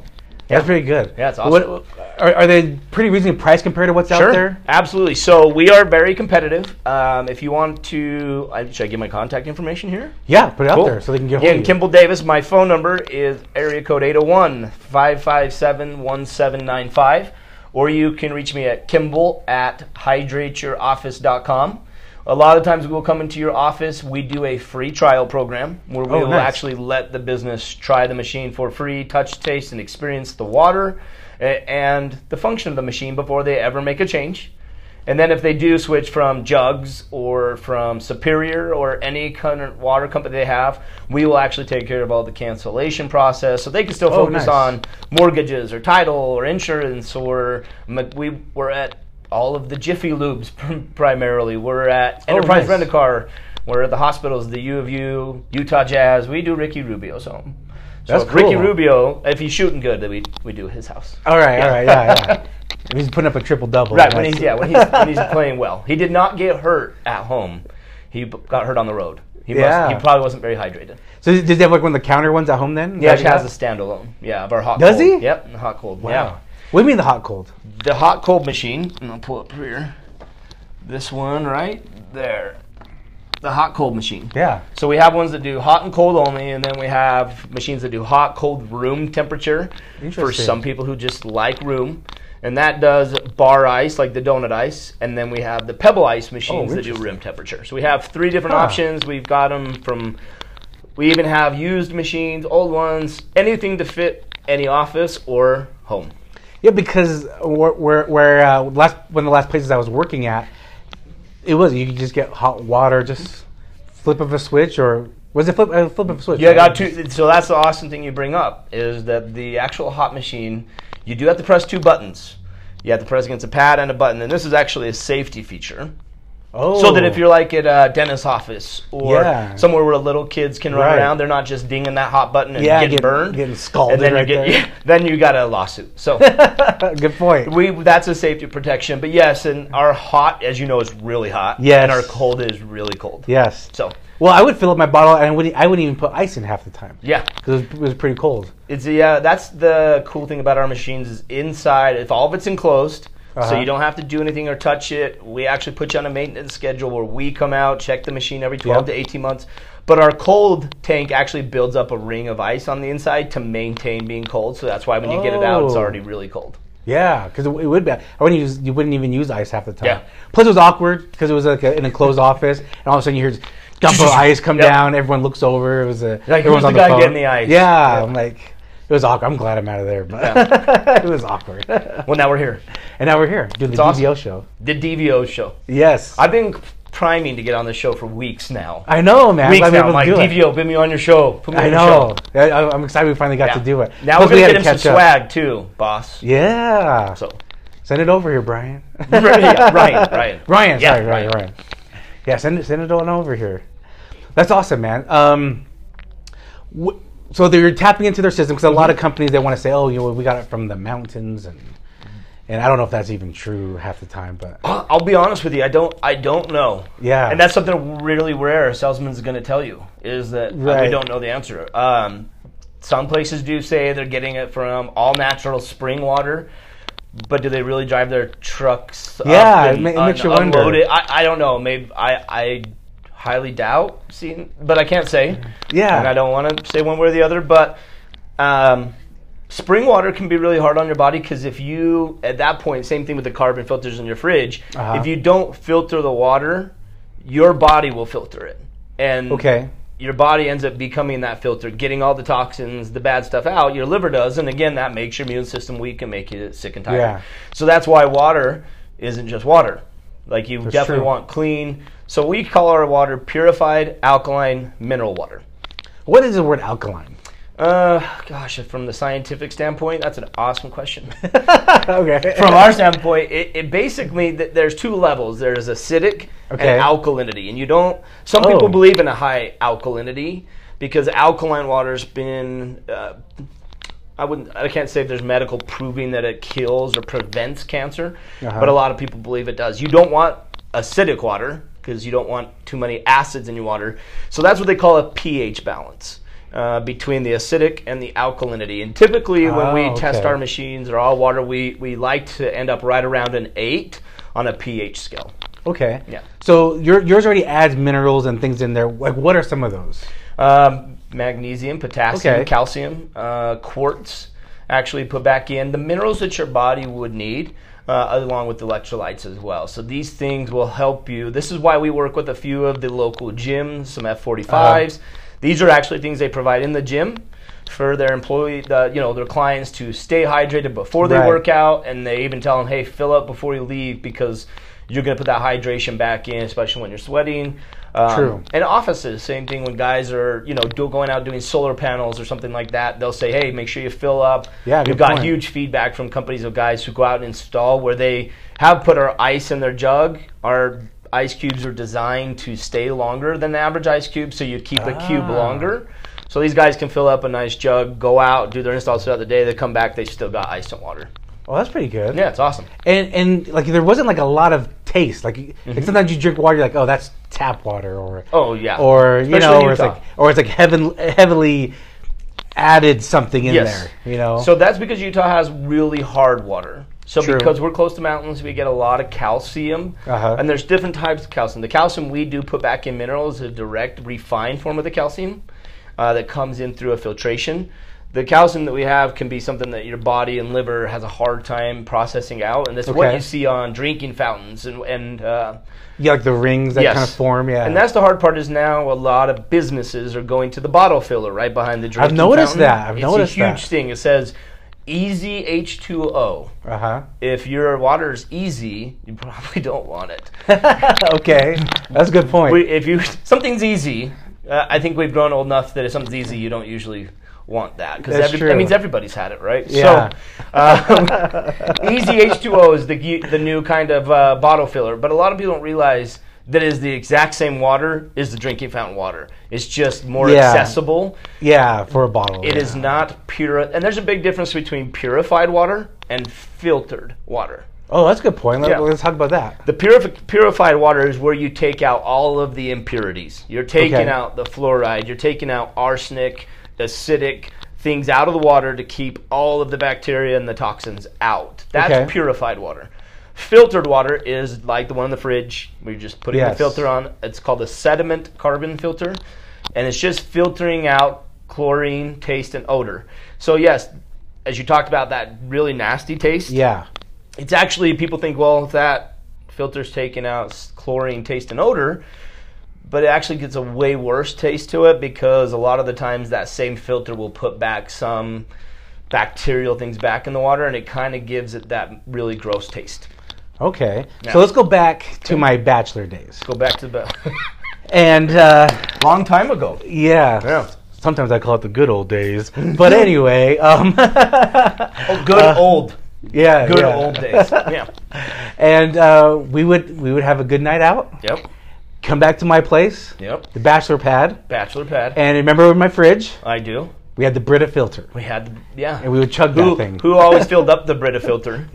[SPEAKER 1] That's pretty good.
[SPEAKER 3] Yeah, it's awesome.
[SPEAKER 1] are, are they pretty reasonably priced compared to what's out there?
[SPEAKER 3] absolutely. So we are very competitive. Um, if you want to, I, should I give my contact information here?
[SPEAKER 1] Yeah, put it out
[SPEAKER 3] Cool.
[SPEAKER 1] there so they can get hold
[SPEAKER 3] Again,
[SPEAKER 1] of you.
[SPEAKER 3] Kimball Davis. My phone number is area code 801-557-1795. Or you can reach me at kimball at hydrateyouroffice.com. A lot of times we'll come into your office. We do a free trial program where we
[SPEAKER 1] Oh,
[SPEAKER 3] will
[SPEAKER 1] nice.
[SPEAKER 3] actually let the business try the machine for free, touch, taste, and experience the water a- and the function of the machine before they ever make a change. And then if they do switch from jugs or from Superior or any kind of water company they have, we will actually take care of all the cancellation process. So they can still
[SPEAKER 1] Oh, nice.
[SPEAKER 3] focus on mortgages or title or insurance or m- we were at all of the Jiffy Lubes primarily. We're at Enterprise
[SPEAKER 1] Oh, nice.
[SPEAKER 3] Rent a Car. We're at the hospitals, the U of U, Utah Jazz. We do Ricky Rubio's home. So
[SPEAKER 1] That's
[SPEAKER 3] if Ricky
[SPEAKER 1] cool. Oh,
[SPEAKER 3] Rubio, if he's shooting good, then we, we do his house.
[SPEAKER 1] All right, all right, yeah, yeah. He's putting up a triple double.
[SPEAKER 3] Right, when he's yeah, when he's when he's playing well. He did not get hurt at home. He b- got hurt on the road. He
[SPEAKER 1] Yeah.
[SPEAKER 3] must, he probably wasn't very hydrated.
[SPEAKER 1] So does he have like one of the counter ones at home then? Is
[SPEAKER 3] He
[SPEAKER 1] that
[SPEAKER 3] actually
[SPEAKER 1] what
[SPEAKER 3] has
[SPEAKER 1] you
[SPEAKER 3] a standalone. Yeah, of our hot
[SPEAKER 1] Does
[SPEAKER 3] cold.
[SPEAKER 1] he?
[SPEAKER 3] Yep, the hot cold.
[SPEAKER 1] got?
[SPEAKER 3] Yeah.
[SPEAKER 1] Wow. What do you mean the hot cold?
[SPEAKER 3] The hot cold machine. I'm gonna pull up here. This one right there. The hot cold machine.
[SPEAKER 1] Yeah.
[SPEAKER 3] So we have ones that do hot and cold only, and then we have machines that do hot, cold, room temperature for
[SPEAKER 1] Interesting.
[SPEAKER 3] some people who just like room. And that does bar ice, like the donut ice, and then we have the pebble ice machines that do
[SPEAKER 1] interesting.
[SPEAKER 3] room temperature. So we have three different
[SPEAKER 1] Huh.
[SPEAKER 3] options. We've got them from, we even have used machines, old ones, anything to fit any office or home.
[SPEAKER 1] Yeah, because where where, where uh, last one of the last places I was working at, it was you could just get hot water, just flip of a switch, or was it flip uh, flip of a switch?
[SPEAKER 3] Yeah, I
[SPEAKER 1] right?
[SPEAKER 3] got two. So that's the awesome thing you bring up is that the actual hot machine, you do have to press two buttons. You have to press against a pad and a button, and this is actually a safety feature.
[SPEAKER 1] Oh,
[SPEAKER 3] So that if you're like at a dentist's office or
[SPEAKER 1] Yeah.
[SPEAKER 3] somewhere where little kids can run
[SPEAKER 1] Right.
[SPEAKER 3] around, they're not just dinging that hot button and
[SPEAKER 1] Yeah,
[SPEAKER 3] getting
[SPEAKER 1] getting-
[SPEAKER 3] burned,
[SPEAKER 1] getting scalded
[SPEAKER 3] and then
[SPEAKER 1] right
[SPEAKER 3] you get,
[SPEAKER 1] there.
[SPEAKER 3] then you got a lawsuit. So
[SPEAKER 1] uh, good point.
[SPEAKER 3] we that's a safety protection. But yes, and our hot, as you know, is really hot.
[SPEAKER 1] Yes.
[SPEAKER 3] and our cold is really cold.
[SPEAKER 1] yes.
[SPEAKER 3] So
[SPEAKER 1] Well, I would fill up my bottle, and I wouldn't, I wouldn't even put ice in half the time.
[SPEAKER 3] yeah,
[SPEAKER 1] because it, was- it was pretty cold.
[SPEAKER 3] It's yeah. That's the cool thing about our machines is inside. If all of it's enclosed,
[SPEAKER 1] Uh-huh.
[SPEAKER 3] so you don't have to do anything or touch it. We actually put you on a maintenance schedule where we come out, check the machine every twelve
[SPEAKER 1] Yeah.
[SPEAKER 3] to eighteen months. But our cold tank actually builds up a ring of ice on the inside to maintain being cold. So that's why when you get it out, it's
[SPEAKER 1] Oh.
[SPEAKER 3] already really cold.
[SPEAKER 1] Yeah, because it, it would be. I wouldn't use. You wouldn't even use ice half the time.
[SPEAKER 3] Yeah.
[SPEAKER 1] Plus, it was awkward because it was like a, in a closed office, and all of a sudden you hear just dump of ice come
[SPEAKER 3] Yep.
[SPEAKER 1] down. Everyone looks over. It was a.
[SPEAKER 3] Like, who's
[SPEAKER 1] everyone's
[SPEAKER 3] the
[SPEAKER 1] on
[SPEAKER 3] guy
[SPEAKER 1] phone.
[SPEAKER 3] getting the ice?
[SPEAKER 1] Yeah,
[SPEAKER 3] Yeah.
[SPEAKER 1] I'm like, it was awkward. I'm glad I'm out of there, but it was awkward. and
[SPEAKER 3] Well, now we're here.
[SPEAKER 1] now we're here doing the
[SPEAKER 3] awesome.
[SPEAKER 1] DVO show.
[SPEAKER 3] The DVO show.
[SPEAKER 1] Yes, I,
[SPEAKER 3] I've been priming to get on the show for weeks now.
[SPEAKER 1] know, man.
[SPEAKER 3] Weeks
[SPEAKER 1] I'm
[SPEAKER 3] now,
[SPEAKER 1] able
[SPEAKER 3] I'm like
[SPEAKER 1] to do it.
[SPEAKER 3] DVO, put me on your show. Put me
[SPEAKER 1] I
[SPEAKER 3] on
[SPEAKER 1] know. I, I- I'm excited. We finally got
[SPEAKER 3] Your show.
[SPEAKER 1] to do it.
[SPEAKER 3] Yeah. Now
[SPEAKER 1] Plus,
[SPEAKER 3] we're
[SPEAKER 1] we
[SPEAKER 3] gonna
[SPEAKER 1] had
[SPEAKER 3] get him
[SPEAKER 1] to
[SPEAKER 3] some
[SPEAKER 1] catch up.
[SPEAKER 3] swag too, boss.
[SPEAKER 1] Yeah.
[SPEAKER 3] So.
[SPEAKER 1] Send it over here, Brian.
[SPEAKER 3] Yeah, Ryan, Ryan.
[SPEAKER 1] Ryan,
[SPEAKER 3] Yeah,
[SPEAKER 1] sorry, Ryan, Ryan. Yeah, send it, send it on over here. That's awesome, man. Um, wh- so they're tapping into their system because a
[SPEAKER 3] Mm-hmm.
[SPEAKER 1] lot of companies they want to say, oh, you know, we got it from the mountains, and and I don't know if that's even true half the time, but
[SPEAKER 3] I'll I'll be honest with you. I don't. I don't know.
[SPEAKER 1] Yeah.
[SPEAKER 3] And that's something really rare. A salesman's going to tell you is that uh, we
[SPEAKER 1] Right.
[SPEAKER 3] don't know the answer. Um, some places do say they're getting it from all natural spring water, but do they really drive their trucks? up
[SPEAKER 1] Yeah, it
[SPEAKER 3] and
[SPEAKER 1] ma- it makes you
[SPEAKER 3] unload
[SPEAKER 1] wonder.
[SPEAKER 3] it? I, I don't know. Maybe I. I highly doubt seeing, but I can't say.
[SPEAKER 1] Yeah.
[SPEAKER 3] And I don't want to say one way or the other, but. Um, spring water can be really hard on your body because if you at that point same thing with the carbon filters in your fridge
[SPEAKER 1] Uh-huh.
[SPEAKER 3] if you don't filter the water your body will filter it and
[SPEAKER 1] okay,
[SPEAKER 3] your body ends up becoming that filter getting all the toxins the bad stuff out your liver does and again that makes your immune system weak and make you sick and tired
[SPEAKER 1] Yeah.
[SPEAKER 3] so that's why water isn't just water like you definitely
[SPEAKER 1] true.
[SPEAKER 3] want clean so we call our water purified alkaline mineral water
[SPEAKER 1] what is the word alkaline?
[SPEAKER 3] uh, gosh, from the scientific standpoint, that's an awesome question.
[SPEAKER 1] okay,
[SPEAKER 3] from our standpoint, it, it basically th- there's two levels. There's acidic
[SPEAKER 1] Okay.
[SPEAKER 3] and alkalinity, and you don't. Some
[SPEAKER 1] Oh.
[SPEAKER 3] people believe in a high alkalinity because alkaline water's been. Uh, I wouldn't. I can't say if there's medical proving that it kills or prevents cancer,
[SPEAKER 1] Uh-huh.
[SPEAKER 3] but a lot of people believe it does. You don't want acidic water because you don't want too many acids in your water. So that's what they call a pH balance. Uh, between the acidic and the alkalinity, and typically when we
[SPEAKER 1] Ah,
[SPEAKER 3] test
[SPEAKER 1] okay.
[SPEAKER 3] our machines or all water, we we like to end up right around an eight on a pH scale.
[SPEAKER 1] Okay.
[SPEAKER 3] Yeah.
[SPEAKER 1] So your, yours already adds minerals and things in there. Like, what are some of those?
[SPEAKER 3] Um, magnesium, potassium,
[SPEAKER 1] Okay.
[SPEAKER 3] calcium, uh, quartz actually put back in the minerals that your body would need. Uh, along with electrolytes as well. So these things will help you. This is why we work with a few of the local gyms, some F45s.
[SPEAKER 1] Uh-huh.
[SPEAKER 3] These are actually things they provide in the gym for their employee, the, you know, their clients to stay hydrated before they
[SPEAKER 1] Right.
[SPEAKER 3] work out, and they even tell them, "Hey, fill up before you leave because you're going to put that hydration back in, especially when you're sweating." Um,
[SPEAKER 1] True.
[SPEAKER 3] And offices, same thing. When guys are, you know, do, going out doing solar panels or something like that, they'll say, "Hey, make sure you fill up."
[SPEAKER 1] Yeah,
[SPEAKER 3] we've
[SPEAKER 1] good
[SPEAKER 3] got
[SPEAKER 1] point.
[SPEAKER 3] huge feedback from companies of guys who go out and install where they have put our ice in their jug. Our ice cubes are designed to stay longer than the average ice cube, so you keep the cube
[SPEAKER 1] Ah.
[SPEAKER 3] longer. So these guys can fill up a nice jug, go out, do their installs throughout the day. They come back, they still got ice and water.
[SPEAKER 1] Oh, that's pretty good.
[SPEAKER 3] Yeah, it's awesome.
[SPEAKER 1] And and like there wasn't like a lot of taste. Like, like sometimes you drink water, you're like, oh, that's tap water, or
[SPEAKER 3] Mm-hmm. Oh, yeah.
[SPEAKER 1] or you
[SPEAKER 3] Especially
[SPEAKER 1] know,
[SPEAKER 3] in
[SPEAKER 1] or it's
[SPEAKER 3] Utah.
[SPEAKER 1] like or it's like heaven heavily added something in there. You know.
[SPEAKER 3] So that's because Utah has really hard water. So
[SPEAKER 1] True.
[SPEAKER 3] because we're close to mountains, we get a lot of calcium,
[SPEAKER 1] Uh-huh.
[SPEAKER 3] and there's different types of calcium. The calcium we do put back in minerals is a direct refined form of the calcium uh, that comes in through a filtration. The calcium that we have can be something that your body and liver has a hard time processing out, and that's what
[SPEAKER 1] Okay.
[SPEAKER 3] you see on drinking fountains and and. Uh,
[SPEAKER 1] yeah, like the rings that kind of
[SPEAKER 3] Yes.
[SPEAKER 1] form. Yeah.
[SPEAKER 3] and that's the hard part is now a lot of businesses are going to the bottle filler right behind the drink.
[SPEAKER 1] noticed that. I've
[SPEAKER 3] it's
[SPEAKER 1] noticed
[SPEAKER 3] a huge
[SPEAKER 1] that.
[SPEAKER 3] thing. It says easy H2O.
[SPEAKER 1] uh huh.
[SPEAKER 3] If your water is easy, you probably don't want it.
[SPEAKER 1] okay, that's a good point.
[SPEAKER 3] We- if you something's easy, uh, I think we've grown old enough that if something's easy, you don't usually want that because
[SPEAKER 1] That's
[SPEAKER 3] that
[SPEAKER 1] true.
[SPEAKER 3] means everybody's had it, right?
[SPEAKER 1] Yeah.
[SPEAKER 3] So, um, easy H2O is the gu- the new kind of uh, bottle filler, but a lot of people don't realize that is the exact same water is the drinking fountain water. It's just more
[SPEAKER 1] Yeah.
[SPEAKER 3] accessible.
[SPEAKER 1] yeah, for a bottle.
[SPEAKER 3] It is not pure, and there's a big difference between purified water and filtered water.
[SPEAKER 1] Oh, that's a good point. Let,
[SPEAKER 3] Yeah.
[SPEAKER 1] Let's talk about that.
[SPEAKER 3] The purif- purified water is where you take out all of the impurities. You're taking
[SPEAKER 1] Okay.
[SPEAKER 3] out the fluoride, you're taking out arsenic, acidic things out of the water to keep all of the bacteria and the toxins out. That's
[SPEAKER 1] Okay.
[SPEAKER 3] purified water. Filtered water is like the one in the fridge. We're just putting the
[SPEAKER 1] Yes.
[SPEAKER 3] filter on. It's called a sediment carbon filter, and it's just filtering out chlorine, taste, and odor. So yes, as you talked about that really nasty taste
[SPEAKER 1] Yeah.
[SPEAKER 3] it's actually people think well if that filter's taken out s- chlorine taste and odor but it actually gets a way worse taste to it because a lot of the times that same filter will put back some bacterial things back in the water and it kind of gives it that really gross taste
[SPEAKER 1] Okay.
[SPEAKER 3] Yeah.
[SPEAKER 1] So let's go back to my bachelor days.
[SPEAKER 3] go back to the
[SPEAKER 1] And uh,
[SPEAKER 3] long time ago
[SPEAKER 1] Yeah.
[SPEAKER 3] Yeah.
[SPEAKER 1] Sometimes I call it the good old days. But anyway, um,
[SPEAKER 3] oh good old
[SPEAKER 1] yeah,
[SPEAKER 3] good
[SPEAKER 1] Uh, yeah.
[SPEAKER 3] old days yeah
[SPEAKER 1] And uh, we would we would have a good night out,
[SPEAKER 3] yep
[SPEAKER 1] come back to my place,
[SPEAKER 3] yep
[SPEAKER 1] the bachelor pad,
[SPEAKER 3] bachelor pad
[SPEAKER 1] and remember in my fridge
[SPEAKER 3] i do
[SPEAKER 1] we had the Brita filter,
[SPEAKER 3] we had the, yeah
[SPEAKER 1] and we would chug
[SPEAKER 3] who,
[SPEAKER 1] that thing.
[SPEAKER 3] who always filled up the Brita filter?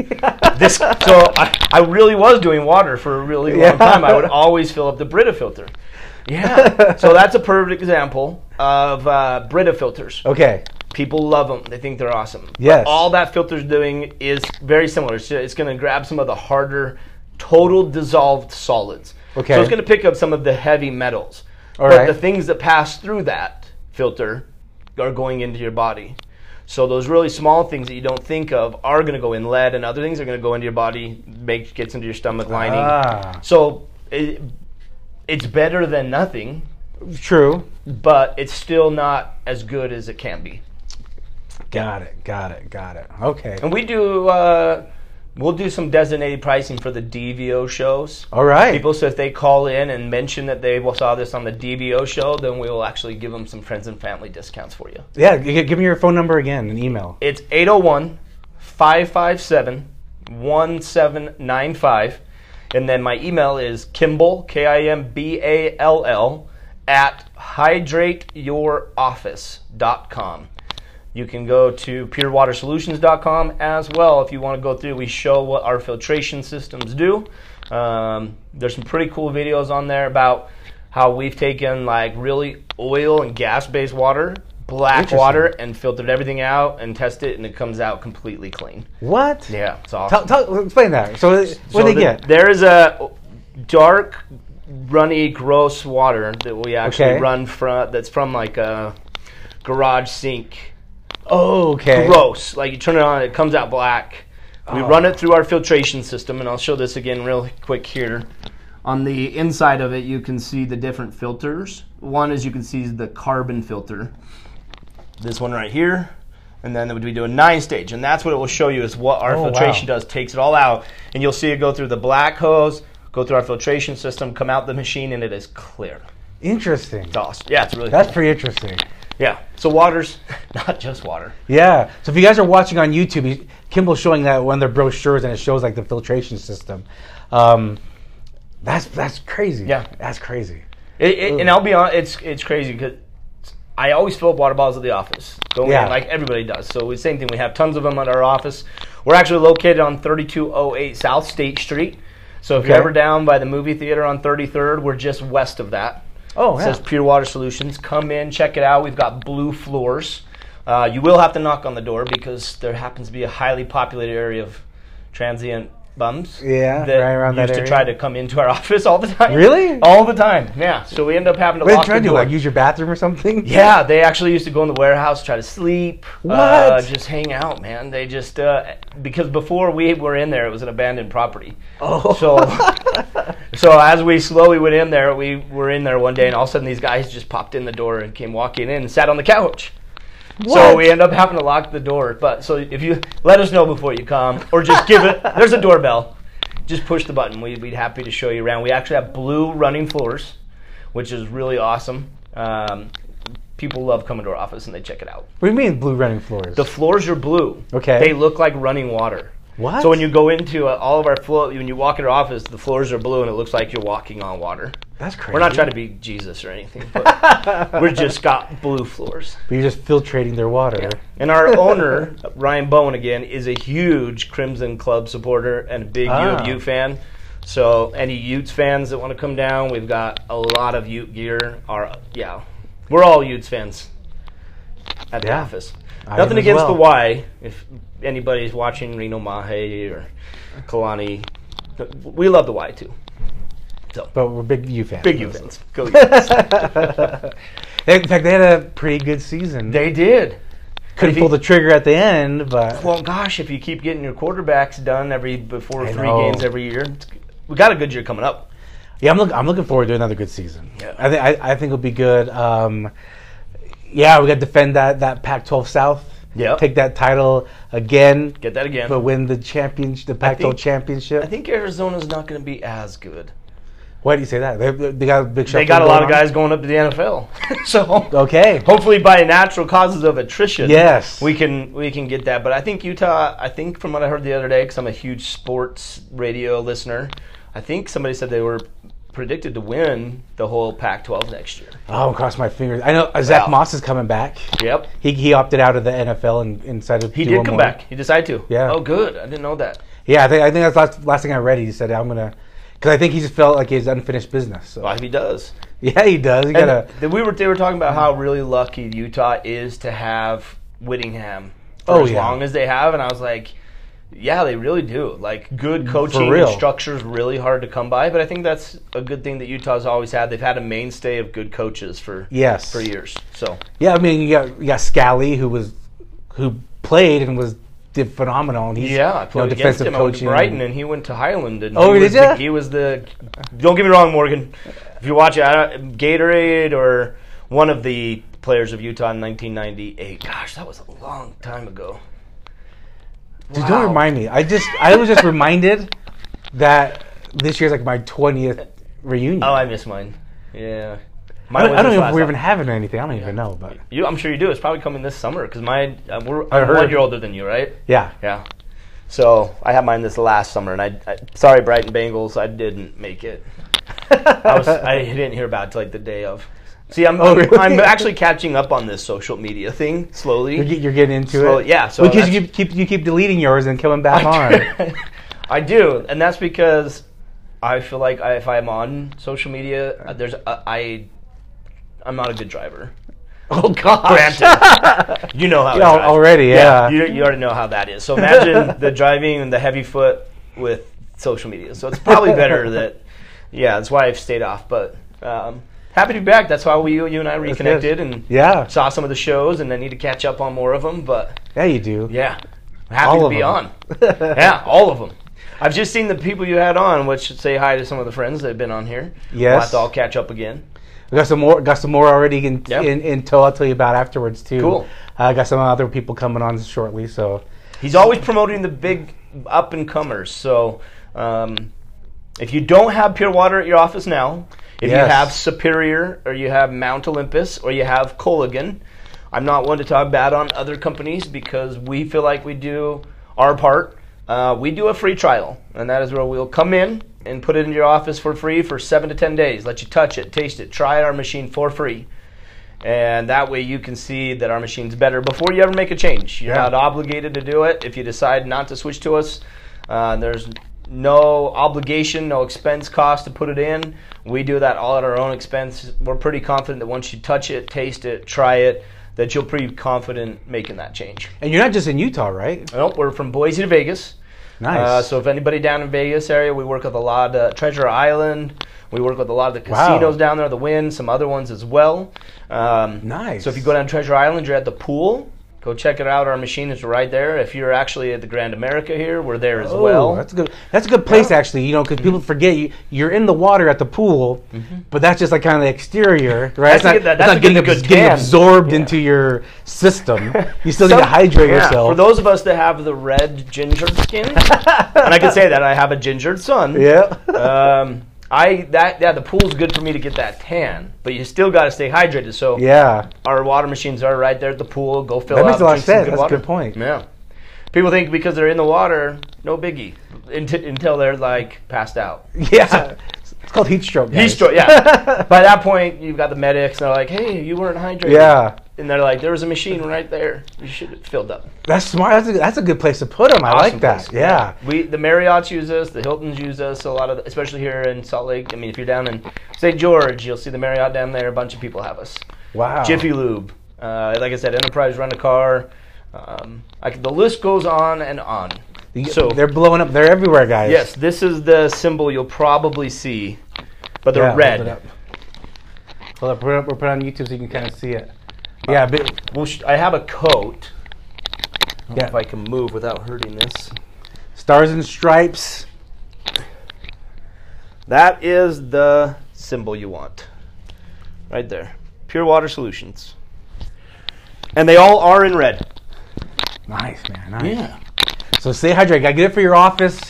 [SPEAKER 3] this so I, I really was doing water for a really long
[SPEAKER 1] Yeah.
[SPEAKER 3] time. I would always fill up the Brita filter. Yeah. so that's a perfect example of uh, Brita filters.
[SPEAKER 1] Okay.
[SPEAKER 3] People love them. They think they're awesome. But
[SPEAKER 1] Yes.
[SPEAKER 3] all that filter's doing is very similar. It's, it's going to grab some of the harder, total dissolved solids.
[SPEAKER 1] Okay.
[SPEAKER 3] So it's going to pick up some of the heavy metals.
[SPEAKER 1] All
[SPEAKER 3] but
[SPEAKER 1] right.
[SPEAKER 3] the things that pass through that filter are going into your body. So those really small things that you don't think of are going to go in. Lead and other things are going to go into your body. Make gets into your stomach lining.
[SPEAKER 1] Ah.
[SPEAKER 3] So it, it's better than nothing,
[SPEAKER 1] True.
[SPEAKER 3] but it's still not as good as it can be.
[SPEAKER 1] Got it. Got it. Got it. Okay.
[SPEAKER 3] And we do, uh, we'll do some designated pricing for the DVO shows.
[SPEAKER 1] All right.
[SPEAKER 3] People, so if they call in and mention that they saw this on the DVO show, then we will actually give them some friends and family discounts for you.
[SPEAKER 1] yeah. g- Give me your phone number again and email.
[SPEAKER 3] It's 801 557 1795. And then my email is Kimball, K I M B A L L, at hydrateyouroffice.com. You can go to purewatersolutions.com as well if you want to go through. We show what our filtration systems do. Um, there's some pretty cool videos on there about how we've taken like really oil and gas based water, black
[SPEAKER 1] Interesting.
[SPEAKER 3] water, and filtered everything out and test it, and it comes out completely clean.
[SPEAKER 1] What?
[SPEAKER 3] Yeah, it's awesome.
[SPEAKER 1] Tell, tell, explain that. So, what
[SPEAKER 3] So
[SPEAKER 1] do they
[SPEAKER 3] the-
[SPEAKER 1] get?
[SPEAKER 3] There is a dark, runny, gross water that we actually
[SPEAKER 1] Okay.
[SPEAKER 3] run from. That's from like a garage sink.
[SPEAKER 1] oh, okay.
[SPEAKER 3] Gross. Like you turn it on, it comes out black. We run it through our filtration system, and I'll show this again real quick here. On the inside of it, you can see the different filters. One is you can see the carbon filter. This one right here. And then we do a nine stage, and that's what it will show you is what our
[SPEAKER 1] Oh, wow.
[SPEAKER 3] filtration does. Takes it all out, and you'll see it go through the black hose, go through our filtration system, come out the machine, and it is clear.
[SPEAKER 1] Interesting.
[SPEAKER 3] It's awesome. Yeah, it's really
[SPEAKER 1] That's
[SPEAKER 3] cool.
[SPEAKER 1] pretty interesting.
[SPEAKER 3] yeah. So water's not just water.
[SPEAKER 1] Yeah. So if you guys are watching on YouTube, he- Kimball's showing that one of their brochures, and it shows like the filtration system. Um, that's that's crazy.
[SPEAKER 3] Yeah.
[SPEAKER 1] that's crazy.
[SPEAKER 3] It,
[SPEAKER 1] Mm.
[SPEAKER 3] it, and I'll be honest, it's it's crazy because I always fill up water bottles at the office. Don't we?
[SPEAKER 1] Yeah.
[SPEAKER 3] Like everybody does. So the same thing. We have tons of them at our office. We're actually located on 3208 South State Street. So if you're
[SPEAKER 1] Okay.
[SPEAKER 3] ever down by the movie theater on 33rd, we're just west of that.
[SPEAKER 1] Oh,
[SPEAKER 3] It
[SPEAKER 1] yeah.
[SPEAKER 3] says Pure Water Solutions. Come in, check it out. We've got blue floors. Uh, you will have to knock on the door because there happens to be a highly populated area of transient bums.
[SPEAKER 1] Yeah,
[SPEAKER 3] that
[SPEAKER 1] right around that
[SPEAKER 3] used to
[SPEAKER 1] area.
[SPEAKER 3] try to come into our office all the time.
[SPEAKER 1] Really?
[SPEAKER 3] All the time. Yeah. So we end up having to
[SPEAKER 1] What are
[SPEAKER 3] lock
[SPEAKER 1] they trying to do?
[SPEAKER 3] the door.
[SPEAKER 1] Like use your bathroom or something?
[SPEAKER 3] yeah, they actually used to go in the warehouse, try to sleep, Uh,
[SPEAKER 1] What?
[SPEAKER 3] just hang out, man. They just uh, because before we were in there, it was an abandoned property.
[SPEAKER 1] Oh.
[SPEAKER 3] So, so as we slowly went in there, we were in there one day, and all of a sudden these guys just popped in the door and came walking in and sat on the couch. So
[SPEAKER 1] What?
[SPEAKER 3] we end up having to lock the door. But so if you let us know before you come, or just give it. There's a doorbell. Just push the button. We'd be happy to show you around. We actually have blue running floors, which is really awesome. Um, people love coming to our office and they check it out.
[SPEAKER 1] What do you mean blue running floors?
[SPEAKER 3] The floors are blue.
[SPEAKER 1] Okay.
[SPEAKER 3] They look like running water.
[SPEAKER 1] What?
[SPEAKER 3] So when you go into uh, all of our floor, when you walk in our office, the floors are blue and it looks like you're walking on water.
[SPEAKER 1] that's crazy.
[SPEAKER 3] We're not trying to be Jesus or anything, but we're just got blue floors.
[SPEAKER 1] But you're just filtrating their water.
[SPEAKER 3] And our owner, Ryan Bowen, again, is a huge Crimson Club supporter and a big U
[SPEAKER 1] Ah.
[SPEAKER 3] of U fan. So any Utes fans that want to come down, we've got a lot of Ute gear. Our yeah, we're all Utes fans at the
[SPEAKER 1] Yeah.
[SPEAKER 3] office.
[SPEAKER 1] I am
[SPEAKER 3] Nothing
[SPEAKER 1] as
[SPEAKER 3] against
[SPEAKER 1] well.
[SPEAKER 3] the Y. If anybody's watching Reno Mahe or Kalani, we love the Y too.
[SPEAKER 1] But we're big U fans.
[SPEAKER 3] Big U fans, go Utes.
[SPEAKER 1] In fact, they had a pretty good season.
[SPEAKER 3] they did.
[SPEAKER 1] couldn't
[SPEAKER 3] if
[SPEAKER 1] pull
[SPEAKER 3] he-
[SPEAKER 1] the trigger at the end, but
[SPEAKER 3] Well, gosh, if you keep getting your quarterbacks done every before
[SPEAKER 1] I
[SPEAKER 3] three
[SPEAKER 1] know.
[SPEAKER 3] games every year, it's, g- we got a good year coming up.
[SPEAKER 1] yeah, I'm looking. I'm looking forward to another good season.
[SPEAKER 3] Yeah.
[SPEAKER 1] I think I, I think it'll be good. Um, yeah, we got to defend that that Pac-12 South.
[SPEAKER 3] Yeah.
[SPEAKER 1] take that title again,
[SPEAKER 3] Get that again.
[SPEAKER 1] but win the championship, the Pac-12
[SPEAKER 3] think-
[SPEAKER 1] championship.
[SPEAKER 3] I think Arizona's not going to be as good.
[SPEAKER 1] Why do you say that? They, they got a big.
[SPEAKER 3] They
[SPEAKER 1] shuffle
[SPEAKER 3] got a lot of
[SPEAKER 1] going on.
[SPEAKER 3] guys going up to the NFL, so
[SPEAKER 1] Okay.
[SPEAKER 3] hopefully by natural causes of attrition,
[SPEAKER 1] Yes.
[SPEAKER 3] we can we can get that. But I think Utah. I think from what I heard the other day, because I'm a huge sports radio listener, I think somebody said they were predicted to win the whole Pac-12 next year.
[SPEAKER 1] Oh, cross my fingers. I know uh, Zach
[SPEAKER 3] Wow.
[SPEAKER 1] Moss is coming back.
[SPEAKER 3] Yep,
[SPEAKER 1] He, he opted out of the NFL and, and decided to
[SPEAKER 3] he
[SPEAKER 1] do
[SPEAKER 3] did
[SPEAKER 1] one
[SPEAKER 3] come
[SPEAKER 1] more.
[SPEAKER 3] back. He decided to.
[SPEAKER 1] Yeah.
[SPEAKER 3] Oh, good. I didn't know that.
[SPEAKER 1] Yeah, I think I think that's last last thing I read. He said I'm gonna because I think he just felt like his unfinished business. So.
[SPEAKER 3] Well, he does.
[SPEAKER 1] Yeah, he does. He got
[SPEAKER 3] And
[SPEAKER 1] a
[SPEAKER 3] th- we were they were talking about how really lucky Utah is to have Whittingham for
[SPEAKER 1] Oh,
[SPEAKER 3] as
[SPEAKER 1] yeah.
[SPEAKER 3] long as they have, and I was like, yeah, they really do. Like good coaching
[SPEAKER 1] real.
[SPEAKER 3] and structure is really hard to come by, but I think that's a good thing that Utah's always had. They've had a mainstay of good coaches for
[SPEAKER 1] yes.
[SPEAKER 3] for years. So
[SPEAKER 1] Yeah, I mean, you got you got Scally who was who played and was did phenomenal. And he's
[SPEAKER 3] yeah, I
[SPEAKER 1] you know,
[SPEAKER 3] played against
[SPEAKER 1] defensive
[SPEAKER 3] him. I went
[SPEAKER 1] coaching.
[SPEAKER 3] to Brighton, and he went to Highland. And
[SPEAKER 1] Oh,
[SPEAKER 3] he
[SPEAKER 1] did
[SPEAKER 3] was the-
[SPEAKER 1] ya?
[SPEAKER 3] He was the. Don't get me wrong, Morgan. If you watch it, I don't- Gatorade or one of the players of Utah in 1998. Gosh, that was a long time ago.
[SPEAKER 1] Just
[SPEAKER 3] Wow.
[SPEAKER 1] don't remind me. I just I was just reminded that this year's like my twentieth reunion.
[SPEAKER 3] Oh, I missed mine. Yeah.
[SPEAKER 1] I
[SPEAKER 3] Mine
[SPEAKER 1] don't,
[SPEAKER 3] was
[SPEAKER 1] I don't even
[SPEAKER 3] this
[SPEAKER 1] know
[SPEAKER 3] last
[SPEAKER 1] if we're
[SPEAKER 3] time.
[SPEAKER 1] even having anything. I don't even know, but
[SPEAKER 3] You, I'm sure you do. It's probably coming this summer because my uh, we're
[SPEAKER 1] I
[SPEAKER 3] I'm
[SPEAKER 1] heard.
[SPEAKER 3] one year older than you, right?
[SPEAKER 1] yeah,
[SPEAKER 3] Yeah. So I had mine this last summer, and I, I sorry Brighton Bengals, I didn't make it. I, was, I didn't hear about it till, like the day of. See, I'm,
[SPEAKER 1] Oh, really?
[SPEAKER 3] I'm actually catching up on this social media thing slowly.
[SPEAKER 1] You're, get- you're getting into
[SPEAKER 3] So,
[SPEAKER 1] it.
[SPEAKER 3] yeah, so
[SPEAKER 1] because
[SPEAKER 3] that's-
[SPEAKER 1] you keep, keep you keep deleting yours and coming back on.
[SPEAKER 3] I do, and that's because I feel like I, if I'm on social media, uh, there's uh, I, I'm not a good driver.
[SPEAKER 1] oh gosh.
[SPEAKER 3] You know how. I
[SPEAKER 1] Yeah, al-
[SPEAKER 3] drive.
[SPEAKER 1] already, yeah.
[SPEAKER 3] You, you already know how that is. So imagine the driving and the heavy foot with social media. So it's probably better that. Yeah, that's why I've stayed off. But um, happy to be back. That's why we, you and I reconnected and
[SPEAKER 1] Yeah.
[SPEAKER 3] saw some of the shows, and I need to catch up on more of them. But
[SPEAKER 1] Yeah, you do.
[SPEAKER 3] yeah, happy
[SPEAKER 1] All
[SPEAKER 3] to
[SPEAKER 1] of
[SPEAKER 3] be
[SPEAKER 1] them.
[SPEAKER 3] on. yeah, all of them. I've just seen the people you had on, which should say hi to some of the friends that have been on here. We'll
[SPEAKER 1] Yes.
[SPEAKER 3] have to all catch up again.
[SPEAKER 1] We got some more. Got some more already in
[SPEAKER 3] Yeah.
[SPEAKER 1] in, in tow. I'll tell you about afterwards too. Uh,
[SPEAKER 3] Cool.
[SPEAKER 1] I got some other people coming on shortly. So
[SPEAKER 3] He's always promoting the big up and comers. So um, if you don't have pure water at your office now, if
[SPEAKER 1] Yes.
[SPEAKER 3] you have Superior or you have Mount Olympus or you have Coligan, I'm not one to talk bad on other companies because we feel like we do our part. Uh, we do a free trial, and that is where we'll come in and put it in your office for free for seven to ten days. Let you touch it, taste it, try our machine for free and that way you can see that our machine's better before you ever make a change. You're
[SPEAKER 1] Yeah.
[SPEAKER 3] not obligated to do it. If you decide not to switch to us, uh, there's no obligation, no expense cost to put it in. We do that all at our own expense. We're pretty confident that once you touch it, taste it, try it, that you'll pretty confident making that change.
[SPEAKER 1] and you're not just in Utah, right?
[SPEAKER 3] Well, we're from Boise to Vegas.
[SPEAKER 1] Nice.
[SPEAKER 3] Uh, so if anybody down in Vegas area, we work with a lot of Treasure Island. We work with a lot of the
[SPEAKER 1] Wow.
[SPEAKER 3] casinos down there, the Wynn, some other ones as well. Um,
[SPEAKER 1] Nice.
[SPEAKER 3] So if you go down to Treasure Island, you're at the pool. Go check it out. Our machine is right there. If you're actually at the Grand America here, we're there as
[SPEAKER 1] Oh,
[SPEAKER 3] well.
[SPEAKER 1] that's a good. That's a good place actually. You know, because people forget you, you're in the water at the pool, but that's just like kind of the exterior, right?
[SPEAKER 3] Mm-hmm. That's a good- that's a good-
[SPEAKER 1] getting, abs-
[SPEAKER 3] good
[SPEAKER 1] getting
[SPEAKER 3] tan.
[SPEAKER 1] absorbed into your system. You still need to
[SPEAKER 3] Some-
[SPEAKER 1] hydrate
[SPEAKER 3] yeah,
[SPEAKER 1] yourself.
[SPEAKER 3] For those of us that have the red ginger skin, and I can say that I have a gingered son.
[SPEAKER 1] yeah.
[SPEAKER 3] Um, I that yeah, the pool's good for me to get that tan, but you still got to stay hydrated. So
[SPEAKER 1] yeah.
[SPEAKER 3] our water machines are right there at the pool. Go fill
[SPEAKER 1] That
[SPEAKER 3] up.
[SPEAKER 1] makes a lot of
[SPEAKER 3] drink some
[SPEAKER 1] sense. That's a
[SPEAKER 3] water.
[SPEAKER 1] good point.
[SPEAKER 3] Yeah. People think because they're in the water, no biggie, until, until they're like passed out.
[SPEAKER 1] Yeah. It's called heat stroke.
[SPEAKER 3] Heat
[SPEAKER 1] guys.
[SPEAKER 3] stroke, yeah. By that point, you've got the medics, and they're like, "Hey, you weren't hydrated."
[SPEAKER 1] Yeah.
[SPEAKER 3] And they're like, "There was a machine right there. You should have filled up."
[SPEAKER 1] That's smart. That's a, that's a good place to put them. I
[SPEAKER 3] Awesome
[SPEAKER 1] like that.
[SPEAKER 3] place.
[SPEAKER 1] Yeah.
[SPEAKER 3] We the Marriotts use us, the Hiltons use us a lot of, the, especially here in Salt Lake. I mean, if you're down in St. George, you'll see the Marriott down there. A bunch of people have us.
[SPEAKER 1] Wow.
[SPEAKER 3] Jiffy Lube. Uh, like I said, Enterprise Rent a Car. Um, I c the list goes on and on.
[SPEAKER 1] You-
[SPEAKER 3] So-
[SPEAKER 1] they're blowing up. They're everywhere, guys.
[SPEAKER 3] Yes, this is the symbol you'll probably see, but they're
[SPEAKER 1] Yeah, Hold it
[SPEAKER 3] red.
[SPEAKER 1] up. Hold up. We're, we're put on YouTube so you can kind of see it. Yeah. But,
[SPEAKER 3] Well, sh- I have a coat. I don't know
[SPEAKER 1] yeah.
[SPEAKER 3] If I can move without hurting this,
[SPEAKER 1] Stars and stripes.
[SPEAKER 3] that is the symbol you want, right there. Pure Water Solutions, and they all are in red.
[SPEAKER 1] Nice, man. Nice. So stay hydrated. Gotta get it for your office.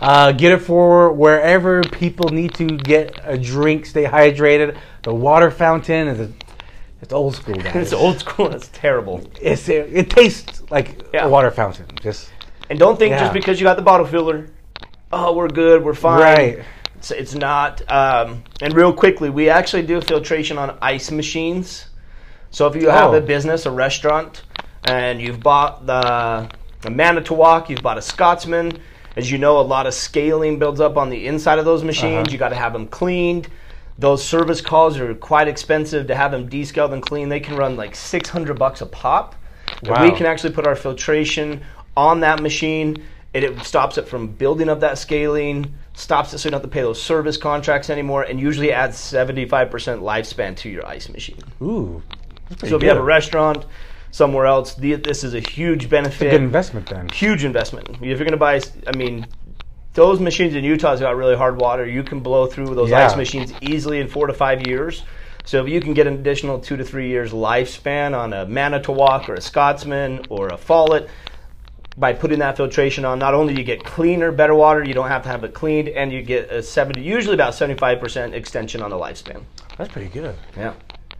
[SPEAKER 1] Uh, get it for wherever people need to get a drink. Stay hydrated. The water fountain is a, it's old school, guys.
[SPEAKER 3] it's old school. That's terrible.
[SPEAKER 1] It's- it, it tastes like
[SPEAKER 3] Yeah.
[SPEAKER 1] a water fountain. Just
[SPEAKER 3] And don't think
[SPEAKER 1] Yeah.
[SPEAKER 3] just because you got the bottle filler, oh, we're good, we're fine.
[SPEAKER 1] right.
[SPEAKER 3] It's, it's not. Um, and real quickly, we actually do filtration on ice machines. So if you have
[SPEAKER 1] Oh.
[SPEAKER 3] a business, a restaurant, and you've bought the, the Manitowoc, you've bought a Scotsman, as you know, a lot of scaling builds up on the inside of those machines. You got to have them cleaned. Those service calls are quite expensive to have them descaled and cleaned. They can run like 600 bucks a pop. And
[SPEAKER 1] Wow.
[SPEAKER 3] we can actually put our filtration on that machine. and it stops it from building up that scaling, stops it so you don't have to pay those service contracts anymore, and usually adds 75% lifespan to your ice machine.
[SPEAKER 1] Ooh,
[SPEAKER 3] So if you have a restaurant somewhere else, the, this is a huge benefit.
[SPEAKER 1] good investment then.
[SPEAKER 3] Huge investment. If you're going to buy, s- I mean, those machines in Utah's got really hard water. You can blow through those
[SPEAKER 1] Yeah.
[SPEAKER 3] ice machines easily in four to five years. So if you can get an additional two to three years lifespan on a Manitowoc or a Scotsman or a Follett, by putting that filtration on, not only do you get cleaner, better water, you don't have to have it cleaned, and you get a 70, usually about 75% extension on the lifespan.
[SPEAKER 1] That's pretty good,
[SPEAKER 3] Yeah.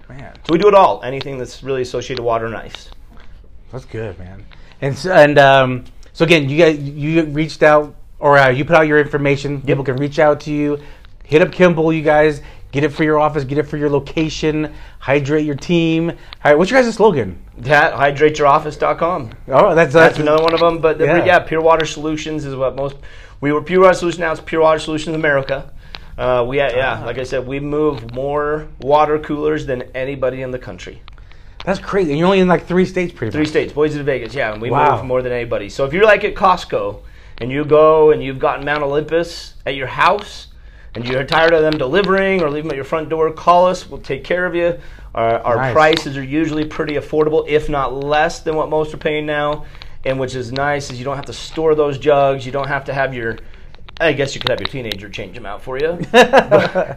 [SPEAKER 1] man.
[SPEAKER 3] So we do it all. Anything that's really associated with water and ice.
[SPEAKER 1] That's good, man. And so, and um, so again, you guys, you reached out or uh, you put out your information. People can reach out to you. Hit up Kimball, you guys. Get it for your office. Get it for your location. Hydrate your team. Hi- What's your guys' slogan?
[SPEAKER 3] That hydrateyouroffice.com.
[SPEAKER 1] Oh, that's
[SPEAKER 3] That's another one of them. But the-
[SPEAKER 1] Yeah.
[SPEAKER 3] yeah. Pure Water Solutions is what most. We were Pure Water Solutions. Now it's Pure Water Solutions America. Uh, we yeah, like I said, we move more water coolers than anybody in the country.
[SPEAKER 1] That's crazy. And you're only in like three states, pretty
[SPEAKER 3] Three
[SPEAKER 1] much.
[SPEAKER 3] states, Boise to Vegas. Yeah, and we
[SPEAKER 1] Wow.
[SPEAKER 3] move more than anybody. So if you're like at Costco and you go and you've gotten Mount Olympus at your house and you're tired of them delivering or leave them at your front door, call us. We'll take care of you. Our, our
[SPEAKER 1] Nice.
[SPEAKER 3] prices are usually pretty affordable, if not less than what most are paying now. And which is nice is you don't have to store those jugs. You don't have to have your. I guess you could have your teenager change them out for you. But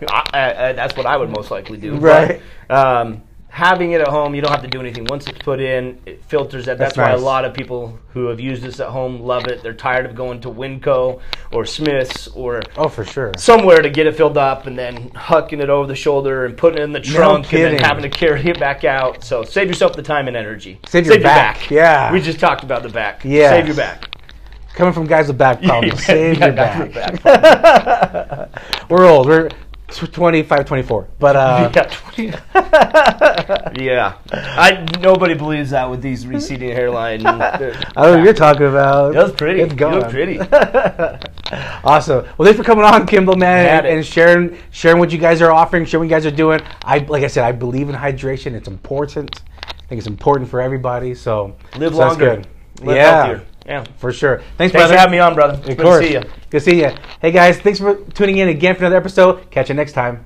[SPEAKER 3] I, I, I- that's what I would most likely do.
[SPEAKER 1] Right.
[SPEAKER 3] But, um, having it at home, you don't have to do anything. Once it's put in, it filters that. That's,
[SPEAKER 1] That's nice.
[SPEAKER 3] why a lot of people who have used this at home love it. They're tired of going to Winco or Smith's or
[SPEAKER 1] Oh, for sure.
[SPEAKER 3] somewhere to get it filled up and then hucking it over the shoulder and putting it in the trunk and
[SPEAKER 1] kidding.
[SPEAKER 3] then having to carry it back out. So save yourself the time and energy.
[SPEAKER 1] Save your back, yeah.
[SPEAKER 3] We just talked about the back.
[SPEAKER 1] Yes.
[SPEAKER 3] Save your back.
[SPEAKER 1] Coming from guys with back problems. Save
[SPEAKER 3] Yeah,
[SPEAKER 1] your
[SPEAKER 3] back to
[SPEAKER 1] back.
[SPEAKER 3] the back.
[SPEAKER 1] We're old. We're tw- 25, 24. But uh,
[SPEAKER 3] Yeah, 20. yeah. I nobody believes that with these receding hairline.
[SPEAKER 1] I don't know what you're talking about.
[SPEAKER 3] That was pretty.
[SPEAKER 1] It's
[SPEAKER 3] You
[SPEAKER 1] gone.
[SPEAKER 3] look pretty.
[SPEAKER 1] Awesome. Well, thanks for coming on, Kimball, man,
[SPEAKER 3] Had
[SPEAKER 1] and,
[SPEAKER 3] it.
[SPEAKER 1] and sharing sharing what you guys are offering, sharing what you guys are doing. I like I said, I believe in hydration. It's important. I think it's important for everybody. So
[SPEAKER 3] Live
[SPEAKER 1] so that's
[SPEAKER 3] longer.
[SPEAKER 1] good.
[SPEAKER 3] Live
[SPEAKER 1] yeah,
[SPEAKER 3] healthier. Yeah.
[SPEAKER 1] for sure. Thanks,
[SPEAKER 3] Thanks
[SPEAKER 1] brother.
[SPEAKER 3] for having me on, brother.
[SPEAKER 1] Of
[SPEAKER 3] Good
[SPEAKER 1] course.
[SPEAKER 3] to see you.
[SPEAKER 1] Good to see you. Hey guys, thanks for tuning in again for another episode. Catch you next time.